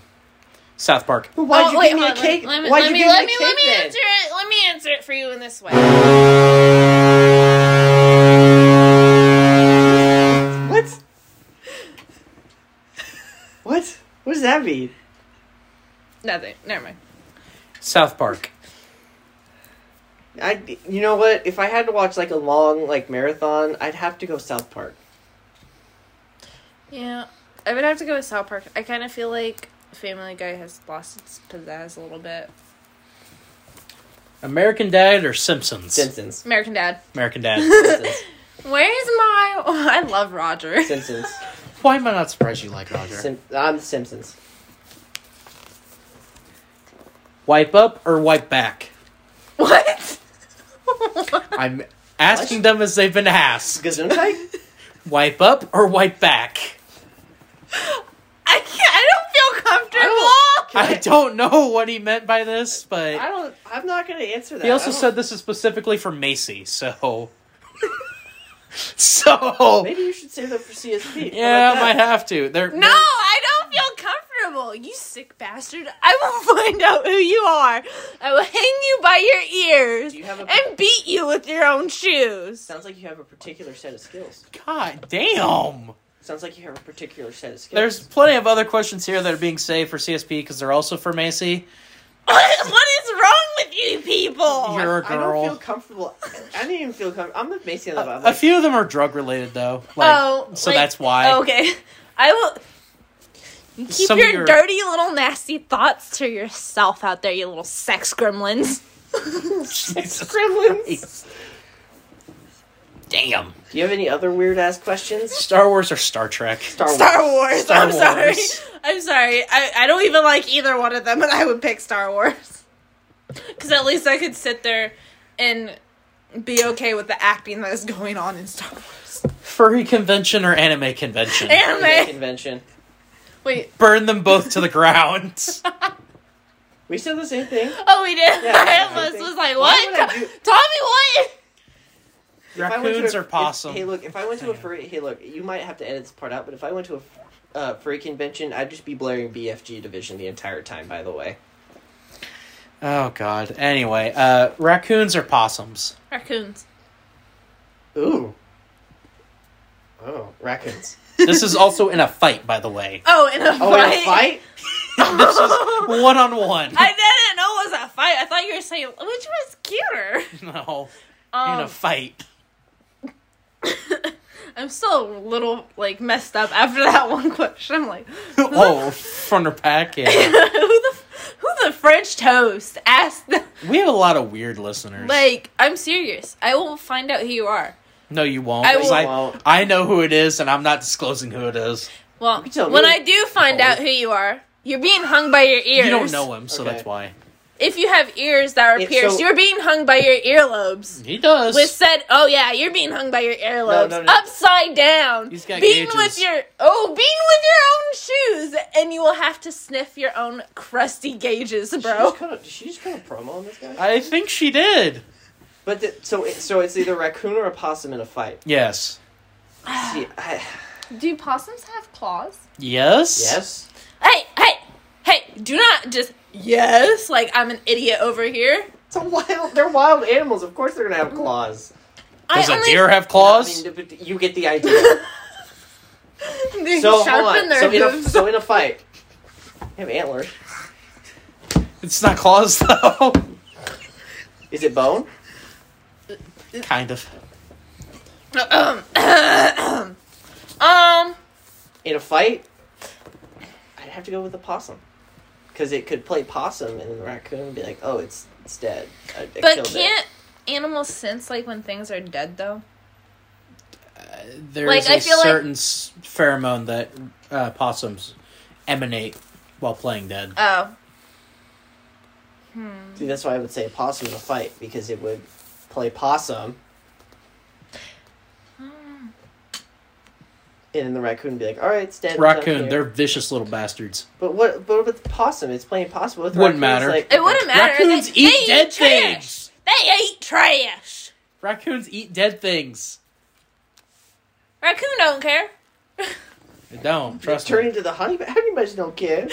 Speaker 1: South Park.
Speaker 2: But why'd
Speaker 3: Oh,
Speaker 2: you
Speaker 3: wait,
Speaker 2: give me a
Speaker 3: hold on,
Speaker 2: cake?
Speaker 3: Let me
Speaker 2: Why'd
Speaker 3: let
Speaker 2: you
Speaker 3: me
Speaker 2: give me
Speaker 3: let me,
Speaker 2: a
Speaker 3: let
Speaker 2: cake
Speaker 3: me
Speaker 2: then?
Speaker 3: answer it. Let me answer it for you in this way.
Speaker 2: What? What? What does that mean?
Speaker 3: Nothing. Never mind.
Speaker 1: South Park.
Speaker 2: I, you know what? If I had to watch like a long like marathon, I'd have to go South Park.
Speaker 3: Yeah, I would have to go with South Park. I kind of feel like Family Guy has lost its pizzazz a little bit.
Speaker 1: American Dad or Simpsons?
Speaker 2: Simpsons.
Speaker 3: American Dad.
Speaker 1: American Dad. (laughs)
Speaker 2: (laughs) Simpsons.
Speaker 3: Where's my? (laughs) I love Roger.
Speaker 2: Simpsons.
Speaker 1: Why am I not surprised you like Roger?
Speaker 2: Sim- I'm Simpsons.
Speaker 1: wipe up or wipe back?
Speaker 3: (laughs) What?
Speaker 2: (laughs)
Speaker 1: I'm asking them as they've been asked. (laughs)
Speaker 2: Gesundheit?
Speaker 1: Wipe up or wipe back?
Speaker 3: I can't. I don't feel comfortable.
Speaker 1: I don't know what he meant by this,
Speaker 2: I
Speaker 1: but
Speaker 2: don't. I'm not gonna answer that.
Speaker 1: he also
Speaker 2: I don't-
Speaker 1: said this is specifically for Macy, so. (laughs) so.
Speaker 2: maybe you should save them for CSP.
Speaker 1: Yeah, I
Speaker 2: How
Speaker 1: might
Speaker 2: about that?
Speaker 1: have to. They're,
Speaker 3: No, I don't feel comfortable. You sick bastard. I will (laughs) find out who you are. I will hang you by your ears
Speaker 2: Do you have a-
Speaker 3: and beat you with your own shoes. (laughs)
Speaker 2: Sounds like you have a particular set of skills.
Speaker 1: God damn.
Speaker 2: Sounds like you have a particular set of skills.
Speaker 1: There's plenty of other questions here that are being saved for CSP because they're also for Macy.
Speaker 3: What, what is wrong with you people?
Speaker 1: You're a
Speaker 2: I don't feel
Speaker 1: girl.
Speaker 2: comfortable. I didn't even feel comfortable. I'm with Macy on that. but I'm
Speaker 1: A
Speaker 2: like,
Speaker 1: few of them are drug related though. Like,
Speaker 3: Oh,
Speaker 1: so
Speaker 3: like-
Speaker 1: that's why.
Speaker 3: okay. I will. You keep
Speaker 1: Some of
Speaker 3: your,
Speaker 1: your-
Speaker 3: dirty little nasty thoughts to yourself out there, you little sex gremlins. (laughs)
Speaker 1: Jesus
Speaker 2: Gremlins.
Speaker 1: Christ. Damn.
Speaker 2: Do you have any other weird ass questions?
Speaker 1: Star Wars or Star Trek?
Speaker 2: Star Wars.
Speaker 3: Star Wars.
Speaker 1: Star
Speaker 3: I'm sorry.
Speaker 1: Wars.
Speaker 3: I'm sorry. I, I don't even like either one of them, and I would pick Star Wars. (laughs) Because at least I could sit there and be okay with the acting that is going on in Star
Speaker 2: (laughs)
Speaker 3: Wars.
Speaker 1: Furry convention or anime convention?
Speaker 3: Anime.
Speaker 2: Convention.
Speaker 3: Wait.
Speaker 1: Burn them both to the
Speaker 3: (laughs)
Speaker 1: ground.
Speaker 2: We said the same thing.
Speaker 3: Oh, we did.
Speaker 2: Yeah, yeah,
Speaker 3: (laughs) I almost
Speaker 2: I
Speaker 3: was
Speaker 2: think-
Speaker 3: like,
Speaker 2: Why would
Speaker 3: what?
Speaker 2: I do-
Speaker 3: Tommy, what?
Speaker 2: If I went to
Speaker 1: Raccoons
Speaker 2: a-
Speaker 1: or
Speaker 2: if-
Speaker 1: possum?
Speaker 2: hey, look. If I went to a furry, hey, look. You might have to edit this part out, but if I went to a uh, furry convention, I'd just be blaring BFG Division the entire time. By the way,
Speaker 1: Oh god. Anyway, uh raccoons or possums?
Speaker 3: Raccoons.
Speaker 2: ooh, oh, raccoons.
Speaker 1: This is also in a fight, by the
Speaker 3: (laughs)
Speaker 1: way.
Speaker 3: Oh, in a
Speaker 2: Oh, in a fight.
Speaker 1: This is one on one.
Speaker 3: I didn't know it was a fight. I thought you were saying which was cuter.
Speaker 1: (laughs) No.
Speaker 3: Um,
Speaker 1: in a fight.
Speaker 3: (laughs) I'm still a little like messed up after that (laughs) one question. I'm like,
Speaker 1: (laughs) oh, front or back, yeah.
Speaker 3: (laughs) who the who the French toast asked them?
Speaker 1: We have a lot of weird listeners.
Speaker 3: Like, I'm serious. I will find out who you are.
Speaker 1: no, you won't.
Speaker 3: I
Speaker 1: 'cause
Speaker 3: will-
Speaker 1: I,
Speaker 2: Won't.
Speaker 1: I know who it is, and I'm not disclosing who it is.
Speaker 3: Well,
Speaker 2: can tell
Speaker 3: when
Speaker 2: me.
Speaker 3: I do find out who you are, you're being hung by your ears.
Speaker 1: You don't know him, so
Speaker 2: Okay.
Speaker 1: that's why.
Speaker 3: If you have ears that are
Speaker 2: If
Speaker 3: pierced,
Speaker 2: so-
Speaker 3: you're being hung by your earlobes.
Speaker 1: He does.
Speaker 3: With said, oh yeah, you're being hung by your earlobes,
Speaker 2: no, no.
Speaker 3: upside down.
Speaker 1: He's got
Speaker 3: being
Speaker 1: gauges.
Speaker 3: with your oh, being with your own shoes, and you will have to sniff your own crusty gauges,
Speaker 2: She just
Speaker 3: bro.
Speaker 2: cut a, did she just cut a promo on this guy?
Speaker 1: I think she did.
Speaker 2: but the, so it, so it's either raccoon or a possum in a
Speaker 3: (sighs)
Speaker 2: fight.
Speaker 1: Yes.
Speaker 2: See, I,
Speaker 3: Do possums have claws?
Speaker 1: Yes.
Speaker 2: yes.
Speaker 3: Hey, hey, hey! Do not just yes, like I'm an idiot over here.
Speaker 2: It's a wild. They're wild animals. Of course they're gonna have claws.
Speaker 1: Does
Speaker 3: I
Speaker 1: a
Speaker 3: only-
Speaker 1: deer have claws?
Speaker 2: I mean, but you get the idea.
Speaker 3: (laughs) They
Speaker 2: so hold
Speaker 3: sharpen
Speaker 2: on.
Speaker 3: their
Speaker 2: So in, a,
Speaker 3: hooves. (coughs)
Speaker 2: so in a fight, they have antlers.
Speaker 1: it's not claws (laughs) though.
Speaker 2: Is it bone?
Speaker 1: kind of.
Speaker 3: um,
Speaker 2: In a fight, I'd have to go with the possum. Because it could play possum and the raccoon would be like, oh, it's, it's dead. I, I
Speaker 3: but
Speaker 2: killed it."
Speaker 3: can't animals sense like when things are dead though?
Speaker 1: There's
Speaker 3: Like,
Speaker 1: a
Speaker 3: I feel like-
Speaker 1: certain s pheromone that uh, possums emanate while playing dead.
Speaker 3: Oh,
Speaker 2: See, that's why I would say possum in a fight because it would play possum. And then the raccoon would be like, "All right, it's dead." it's not
Speaker 1: Raccoon,
Speaker 2: here."
Speaker 1: they're vicious little bastards.
Speaker 2: But what? But with the possum, it's playing possum. With
Speaker 1: Wouldn't
Speaker 2: raccoon,
Speaker 1: matter.
Speaker 2: It's like,
Speaker 3: it wouldn't matter.
Speaker 1: Raccoons
Speaker 3: they,
Speaker 1: eat
Speaker 3: they
Speaker 1: dead
Speaker 3: trash.
Speaker 1: things.
Speaker 3: They eat trash.
Speaker 1: Raccoons eat dead things.
Speaker 3: Raccoon don't care.
Speaker 1: They don't trust
Speaker 2: Turn
Speaker 1: me.
Speaker 2: into the honey. How do you guys don't care?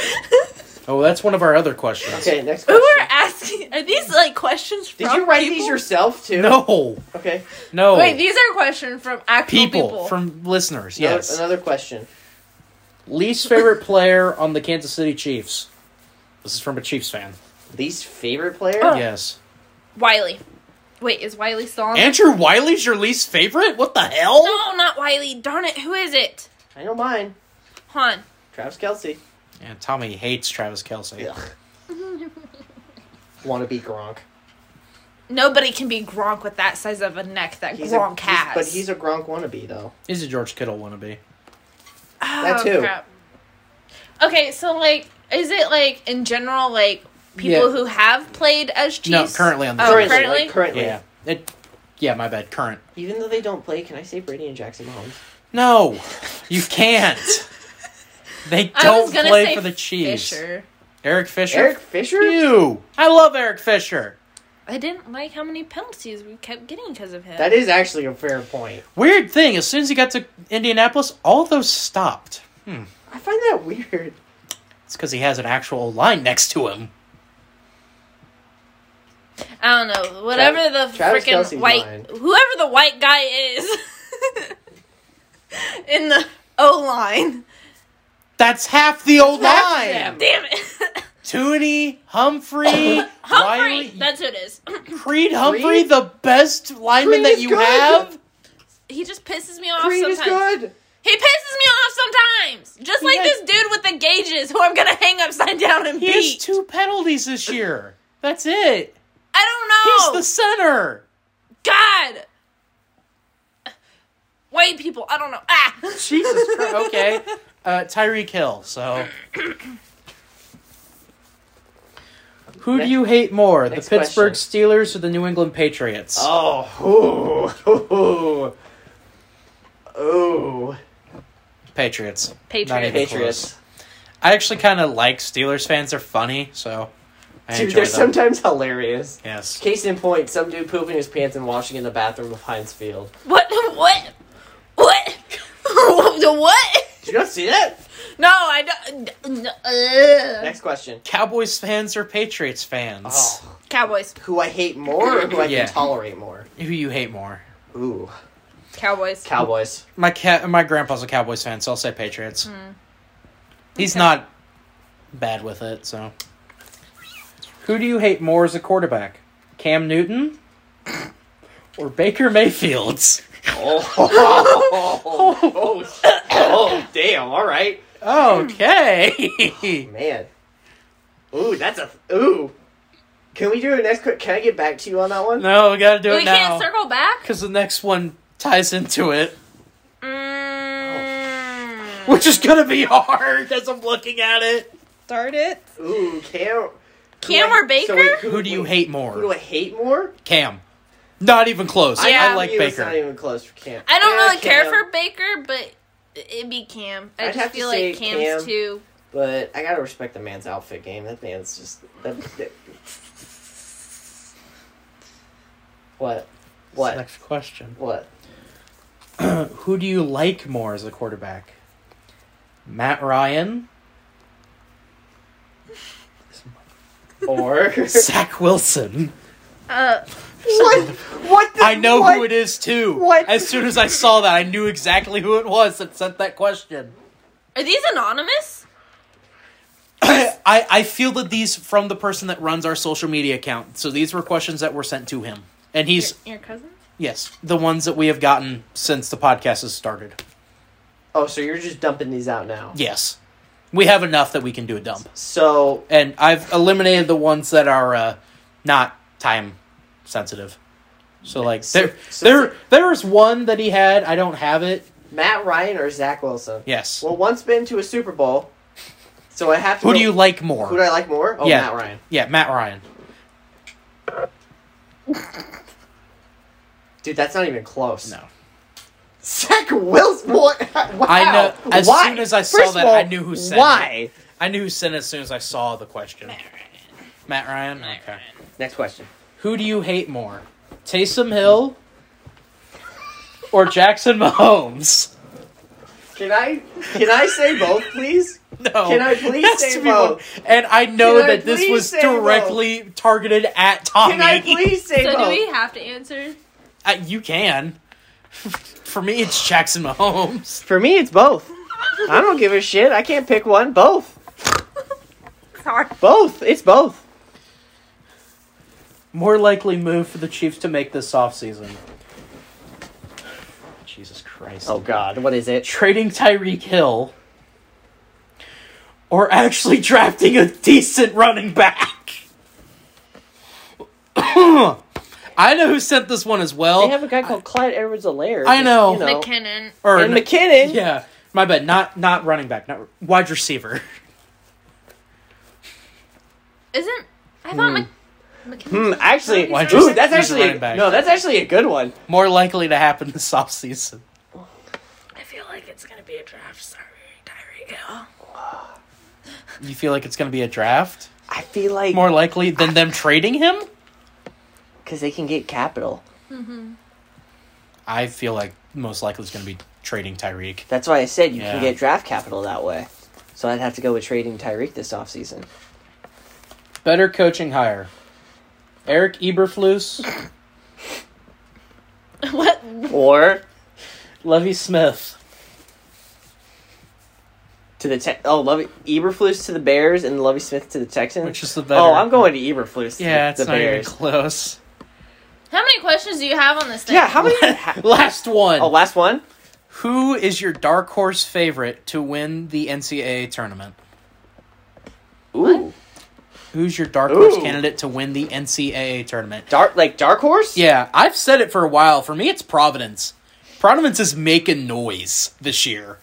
Speaker 1: Oh, that's one of our other questions.
Speaker 2: Okay, next
Speaker 3: Who
Speaker 2: question.
Speaker 3: are asking? (laughs) Are these like questions from?
Speaker 2: Did you write
Speaker 3: people?
Speaker 2: these yourself too?
Speaker 1: No,
Speaker 2: Okay.
Speaker 1: no.
Speaker 3: Wait, these are questions from actual
Speaker 1: people,
Speaker 3: people.
Speaker 1: from listeners.
Speaker 2: Another-
Speaker 1: Yes.
Speaker 2: Another question.
Speaker 1: Least favorite player on the Kansas City Chiefs. This is from a Chiefs fan.
Speaker 2: Least favorite player?
Speaker 3: Oh.
Speaker 1: Yes.
Speaker 3: Wiley. Wait, is Wiley still on?
Speaker 1: Andrew Wiley's your least favorite? What the hell?
Speaker 3: No, not Wiley. Darn it, who is it?
Speaker 2: I know mine.
Speaker 3: Han.
Speaker 2: Travis Kelsey.
Speaker 1: Yeah, Tommy hates Travis Kelsey.
Speaker 2: Ugh.
Speaker 3: (laughs)
Speaker 2: Wanna be Gronk?
Speaker 3: Nobody can be Gronk with that size of a neck that
Speaker 2: He's
Speaker 3: Gronk
Speaker 2: a, he's-
Speaker 3: has.
Speaker 2: but he's a Gronk wannabe though.
Speaker 1: He's a George Kittle wannabe.
Speaker 2: that too.
Speaker 3: Oh, Okay, so like, is it like in general like people
Speaker 1: Yeah.
Speaker 3: who have played as Chiefs?
Speaker 1: No, currently on the
Speaker 3: Oh,
Speaker 1: Chiefs.
Speaker 2: currently,
Speaker 3: currently.
Speaker 2: like, currently.
Speaker 1: Yeah. It yeah, my bad. Current.
Speaker 2: Even though they don't play, can I say Brady and Jackson Mahomes?
Speaker 1: No. (laughs) You can't. They
Speaker 3: I
Speaker 1: don't
Speaker 3: was gonna
Speaker 1: play
Speaker 3: say
Speaker 1: for the Chiefs.
Speaker 3: Fisher.
Speaker 1: Eric Fisher?
Speaker 2: Eric Fisher?
Speaker 1: You. I love Eric Fisher.
Speaker 3: I didn't like how many penalties we kept getting because of him.
Speaker 2: That is actually a fair point.
Speaker 1: Weird thing, as soon as he got to Indianapolis, all those stopped.
Speaker 2: I find that weird.
Speaker 1: It's because he has an actual line next to him.
Speaker 3: I don't know. Whatever the
Speaker 2: Travis
Speaker 3: freaking
Speaker 2: Kelce's
Speaker 3: white,
Speaker 2: mine.
Speaker 3: whoever the white guy is (laughs) in the O line.
Speaker 1: That's half the old line.
Speaker 2: them.
Speaker 3: Damn it, (laughs)
Speaker 1: Tooney, Humphrey,
Speaker 3: Humphrey.
Speaker 1: Wiley,
Speaker 3: That's who it is. (clears throat)
Speaker 1: Creed Humphrey,
Speaker 2: Creed?
Speaker 1: the best lineman
Speaker 2: Creed
Speaker 1: that
Speaker 2: is
Speaker 1: you
Speaker 2: good.
Speaker 1: have.
Speaker 3: he just pisses me off
Speaker 2: Creed is
Speaker 3: sometimes.
Speaker 2: good.
Speaker 3: He pisses me off sometimes. Just like
Speaker 1: had-
Speaker 3: this dude with the gauges who I'm gonna (laughs) hang upside down and
Speaker 1: He has
Speaker 3: beat.
Speaker 1: two penalties this year. That's it.
Speaker 3: I
Speaker 1: He's
Speaker 3: don't know.
Speaker 1: the center.
Speaker 3: God. White people, I don't know. Ah. (laughs)
Speaker 1: Jesus Christ. Okay. Uh, Tyreek Hill. So, who do you hate more, the
Speaker 2: Next
Speaker 1: Pittsburgh Steelers or the New England Patriots?
Speaker 2: Oh, (laughs) ooh, ooh, ooh.
Speaker 1: Patriots. Not
Speaker 3: Patriots.
Speaker 1: even close. I actually kind of like Steelers fans. They're funny, so I
Speaker 2: Dude,
Speaker 1: enjoy
Speaker 2: they're
Speaker 1: them.
Speaker 2: sometimes hilarious.
Speaker 1: yes.
Speaker 2: Case in point, some dude pooping his pants and washing in the bathroom of Heinz Field.
Speaker 3: What? What? What? (laughs) the what?
Speaker 2: Did you not see that?
Speaker 3: No, I don't. uh, n- n-
Speaker 2: Next question.
Speaker 1: Cowboys fans or Patriots fans?
Speaker 2: Oh,
Speaker 3: Cowboys.
Speaker 2: who I hate more or who I
Speaker 1: Yeah.
Speaker 2: can tolerate more?
Speaker 1: Who you hate more?
Speaker 2: Ooh,
Speaker 3: Cowboys.
Speaker 2: Cowboys.
Speaker 1: My cat, my grandpa's a Cowboys fan, so I'll say Patriots.
Speaker 3: Hmm.
Speaker 1: He's not bad with it, so. Who do you hate
Speaker 3: (coughs)
Speaker 1: more as a quarterback, Cam Newton or Baker Mayfield?
Speaker 2: Oh, oh, oh, oh, oh, oh, damn! All right,
Speaker 1: Okay.
Speaker 2: man. Ooh, that's a ooh. Can we do it next? Quick, can I get back to you on that
Speaker 1: (laughs)
Speaker 2: one?
Speaker 1: no, we gotta do it
Speaker 3: we
Speaker 1: now.
Speaker 3: can't circle back.
Speaker 1: Because the next one ties into it,
Speaker 3: Mm.
Speaker 1: Oh. which is gonna be hard as I'm looking at it.
Speaker 3: Start it.
Speaker 2: Ooh, Cam.
Speaker 3: Cam
Speaker 2: who I-
Speaker 3: or Baker?
Speaker 2: so wait,
Speaker 1: Who do you
Speaker 2: wait,
Speaker 1: hate
Speaker 2: Who do I
Speaker 1: more?
Speaker 2: hate more?
Speaker 1: Cam. Not even close.
Speaker 3: Yeah.
Speaker 1: I like
Speaker 2: You, It's not
Speaker 1: Baker.
Speaker 2: even close for Cam.
Speaker 3: I don't
Speaker 2: Yeah,
Speaker 3: really care
Speaker 2: Cam,
Speaker 3: for Baker, but it'd be Cam. I
Speaker 2: I'd
Speaker 3: just
Speaker 2: have to
Speaker 3: feel
Speaker 2: say
Speaker 3: like Cam's
Speaker 2: Cam.
Speaker 3: too.
Speaker 2: But I gotta respect the man's outfit game. That man's just. That, that- what? What?
Speaker 1: Next question.
Speaker 2: What?
Speaker 1: Who do you like more as a quarterback? Matt Ryan,
Speaker 2: Or (laughs)
Speaker 1: Zach Wilson.
Speaker 3: Uh,
Speaker 2: what? What? The,
Speaker 1: I know
Speaker 2: what?
Speaker 1: who it is too.
Speaker 2: What?
Speaker 1: As soon as I saw that, I knew exactly who it was that sent that
Speaker 2: (clears throat)
Speaker 1: question.
Speaker 3: are these anonymous?
Speaker 1: I, I fielded these from the person that runs our social media account. So these were questions that were sent to him. And
Speaker 3: Your,
Speaker 1: he's,
Speaker 3: your cousins?
Speaker 1: yes, the ones that we have gotten since the podcast has started.
Speaker 2: Oh, so you're just dumping these out now?
Speaker 1: Yes. We have enough that we can do a dump.
Speaker 2: So
Speaker 1: And I've eliminated the ones that are uh, not time sensitive. So like
Speaker 2: So-
Speaker 1: there
Speaker 2: so-
Speaker 1: there there's one that he had, I don't have it.
Speaker 2: Matt Ryan or Zach Wilson?
Speaker 1: Yes.
Speaker 2: Well, one's been to a Super Bowl, so I have to.
Speaker 1: Who
Speaker 2: go-
Speaker 1: do you like more?
Speaker 2: Who do I like more? Oh,
Speaker 1: Yeah.
Speaker 2: Matt Ryan.
Speaker 1: yeah, Matt Ryan.
Speaker 2: Dude, that's not even close.
Speaker 1: No.
Speaker 2: Zach Wilson. (laughs) What? Wow.
Speaker 1: I know as
Speaker 4: Why?
Speaker 1: soon as I saw
Speaker 4: First of
Speaker 1: that
Speaker 4: all,
Speaker 1: I knew who sent it.
Speaker 4: Why?
Speaker 1: I knew who sent it as soon as I saw the question. Matt Ryan? okay.
Speaker 4: Next question.
Speaker 1: Who do you hate more? Taysom Hill or Jackson Mahomes?
Speaker 2: Can I? Can I say both, please?
Speaker 1: (laughs) No.
Speaker 2: Can I please
Speaker 1: Has
Speaker 2: say
Speaker 1: to be one-
Speaker 2: both?
Speaker 1: And I know
Speaker 2: Can I
Speaker 1: that this
Speaker 2: please
Speaker 1: was
Speaker 2: say both?
Speaker 1: directly targeted at Tommy.
Speaker 2: Can I please say
Speaker 3: So
Speaker 2: both?
Speaker 3: do we have
Speaker 2: (laughs)
Speaker 3: to answer?
Speaker 1: Uh, you can. (laughs) For me, it's Jackson Mahomes.
Speaker 4: For me, it's both.
Speaker 2: I don't give a shit. I can't pick one. Both.
Speaker 3: (laughs) Sorry.
Speaker 4: Both. It's both.
Speaker 1: More likely move for the Chiefs to make this offseason. Jesus Christ.
Speaker 4: Oh God, what is it?
Speaker 1: trading Tyreek Hill or actually drafting a decent running back. (coughs) I know who sent this one as well.
Speaker 4: They have a guy called Clyde edwards alaire
Speaker 1: I know.
Speaker 4: You know.
Speaker 3: McKinnon.
Speaker 1: or
Speaker 4: and McKinnon.
Speaker 1: yeah, my bad. Not not running back. Not wide receiver. (laughs)
Speaker 3: Isn't. I
Speaker 2: Hmm.
Speaker 3: thought Mc,
Speaker 4: Hmm,
Speaker 3: McKinnon.
Speaker 4: actually,
Speaker 3: Why
Speaker 1: don't you
Speaker 4: ooh,
Speaker 1: say-
Speaker 4: that's
Speaker 1: He's a
Speaker 4: actually
Speaker 1: running back.
Speaker 4: no, that's actually a good one.
Speaker 1: More likely to happen this (laughs) offseason.
Speaker 3: I feel like it's going to be a draft. Sorry, Tyreek Hill. (laughs)
Speaker 1: You feel like it's going to be a draft?
Speaker 4: I feel like
Speaker 1: More likely than them trading him?
Speaker 4: because they can get capital.
Speaker 1: I feel like most likely it's going to be trading Tyreek.
Speaker 4: That's why I said you
Speaker 1: Yeah.
Speaker 4: can get draft capital that way. So I'd have to go with trading Tyreek this offseason.
Speaker 1: Better coaching hire. Eric Eberflus,
Speaker 3: What?
Speaker 4: Hmm. Or
Speaker 1: Levy Smith.
Speaker 4: to the te- oh Lovey Eberflus to the Bears and Lovey Smith to the Texans.
Speaker 1: Which is the better?
Speaker 4: oh, I'm going to Eberflus. to
Speaker 1: Yeah, it's
Speaker 4: the
Speaker 1: not
Speaker 4: Bears.
Speaker 1: even close.
Speaker 3: How many questions do you have on this thing?
Speaker 4: Yeah, how many? ha-
Speaker 1: Last one.
Speaker 4: oh, last one.
Speaker 1: Who is your dark horse favorite to win the NCAA tournament?
Speaker 4: Ooh,
Speaker 1: Who's your dark horse
Speaker 4: Ooh.
Speaker 1: candidate to win the NCAA tournament?
Speaker 4: dark like dark horse.
Speaker 1: Yeah, I've said it for a while. For me, it's Providence. Providence is making noise this year.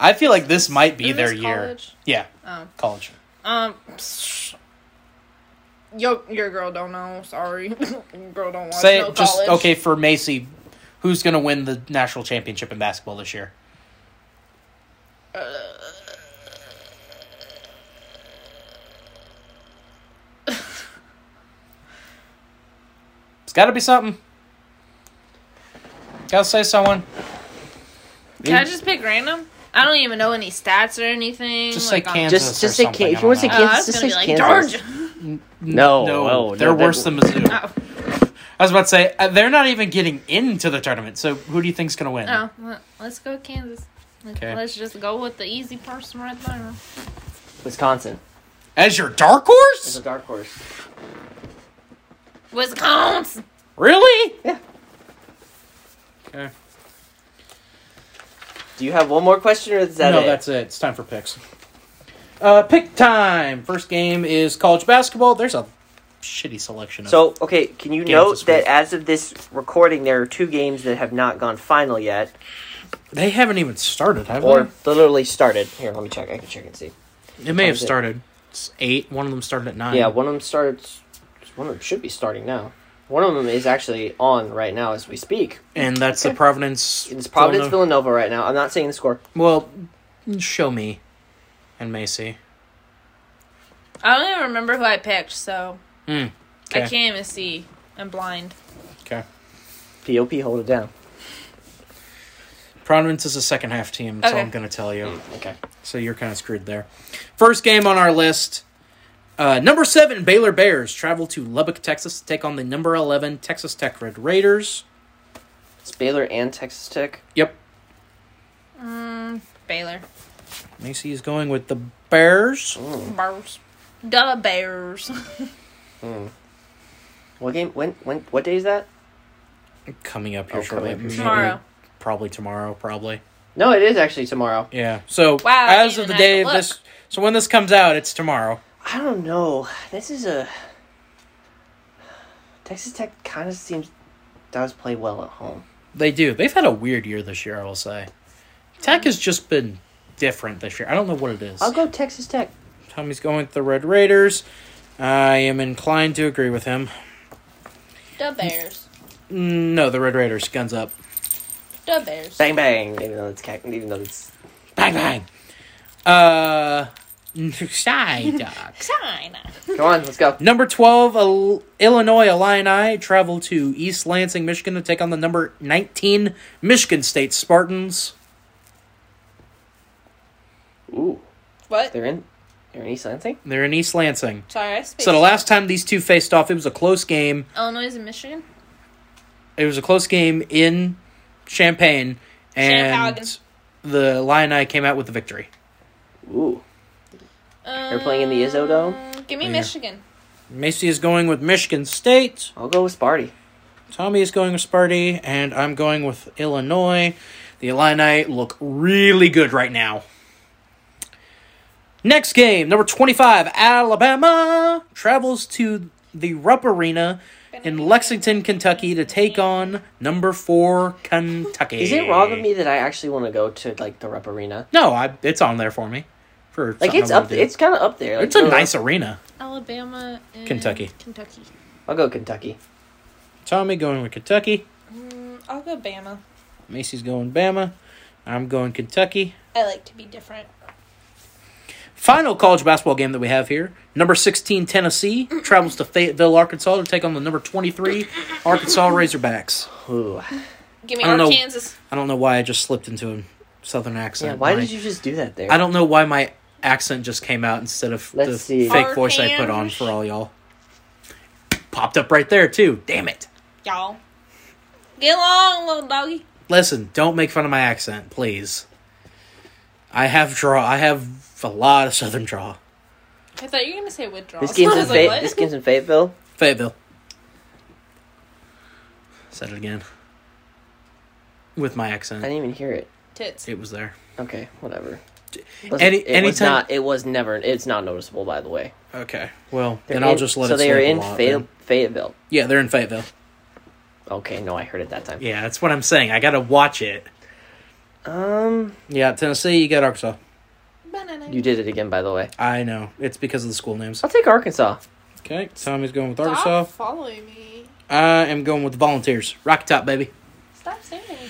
Speaker 1: I feel like this might be
Speaker 3: Is
Speaker 1: their
Speaker 3: this
Speaker 1: year.
Speaker 3: college?
Speaker 1: Yeah,
Speaker 3: Oh.
Speaker 1: college.
Speaker 3: Um. psh, Yo, your girl don't know. Sorry, (laughs) Your girl don't watch
Speaker 1: Say
Speaker 3: no
Speaker 1: it just
Speaker 3: college.
Speaker 1: okay for Macy. Who's going to win the national championship in basketball this year? it's got to be something. Gotta say someone.
Speaker 3: Can I just pick random? I don't even know any stats or anything.
Speaker 1: Just say
Speaker 3: like on-
Speaker 1: Kansas.
Speaker 4: Just
Speaker 1: or
Speaker 4: just say
Speaker 1: something,
Speaker 4: Kansas.
Speaker 1: I
Speaker 4: If you want to
Speaker 1: don't
Speaker 4: say
Speaker 1: know.
Speaker 3: Oh, I was
Speaker 4: Kansas, just
Speaker 3: gonna
Speaker 4: say
Speaker 3: be like
Speaker 4: Kansas.
Speaker 3: Georgia.
Speaker 4: No,
Speaker 1: no,
Speaker 4: no,
Speaker 1: they're
Speaker 4: no, that-
Speaker 1: worse than Mizzou.
Speaker 3: Oh,
Speaker 1: I was about to say uh, they're not even getting into the tournament. So who do you think's gonna win?
Speaker 3: oh, let- let's go Kansas. Let-
Speaker 1: Okay.
Speaker 3: Let's just go with the easy person right there.
Speaker 4: Wisconsin.
Speaker 1: As your dark
Speaker 4: It's a
Speaker 1: horse?
Speaker 4: dark horse.
Speaker 3: Wisconsin.
Speaker 1: Really?
Speaker 4: Yeah.
Speaker 1: Okay.
Speaker 2: Do you have one more question, or is that
Speaker 1: no,
Speaker 2: it?
Speaker 1: that's it. It's time for picks. Uh, pick time. First game is college basketball. There's a shitty selection. Of
Speaker 2: So, okay, can you
Speaker 1: Games
Speaker 2: note
Speaker 1: this
Speaker 2: that
Speaker 1: week.
Speaker 2: as of this recording, there are two games that have not gone final yet,
Speaker 1: they haven't even started, have
Speaker 2: or literally started. Here, let me check. I can check and see.
Speaker 1: they? It may have
Speaker 2: is it?
Speaker 1: started. It's eight. One of them started at nine.
Speaker 2: Yeah, one of them starts. One of them should be starting now. One of them is actually on right now as we speak.
Speaker 1: and that's the Providence.
Speaker 2: It's Providence
Speaker 1: Villanova-
Speaker 2: Villanova right now. I'm not saying the score.
Speaker 1: Well, show me, and Macy.
Speaker 3: I don't even remember who I picked, so
Speaker 1: Hmm.
Speaker 3: I
Speaker 1: 'Kay.
Speaker 3: can't even see. I'm blind.
Speaker 1: Okay.
Speaker 2: POP, hold it down.
Speaker 1: Providence is a second half team. That's all
Speaker 3: Okay.
Speaker 1: I'm going to tell you.
Speaker 2: Okay.
Speaker 1: So you're kind of screwed there. First game on our list. Uh, number seven, Baylor Bears travel to Lubbock, Texas to take on the number 11 Texas Tech Red Raiders.
Speaker 2: It's Baylor and Texas Tech.
Speaker 1: Yep.
Speaker 3: Baylor.
Speaker 1: Macy is going with the Bears.
Speaker 2: Mm.
Speaker 3: Bears. The Bears.
Speaker 2: What game? When? When? What day is that?
Speaker 1: Coming up here
Speaker 2: Oh,
Speaker 1: shortly.
Speaker 2: coming up here
Speaker 1: Maybe-
Speaker 3: Tomorrow.
Speaker 1: Probably tomorrow, probably.
Speaker 2: No, it is actually tomorrow.
Speaker 1: Yeah. So
Speaker 3: Wow, I
Speaker 1: as
Speaker 3: didn't
Speaker 1: of the
Speaker 3: even
Speaker 1: day
Speaker 3: have
Speaker 1: of
Speaker 3: to
Speaker 1: this
Speaker 3: look.
Speaker 1: so when this comes out, it's tomorrow.
Speaker 2: I don't know. This is a Texas Tech kind of seems does play well at home.
Speaker 1: They do. They've had a weird year this year, I will say. Tech has just been different this year. I don't know what it is.
Speaker 2: I'll go Texas Tech.
Speaker 1: Tommy's going with the Red Raiders. I am inclined to agree with him.
Speaker 3: The Bears.
Speaker 1: No, the Red Raiders, guns up.
Speaker 3: The Bears.
Speaker 2: Bang bang. Even though it's Cac- even though it's
Speaker 1: Bang bang. Uh (laughs) Shydock.
Speaker 3: China.
Speaker 2: come on, let's go.
Speaker 1: number twelve, Il- Illinois Illini travel to East Lansing, Michigan to take on the number nineteen Michigan State Spartans.
Speaker 2: Ooh,
Speaker 3: What?
Speaker 2: they're in. They're in East Lansing.
Speaker 1: They're in East Lansing.
Speaker 3: Sorry, I spaced.
Speaker 1: So the last time these two faced off, it was a close game.
Speaker 3: Illinois and Michigan?
Speaker 1: It was a close game in Champaign, and
Speaker 3: Champaign.
Speaker 1: the Illini came out with the victory.
Speaker 2: Ooh,
Speaker 3: Um,
Speaker 2: they're playing in the Izzo Dome.
Speaker 3: Give me
Speaker 1: Yeah.
Speaker 3: Michigan.
Speaker 1: Macy is going with Michigan State.
Speaker 2: I'll go with Sparty.
Speaker 1: Tommy is going with Sparty, and I'm going with Illinois. The Illini look really good right now. Next game, number 25, Alabama travels to the Rupp Arena in Lexington, Kentucky to take on number four, Kentucky.
Speaker 2: Is it wrong of me that I actually want to go to like the Rep Arena?
Speaker 1: No, I, it's on there for me. For
Speaker 2: Like
Speaker 1: something
Speaker 2: it's
Speaker 1: I wanna
Speaker 2: up.
Speaker 1: do.
Speaker 2: It's kind of up there. Like,
Speaker 1: It's a
Speaker 2: I'll-
Speaker 1: nice arena.
Speaker 3: Alabama and
Speaker 1: Kentucky.
Speaker 3: Kentucky.
Speaker 2: I'll go Kentucky.
Speaker 1: Tommy going with Kentucky.
Speaker 3: Mm, I'll go Bama.
Speaker 1: Macy's going Bama. I'm going Kentucky.
Speaker 3: I like to be different.
Speaker 1: Final college basketball game that we have here. Number 16, Tennessee, travels to Fayetteville, Arkansas to take on the number 23, Arkansas Razorbacks.
Speaker 2: Ooh.
Speaker 3: Give me
Speaker 1: I don't know.
Speaker 3: Arkansas.
Speaker 1: I don't know why I just slipped into a southern accent.
Speaker 2: Yeah. Why
Speaker 1: My-
Speaker 2: did you just do that there?
Speaker 1: I don't know why my accent just came out instead of
Speaker 2: Let's
Speaker 1: the
Speaker 2: see.
Speaker 1: fake voice I put on
Speaker 3: Arkansas.
Speaker 1: for all y'all. Popped up right there, too. Damn it.
Speaker 3: Y'all. Get along, little doggy.
Speaker 1: Listen, don't make fun of my accent, please. I have draw. I have a lot of southern draw.
Speaker 3: I thought you were gonna say withdrawal.
Speaker 2: This game's
Speaker 3: (laughs) I
Speaker 2: in
Speaker 3: was like,
Speaker 2: Fa-
Speaker 3: what?
Speaker 2: this game's in Fayetteville.
Speaker 1: Fayetteville. Said it again. With my
Speaker 2: I
Speaker 1: accent,
Speaker 2: didn't even hear it.
Speaker 3: Tits.
Speaker 1: it was there.
Speaker 2: Okay, whatever.
Speaker 1: Any-
Speaker 2: it was
Speaker 1: anytime-
Speaker 2: not. It was never. It's not noticeable, by the way.
Speaker 1: Okay. Well,
Speaker 2: They're
Speaker 1: then I'll
Speaker 2: in-
Speaker 1: just let
Speaker 2: So
Speaker 1: it
Speaker 2: they
Speaker 1: slip
Speaker 2: are
Speaker 1: a
Speaker 2: in
Speaker 1: lot,
Speaker 2: Fayette-
Speaker 1: then.
Speaker 2: Fayetteville.
Speaker 1: Yeah, they're in Fayetteville.
Speaker 2: Okay, no, I heard it that time.
Speaker 1: Yeah, that's what I'm saying. I gotta watch it.
Speaker 2: Um,
Speaker 1: Yeah, Tennessee. You got Arkansas.
Speaker 3: Banana.
Speaker 2: you did it again, by the way.
Speaker 1: I know. It's because of the school names.
Speaker 2: I'll take Arkansas.
Speaker 1: Okay. Tommy's going with
Speaker 3: Stop
Speaker 1: Arkansas.
Speaker 3: following me.
Speaker 1: I am going with the Volunteers. Rock Top, baby.
Speaker 3: Stop saying anything.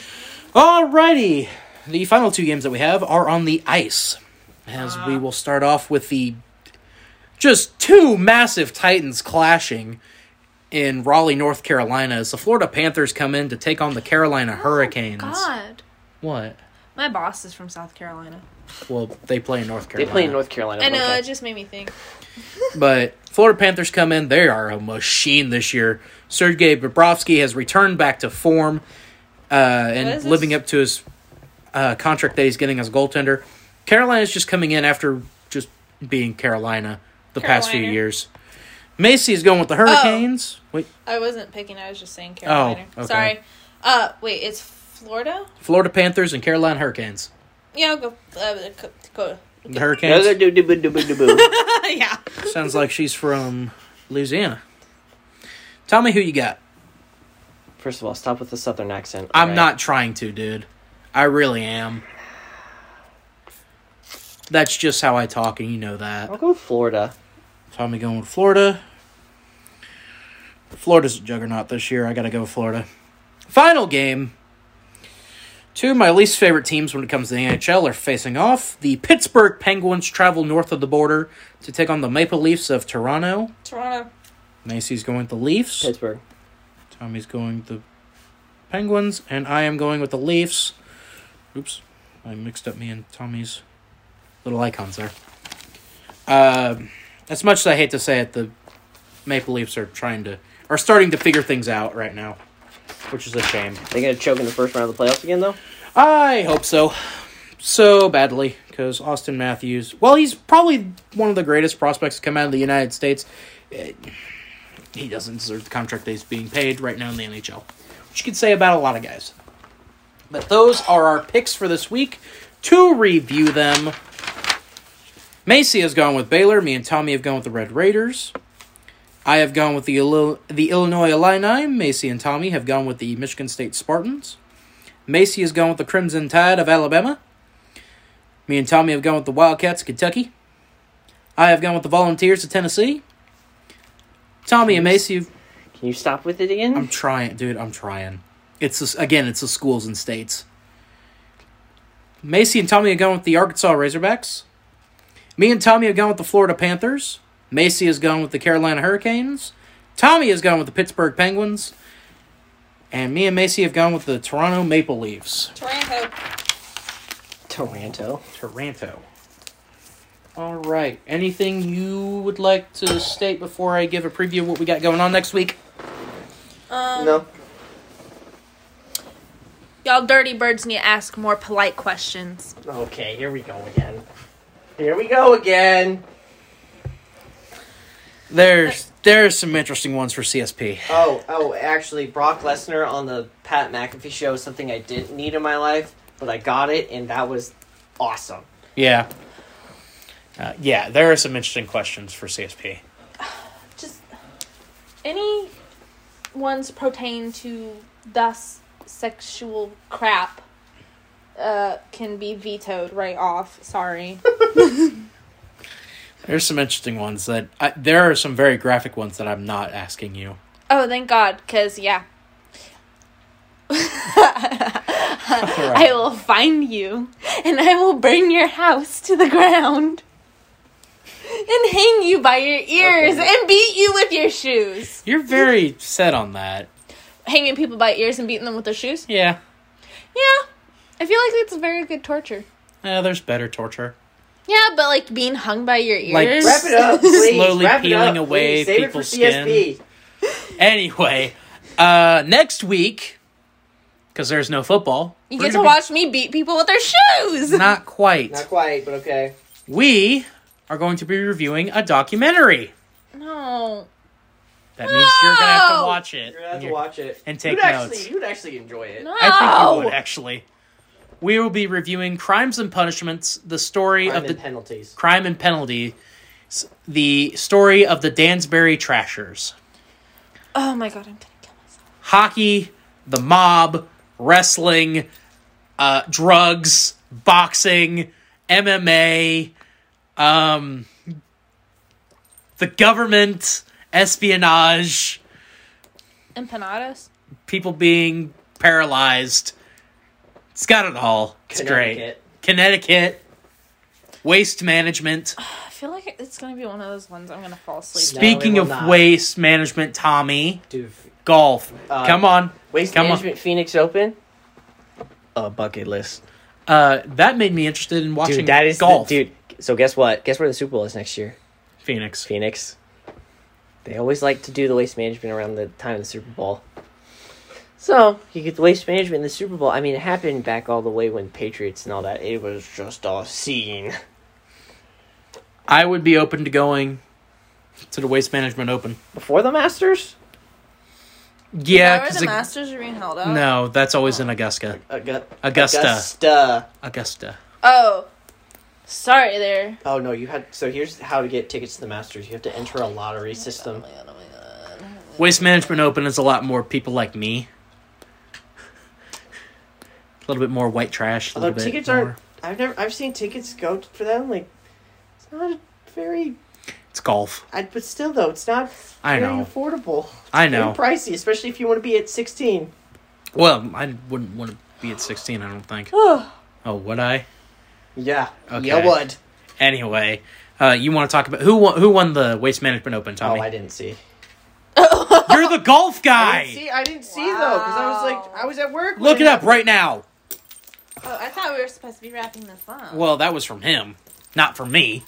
Speaker 1: Alrighty. The final two games that we have are on the ice. As we will start off with the just two massive Titans clashing in Raleigh, North Carolina, as the Florida Panthers come in to take on the Carolina Hurricanes.
Speaker 3: Oh, God.
Speaker 1: What?
Speaker 3: My boss is from South Carolina.
Speaker 1: Well, they play in North
Speaker 2: They
Speaker 1: Carolina.
Speaker 2: play in North Carolina.
Speaker 3: I know,
Speaker 2: Oh, okay.
Speaker 3: it uh, just made me think.
Speaker 1: But Florida Panthers come in. They are a machine this year. Sergei Bobrovsky has returned back to form uh,
Speaker 3: What
Speaker 1: and
Speaker 3: is
Speaker 1: living
Speaker 3: this?
Speaker 1: up to his uh, contract that he's getting as a goaltender. Carolina's just coming in after just being Carolina the past few
Speaker 3: Carolina. Oh.
Speaker 1: years. Macy is going with the Hurricanes. Wait,
Speaker 3: I wasn't picking, I was just saying
Speaker 2: Oh,
Speaker 3: Carolina.
Speaker 1: okay.
Speaker 3: Sorry. Uh, wait, it's Florida?
Speaker 1: Florida Panthers and Carolina Hurricanes.
Speaker 3: Yeah, I'll go. Uh, co- go. (laughs)
Speaker 1: The
Speaker 4: Another
Speaker 1: Hurricanes.
Speaker 4: do do boo do boo do boo.
Speaker 3: yeah.
Speaker 1: Sounds like she's from Louisiana. Tell me who you got.
Speaker 4: First of all, stop with the southern accent.
Speaker 1: I'm
Speaker 4: alright?
Speaker 1: not trying to, dude. I really am. That's just how I talk, and you know that.
Speaker 4: I'll go with Florida.
Speaker 1: So I'm going with Florida. Florida's a juggernaut this year. I got to go with Florida. Final game. Two of my least favorite teams when it comes to the NHL are facing off. The Pittsburgh Penguins travel north of the border to take on the Maple Leafs of Toronto.
Speaker 3: Toronto.
Speaker 1: Macy's going with the Leafs.
Speaker 4: Pittsburgh.
Speaker 1: Tommy's going the Penguins, and I am going with the Leafs. Oops, I mixed up me and Tommy's little icons there. Uh, as much as I hate to say it, the Maple Leafs are trying to are starting to figure things out right now, which is a shame.
Speaker 4: They gonna choke in the first round of the playoffs again though?
Speaker 1: I hope so, so badly because Austin Matthews. Well, he's probably one of the greatest prospects to come out of the United States. Eh, he doesn't deserve the contract that he's being paid right now in the NHL, which you could say about a lot of guys. But those are our picks for this week. To review them, Macy has gone with Baylor. Me and Tommy have gone with the Red Raiders. I have gone with the, Illi- the Illinois Illini. Macy and Tommy have gone with the Michigan State Spartans. Macy has gone with the Crimson Tide of Alabama. Me and Tommy have gone with the Wildcats of Kentucky. I have gone with the Volunteers of Tennessee. Tommy and Macy,
Speaker 4: Can you stop with it again?
Speaker 1: I'm trying, dude. I'm trying. It's the- again, it's the schools and states. Macy and Tommy have gone with the Arkansas Razorbacks. Me and Tommy have gone with the Florida Panthers. Macy has gone with the Carolina Hurricanes. Tommy has gone with the Pittsburgh Penguins. And me and Macy have gone with the Toronto Maple Leafs.
Speaker 3: Toronto.
Speaker 4: Toronto.
Speaker 1: Toronto. All right. Anything you would like to state before I give a preview of what we got going on next week?
Speaker 3: Um,
Speaker 2: No.
Speaker 3: Y'all dirty birds need to ask more polite questions.
Speaker 2: Okay, here we go again. Here we go again.
Speaker 1: There's there's some interesting ones for CSP.
Speaker 2: Oh, oh, actually, Brock Lesnar on the Pat McAfee show is something I didn't need in my life, but I got it, and that was awesome.
Speaker 1: Yeah. Uh, yeah, there are some interesting questions for CSP.
Speaker 3: Just any ones pertain to thus sexual crap uh, can be vetoed right off. Sorry.
Speaker 1: There's some interesting ones that I, there are some very graphic ones that I'm not asking you.
Speaker 3: (laughs) oh, thank God, because, yeah. (laughs) I will find you and I will burn your house to the ground and hang you by your ears
Speaker 2: Okay.
Speaker 3: and beat you with your shoes.
Speaker 1: You're very set on that.
Speaker 3: Hanging people by ears and beating them with their shoes?
Speaker 1: Yeah.
Speaker 3: Yeah. I feel like it's very good torture.
Speaker 1: Yeah, there's better torture.
Speaker 3: Yeah, but like being hung by your
Speaker 1: Like-
Speaker 3: ears.
Speaker 2: Wrap it
Speaker 1: (laughs)
Speaker 2: up, please.
Speaker 1: Slowly
Speaker 2: Wrap it
Speaker 1: peeling
Speaker 2: up,
Speaker 1: away
Speaker 2: please. Save
Speaker 1: people's
Speaker 2: it for CSP.
Speaker 1: Anyway, uh, next week, because there's no football,
Speaker 3: you
Speaker 1: we're
Speaker 3: get to
Speaker 1: gonna be-
Speaker 3: watch me beat people with their
Speaker 1: (laughs)
Speaker 3: shoes.
Speaker 1: Not quite.
Speaker 2: Not quite, but okay.
Speaker 1: we are going to be reviewing a documentary.
Speaker 3: no.
Speaker 1: That means you're gonna have to
Speaker 3: No!
Speaker 1: watch it.
Speaker 2: You're gonna have
Speaker 1: and
Speaker 2: to
Speaker 1: you're-
Speaker 2: watch it
Speaker 1: and take
Speaker 2: you'd
Speaker 1: notes.
Speaker 2: Actually, you'd actually enjoy it.
Speaker 3: No.
Speaker 1: I think you would actually. We will be reviewing Crimes and Punishments, the story
Speaker 2: Crime
Speaker 1: of the
Speaker 2: and penalties.
Speaker 1: crime and penalty, s- the story of the Dansbury Trashers,
Speaker 3: Oh my god, I'm gonna kill myself.
Speaker 1: hockey, the mob, wrestling, uh, drugs, boxing, MMA, um, the government, espionage,
Speaker 3: Empanadas?
Speaker 1: people being paralyzed. It's got it all. It's great.
Speaker 2: Connecticut.
Speaker 1: Connecticut, waste management.
Speaker 3: I feel like it's gonna be one of those ones I'm gonna fall asleep.
Speaker 2: Spe-
Speaker 1: Speaking
Speaker 2: will
Speaker 1: of
Speaker 2: not.
Speaker 1: waste management, Tommy,
Speaker 2: Dude,
Speaker 1: golf.
Speaker 2: Uh,
Speaker 1: Come on.
Speaker 2: Waste
Speaker 1: Come on.
Speaker 2: Management Phoenix Open. A bucket list.
Speaker 1: Uh, that made me interested in watching
Speaker 4: Dude, that is the-
Speaker 1: golf.
Speaker 4: dude. So guess what? Guess where the Super Bowl is next year?
Speaker 1: Phoenix.
Speaker 4: Phoenix. They always like to do the waste management around the time of the Super Bowl. So you get the waste management in the Super Bowl. I mean, it happened back all the way when Patriots and all that. It was just a scene.
Speaker 1: I would be open to going to the Waste Management Open.
Speaker 4: Before the Masters,
Speaker 1: Yeah,
Speaker 3: Where
Speaker 1: 'cause
Speaker 3: the
Speaker 1: it-
Speaker 3: Masters are being held up?
Speaker 1: no, that's always in Augusta.
Speaker 2: Agu-
Speaker 1: Augusta.
Speaker 2: Augusta.
Speaker 1: Augusta.
Speaker 3: Oh, sorry there.
Speaker 2: Oh no, you had. So here's how to get tickets to the Masters. You have to enter a lottery system.
Speaker 3: Oh my god, oh my god.
Speaker 1: Waste Management Open is a lot more people like me. A little bit more white trash. A
Speaker 2: Although
Speaker 1: little bit
Speaker 2: tickets
Speaker 1: more.
Speaker 2: aren't. I've never. I've seen tickets go for them. Like, it's not very.
Speaker 1: It's golf.
Speaker 2: I, but still though, it's not.
Speaker 1: I
Speaker 2: very
Speaker 1: know.
Speaker 2: Affordable. It's
Speaker 1: I
Speaker 2: very
Speaker 1: know.
Speaker 2: pricey, especially if you want to be at sixteen.
Speaker 1: Well, I wouldn't want to be at 16, I don't think.
Speaker 3: Oh,
Speaker 1: Oh, would I?
Speaker 2: Yeah.
Speaker 1: Okay.
Speaker 2: Yeah. Would.
Speaker 1: Anyway, uh, you want to talk about who won, who won the Waste Management Open, Tommy?
Speaker 2: Oh, I didn't see.
Speaker 1: (laughs) You're the golf
Speaker 2: I didn't
Speaker 1: guy.
Speaker 2: see. I didn't see though because I was
Speaker 3: Wow.
Speaker 2: like, I was at work. when
Speaker 1: Look it up
Speaker 2: happened.
Speaker 1: right now.
Speaker 3: oh, I thought we were supposed to be wrapping this up.
Speaker 1: Well, that was from him, not from me.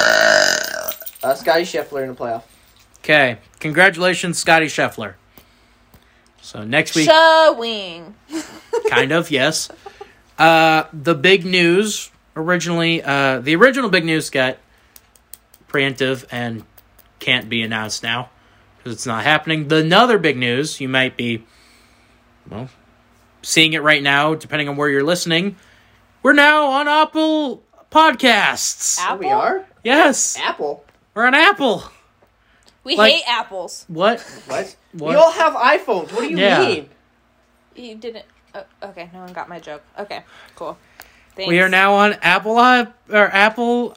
Speaker 2: Uh, Scotty Scheffler in the playoff.
Speaker 1: Okay, congratulations, Scotty Scheffler. So next week,
Speaker 3: Showing.
Speaker 1: kind of yes. Uh, the big news originally, uh, the original big news got preemptive and can't be announced now because it's not happening. The another big news you might be, well, seeing it right now, depending on where you're listening. We're now on Apple Podcasts.
Speaker 3: Apple?
Speaker 2: There we are.
Speaker 1: Yes,
Speaker 2: Apple.
Speaker 1: we're on Apple.
Speaker 3: We
Speaker 1: Like-
Speaker 3: hate apples.
Speaker 1: What?
Speaker 2: What?
Speaker 1: What?
Speaker 2: We all have iPhones. What do you
Speaker 1: Yeah.
Speaker 2: mean?
Speaker 3: You didn't. Oh, okay, no one got my joke. Okay, cool. Thanks.
Speaker 1: We are now on Apple i or Apple.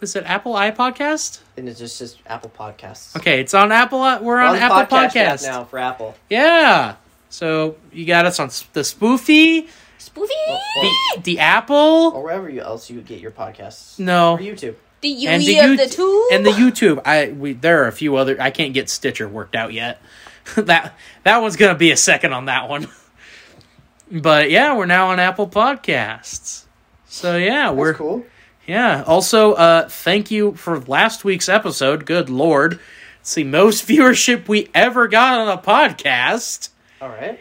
Speaker 1: Is it Apple iPodcast?
Speaker 2: And it's just, just Apple Podcasts.
Speaker 1: Okay, it's on Apple. i- We're
Speaker 2: We're
Speaker 1: on,
Speaker 2: the
Speaker 1: Apple
Speaker 2: podcast app
Speaker 1: Podcast.
Speaker 2: now for Apple.
Speaker 1: Yeah. So you got us on s- the Spoofy,
Speaker 3: Spoofy!
Speaker 1: the,
Speaker 2: Well,
Speaker 1: the Apple,
Speaker 2: or wherever you else you get your podcasts.
Speaker 1: no,
Speaker 2: Or YouTube.
Speaker 3: The UE
Speaker 1: and the,
Speaker 3: of
Speaker 1: you-
Speaker 3: the two?
Speaker 1: and the YouTube. I we there are a few other. I can't get Stitcher worked out yet. (laughs) that that one's gonna be a second on that one. (laughs) but yeah, we're now on Apple Podcasts. So yeah,
Speaker 2: That's
Speaker 1: we're
Speaker 2: cool.
Speaker 1: Yeah. Also, uh, thank you for last week's episode. Good lord, it's the most (laughs) viewership we ever got on a podcast.
Speaker 2: All right.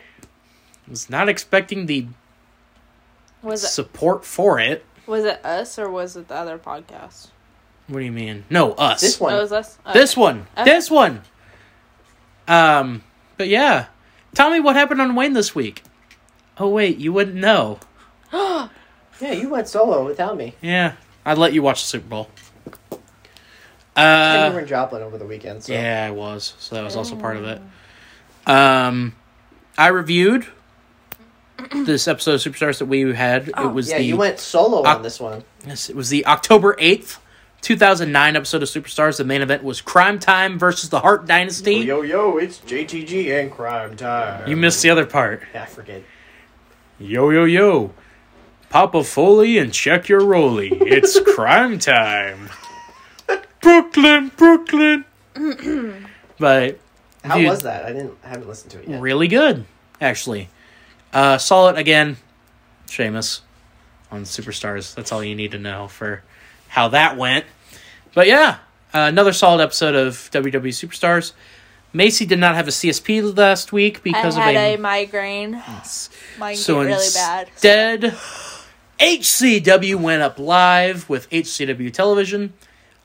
Speaker 1: Was not expecting the
Speaker 3: was, it,
Speaker 1: support for it.
Speaker 3: was it us or was it the other podcast?
Speaker 1: What do you mean? No, us.
Speaker 2: This one.
Speaker 3: Oh, it was us? Okay.
Speaker 1: This one.
Speaker 3: Okay.
Speaker 1: This one. Um. But yeah, tell me what happened on Wayne this week. Oh wait, you wouldn't know.
Speaker 2: Yeah, you went solo without me.
Speaker 1: Yeah, I let you watch the Super Bowl.
Speaker 2: and
Speaker 1: Uh,
Speaker 2: you were in Joplin over the weekend. So.
Speaker 1: Yeah, I was. So that was also part of it.
Speaker 2: Oh.
Speaker 1: Um, I reviewed this episode of Superstars that we had.
Speaker 3: Oh,
Speaker 1: it was
Speaker 2: Yeah,
Speaker 1: the
Speaker 2: you went solo
Speaker 1: Oc-
Speaker 2: on this one.
Speaker 1: yes, it was the October eighth, two thousand nine episode of Superstars. The main event was Crime Time versus the Hart Dynasty.
Speaker 2: yo, it's JTG and crime time.
Speaker 1: You missed the other part.
Speaker 2: Yeah, I forget.
Speaker 1: Yo yo yo. Pop a Foley and check your rolly.
Speaker 2: (laughs)
Speaker 1: It's crime time. Brooklyn, Brooklyn. (clears throat) but
Speaker 2: How
Speaker 1: Dude.
Speaker 2: was that? I didn't. I haven't listened to it yet.
Speaker 1: really good, actually. Uh, saw it again, Seamus, on Superstars. That's all you need to know for how that went. But yeah, uh, another solid episode of WWE Superstars. Macy did not have a CSP last week because
Speaker 3: I
Speaker 1: of
Speaker 3: had a,
Speaker 1: a,
Speaker 3: migraine. Mine
Speaker 1: so
Speaker 3: get really bad.
Speaker 1: instead, HCW went up live with HCW Television.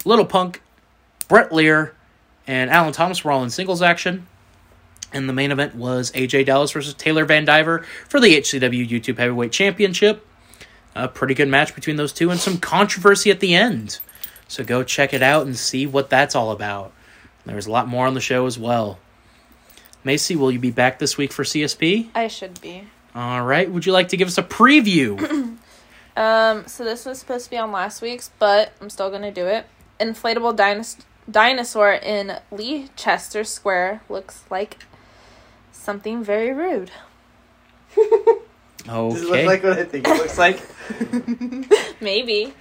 Speaker 1: Little Punk, Brett Lear, and Alan Thomas were all in singles action. And the main event was AJ Dallas versus Taylor Van Diver for the HCW YouTube Heavyweight Championship. A pretty good match between those two and some controversy at the end. So go check it out and see what that's all about. There was a lot more on the show as well. Macy, will you be back this week for CSP?
Speaker 3: I should be.
Speaker 1: All right. Would you like to give us a
Speaker 2: (clears throat)
Speaker 1: preview?
Speaker 3: Um, so this was supposed to be on last week's, but I'm still gonna do it. Inflatable dinos- dinosaur in Lee Chester Square looks like something
Speaker 1: (laughs)
Speaker 3: very rude.
Speaker 2: Does it look
Speaker 1: Okay.
Speaker 2: like what I think it looks like?
Speaker 3: Maybe.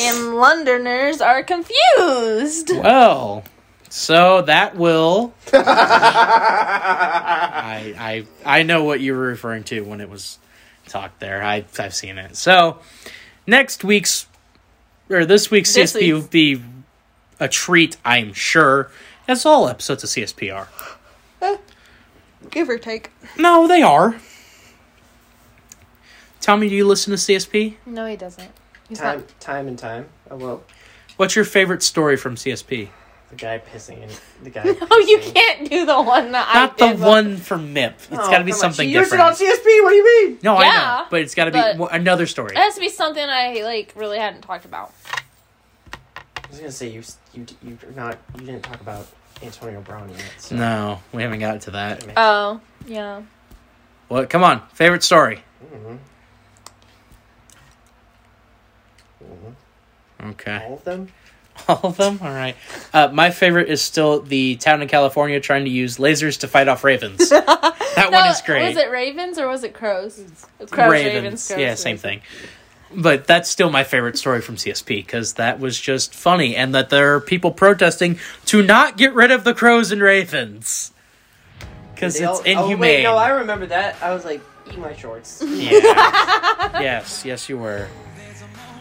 Speaker 3: And Londoners are confused.
Speaker 1: well, so that
Speaker 2: (laughs)
Speaker 1: will. I I I know what you were referring to when it was talked there. I I've seen it. So next week's or this week's
Speaker 3: This
Speaker 1: CSP
Speaker 3: week's-
Speaker 1: will be a treat, I'm sure, as all episodes of CSP are.
Speaker 3: Give or take.
Speaker 1: No, they are. Tommy, do you listen to CSP?
Speaker 3: No, he doesn't. He's (laughs)
Speaker 2: time,
Speaker 3: not.
Speaker 2: time, and time. Oh well.
Speaker 1: What's your favorite story from CSP?
Speaker 2: The guy pissing and
Speaker 1: (laughs)
Speaker 2: the guy.
Speaker 3: No, Oh, you
Speaker 2: pissing.
Speaker 3: can't do the one that
Speaker 1: Not
Speaker 3: I
Speaker 1: the
Speaker 3: did. but-
Speaker 1: one for MIP. It's
Speaker 2: Oh,
Speaker 1: got to be
Speaker 2: come on.
Speaker 1: something
Speaker 2: She used it
Speaker 1: different.
Speaker 2: on CSP. What do you mean?
Speaker 1: no, I
Speaker 3: Yeah,
Speaker 1: know, but it's got to be
Speaker 3: but-
Speaker 1: w- another story.
Speaker 3: It has to be something I like really hadn't talked about.
Speaker 2: I was gonna say you you you're not you didn't talk about Antonio Brown yet. So.
Speaker 1: No, we haven't gotten to that.
Speaker 3: Oh, yeah.
Speaker 1: What? Come on, favorite story.
Speaker 3: Mm-hmm.
Speaker 2: Mhm. Mhm.
Speaker 1: Okay. (laughs)
Speaker 2: All of them.
Speaker 1: All of them? All right. Uh, my favorite is still the town in California trying to use lasers to fight off ravens.
Speaker 3: (laughs)
Speaker 1: that one is great.
Speaker 3: Was it ravens or was it crows? Crows, ravens, crows,
Speaker 1: yeah, same thing. But that's still my favorite story from CSP because that was just funny, and that there are people protesting to not get rid of the crows and ravens because
Speaker 2: They all-
Speaker 1: it's
Speaker 2: Oh,
Speaker 1: inhumane.
Speaker 2: wait, no, I remember that. I was like, eat my shorts. Uh,
Speaker 1: yeah. (laughs) yes, yes, you were.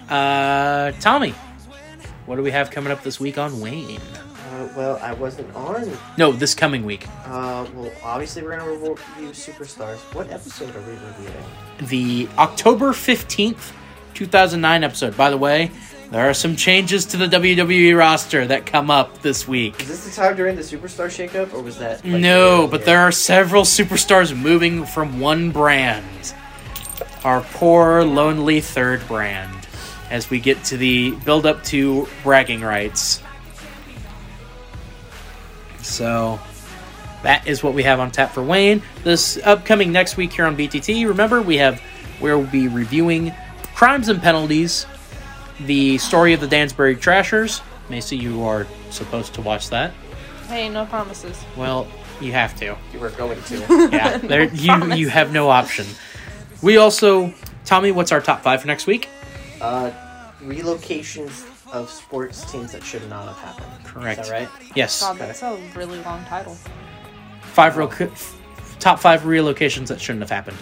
Speaker 1: Uh, Tommy, what do we have coming up this week on Wayne?
Speaker 2: Uh, well, I wasn't on.
Speaker 1: No, this coming week.
Speaker 2: Uh, well, obviously we're gonna review Superstars. What episode are we reviewing?
Speaker 1: the October 15th, 2009 episode. By the way, there are some changes to the WWE roster that come up this week.
Speaker 2: Is this the time during the Superstar shakeup, or was that? like,
Speaker 1: No,
Speaker 2: earlier?
Speaker 1: but there are several superstars moving from one brand. Our poor, lonely third brand. As we get to the build up to bragging rights. So, that is what we have on tap for Wayne. This upcoming next week here on BTT, remember, we have where we'll be reviewing Crimes and Penalties, the story of the Dansbury Trashers. Macy, you are supposed to watch that.
Speaker 3: Hey, no promises.
Speaker 1: Well, you have to.
Speaker 2: you were going
Speaker 1: (laughs)
Speaker 2: to.
Speaker 1: Yeah, there, you
Speaker 3: promise.
Speaker 1: you have no option. We also, Tommy, what's our top five for next week?
Speaker 2: uh, relocations of sports teams that should not have happened.
Speaker 1: Correct.
Speaker 2: Is that right?
Speaker 1: Yes,
Speaker 3: God, that's a really long title.
Speaker 1: five real, top five relocations that shouldn't have happened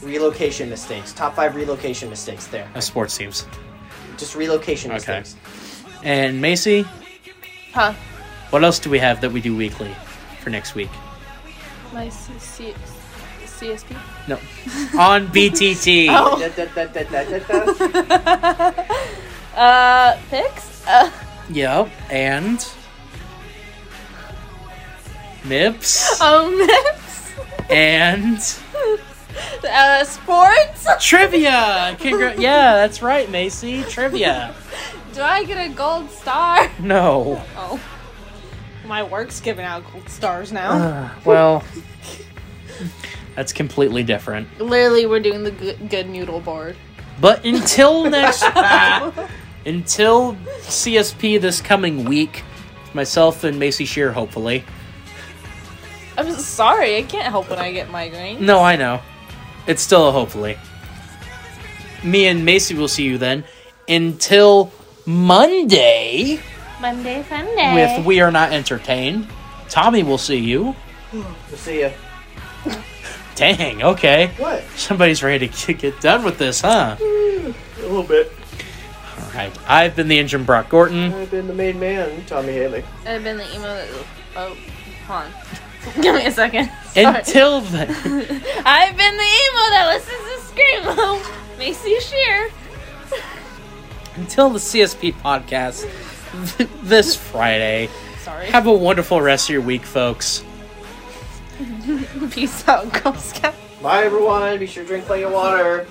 Speaker 2: Relocation mistakes. Top five relocation mistakes. There.
Speaker 1: as sports teams.
Speaker 2: Just relocation
Speaker 1: Okay. (laughs)
Speaker 2: mistakes.
Speaker 1: And Macy,
Speaker 3: Huh.
Speaker 1: what else do we have that we do weekly for next week?
Speaker 3: My C- C- CSP?
Speaker 1: No, (laughs) on BTT.
Speaker 3: Oh.
Speaker 2: Da, da, da, da, da, da, da.
Speaker 3: Uh, picks? Uh,
Speaker 1: Yep, and
Speaker 3: (laughs)
Speaker 1: Mips
Speaker 3: (laughs) um, mix?
Speaker 1: and
Speaker 3: Uh, sports?
Speaker 1: trivia. Congra- yeah, that's right, Macy. Trivia.
Speaker 3: Do I get a gold star?
Speaker 1: No.
Speaker 3: Oh. My work's giving out gold stars now.
Speaker 1: (sighs) well, that's completely different.
Speaker 3: Literally, we're doing the good, good noodle board.
Speaker 1: But until next until CSP this coming week, myself and Macy Shear, hopefully.
Speaker 3: I'm sorry, I can't help when I get migraine.
Speaker 1: No, I know. It's still a hopefully. Me and Macy will see you then. Until Monday
Speaker 3: Monday, Sunday.
Speaker 1: with We Are Not Entertained. Tommy will see you.
Speaker 2: We'll see ya.
Speaker 1: Dang, okay.
Speaker 2: What?
Speaker 1: Somebody's ready to get done with this, huh?
Speaker 2: A little bit.
Speaker 1: All right. I've been the engine Brock Gorton.
Speaker 2: I've been the main man, Tommy Haley.
Speaker 3: I've been the emo. That, oh, hold on. (laughs) Give me a second. Sorry.
Speaker 1: Until then,
Speaker 3: I've been the emo that listens to Screamo. (laughs) Macy Shear.
Speaker 1: until the CSP podcast th- this Friday.
Speaker 3: Sorry.
Speaker 1: Have a wonderful rest of your week, folks.
Speaker 3: Peace out, Girl Scout.
Speaker 2: Bye, everyone. Be sure to drink plenty of water.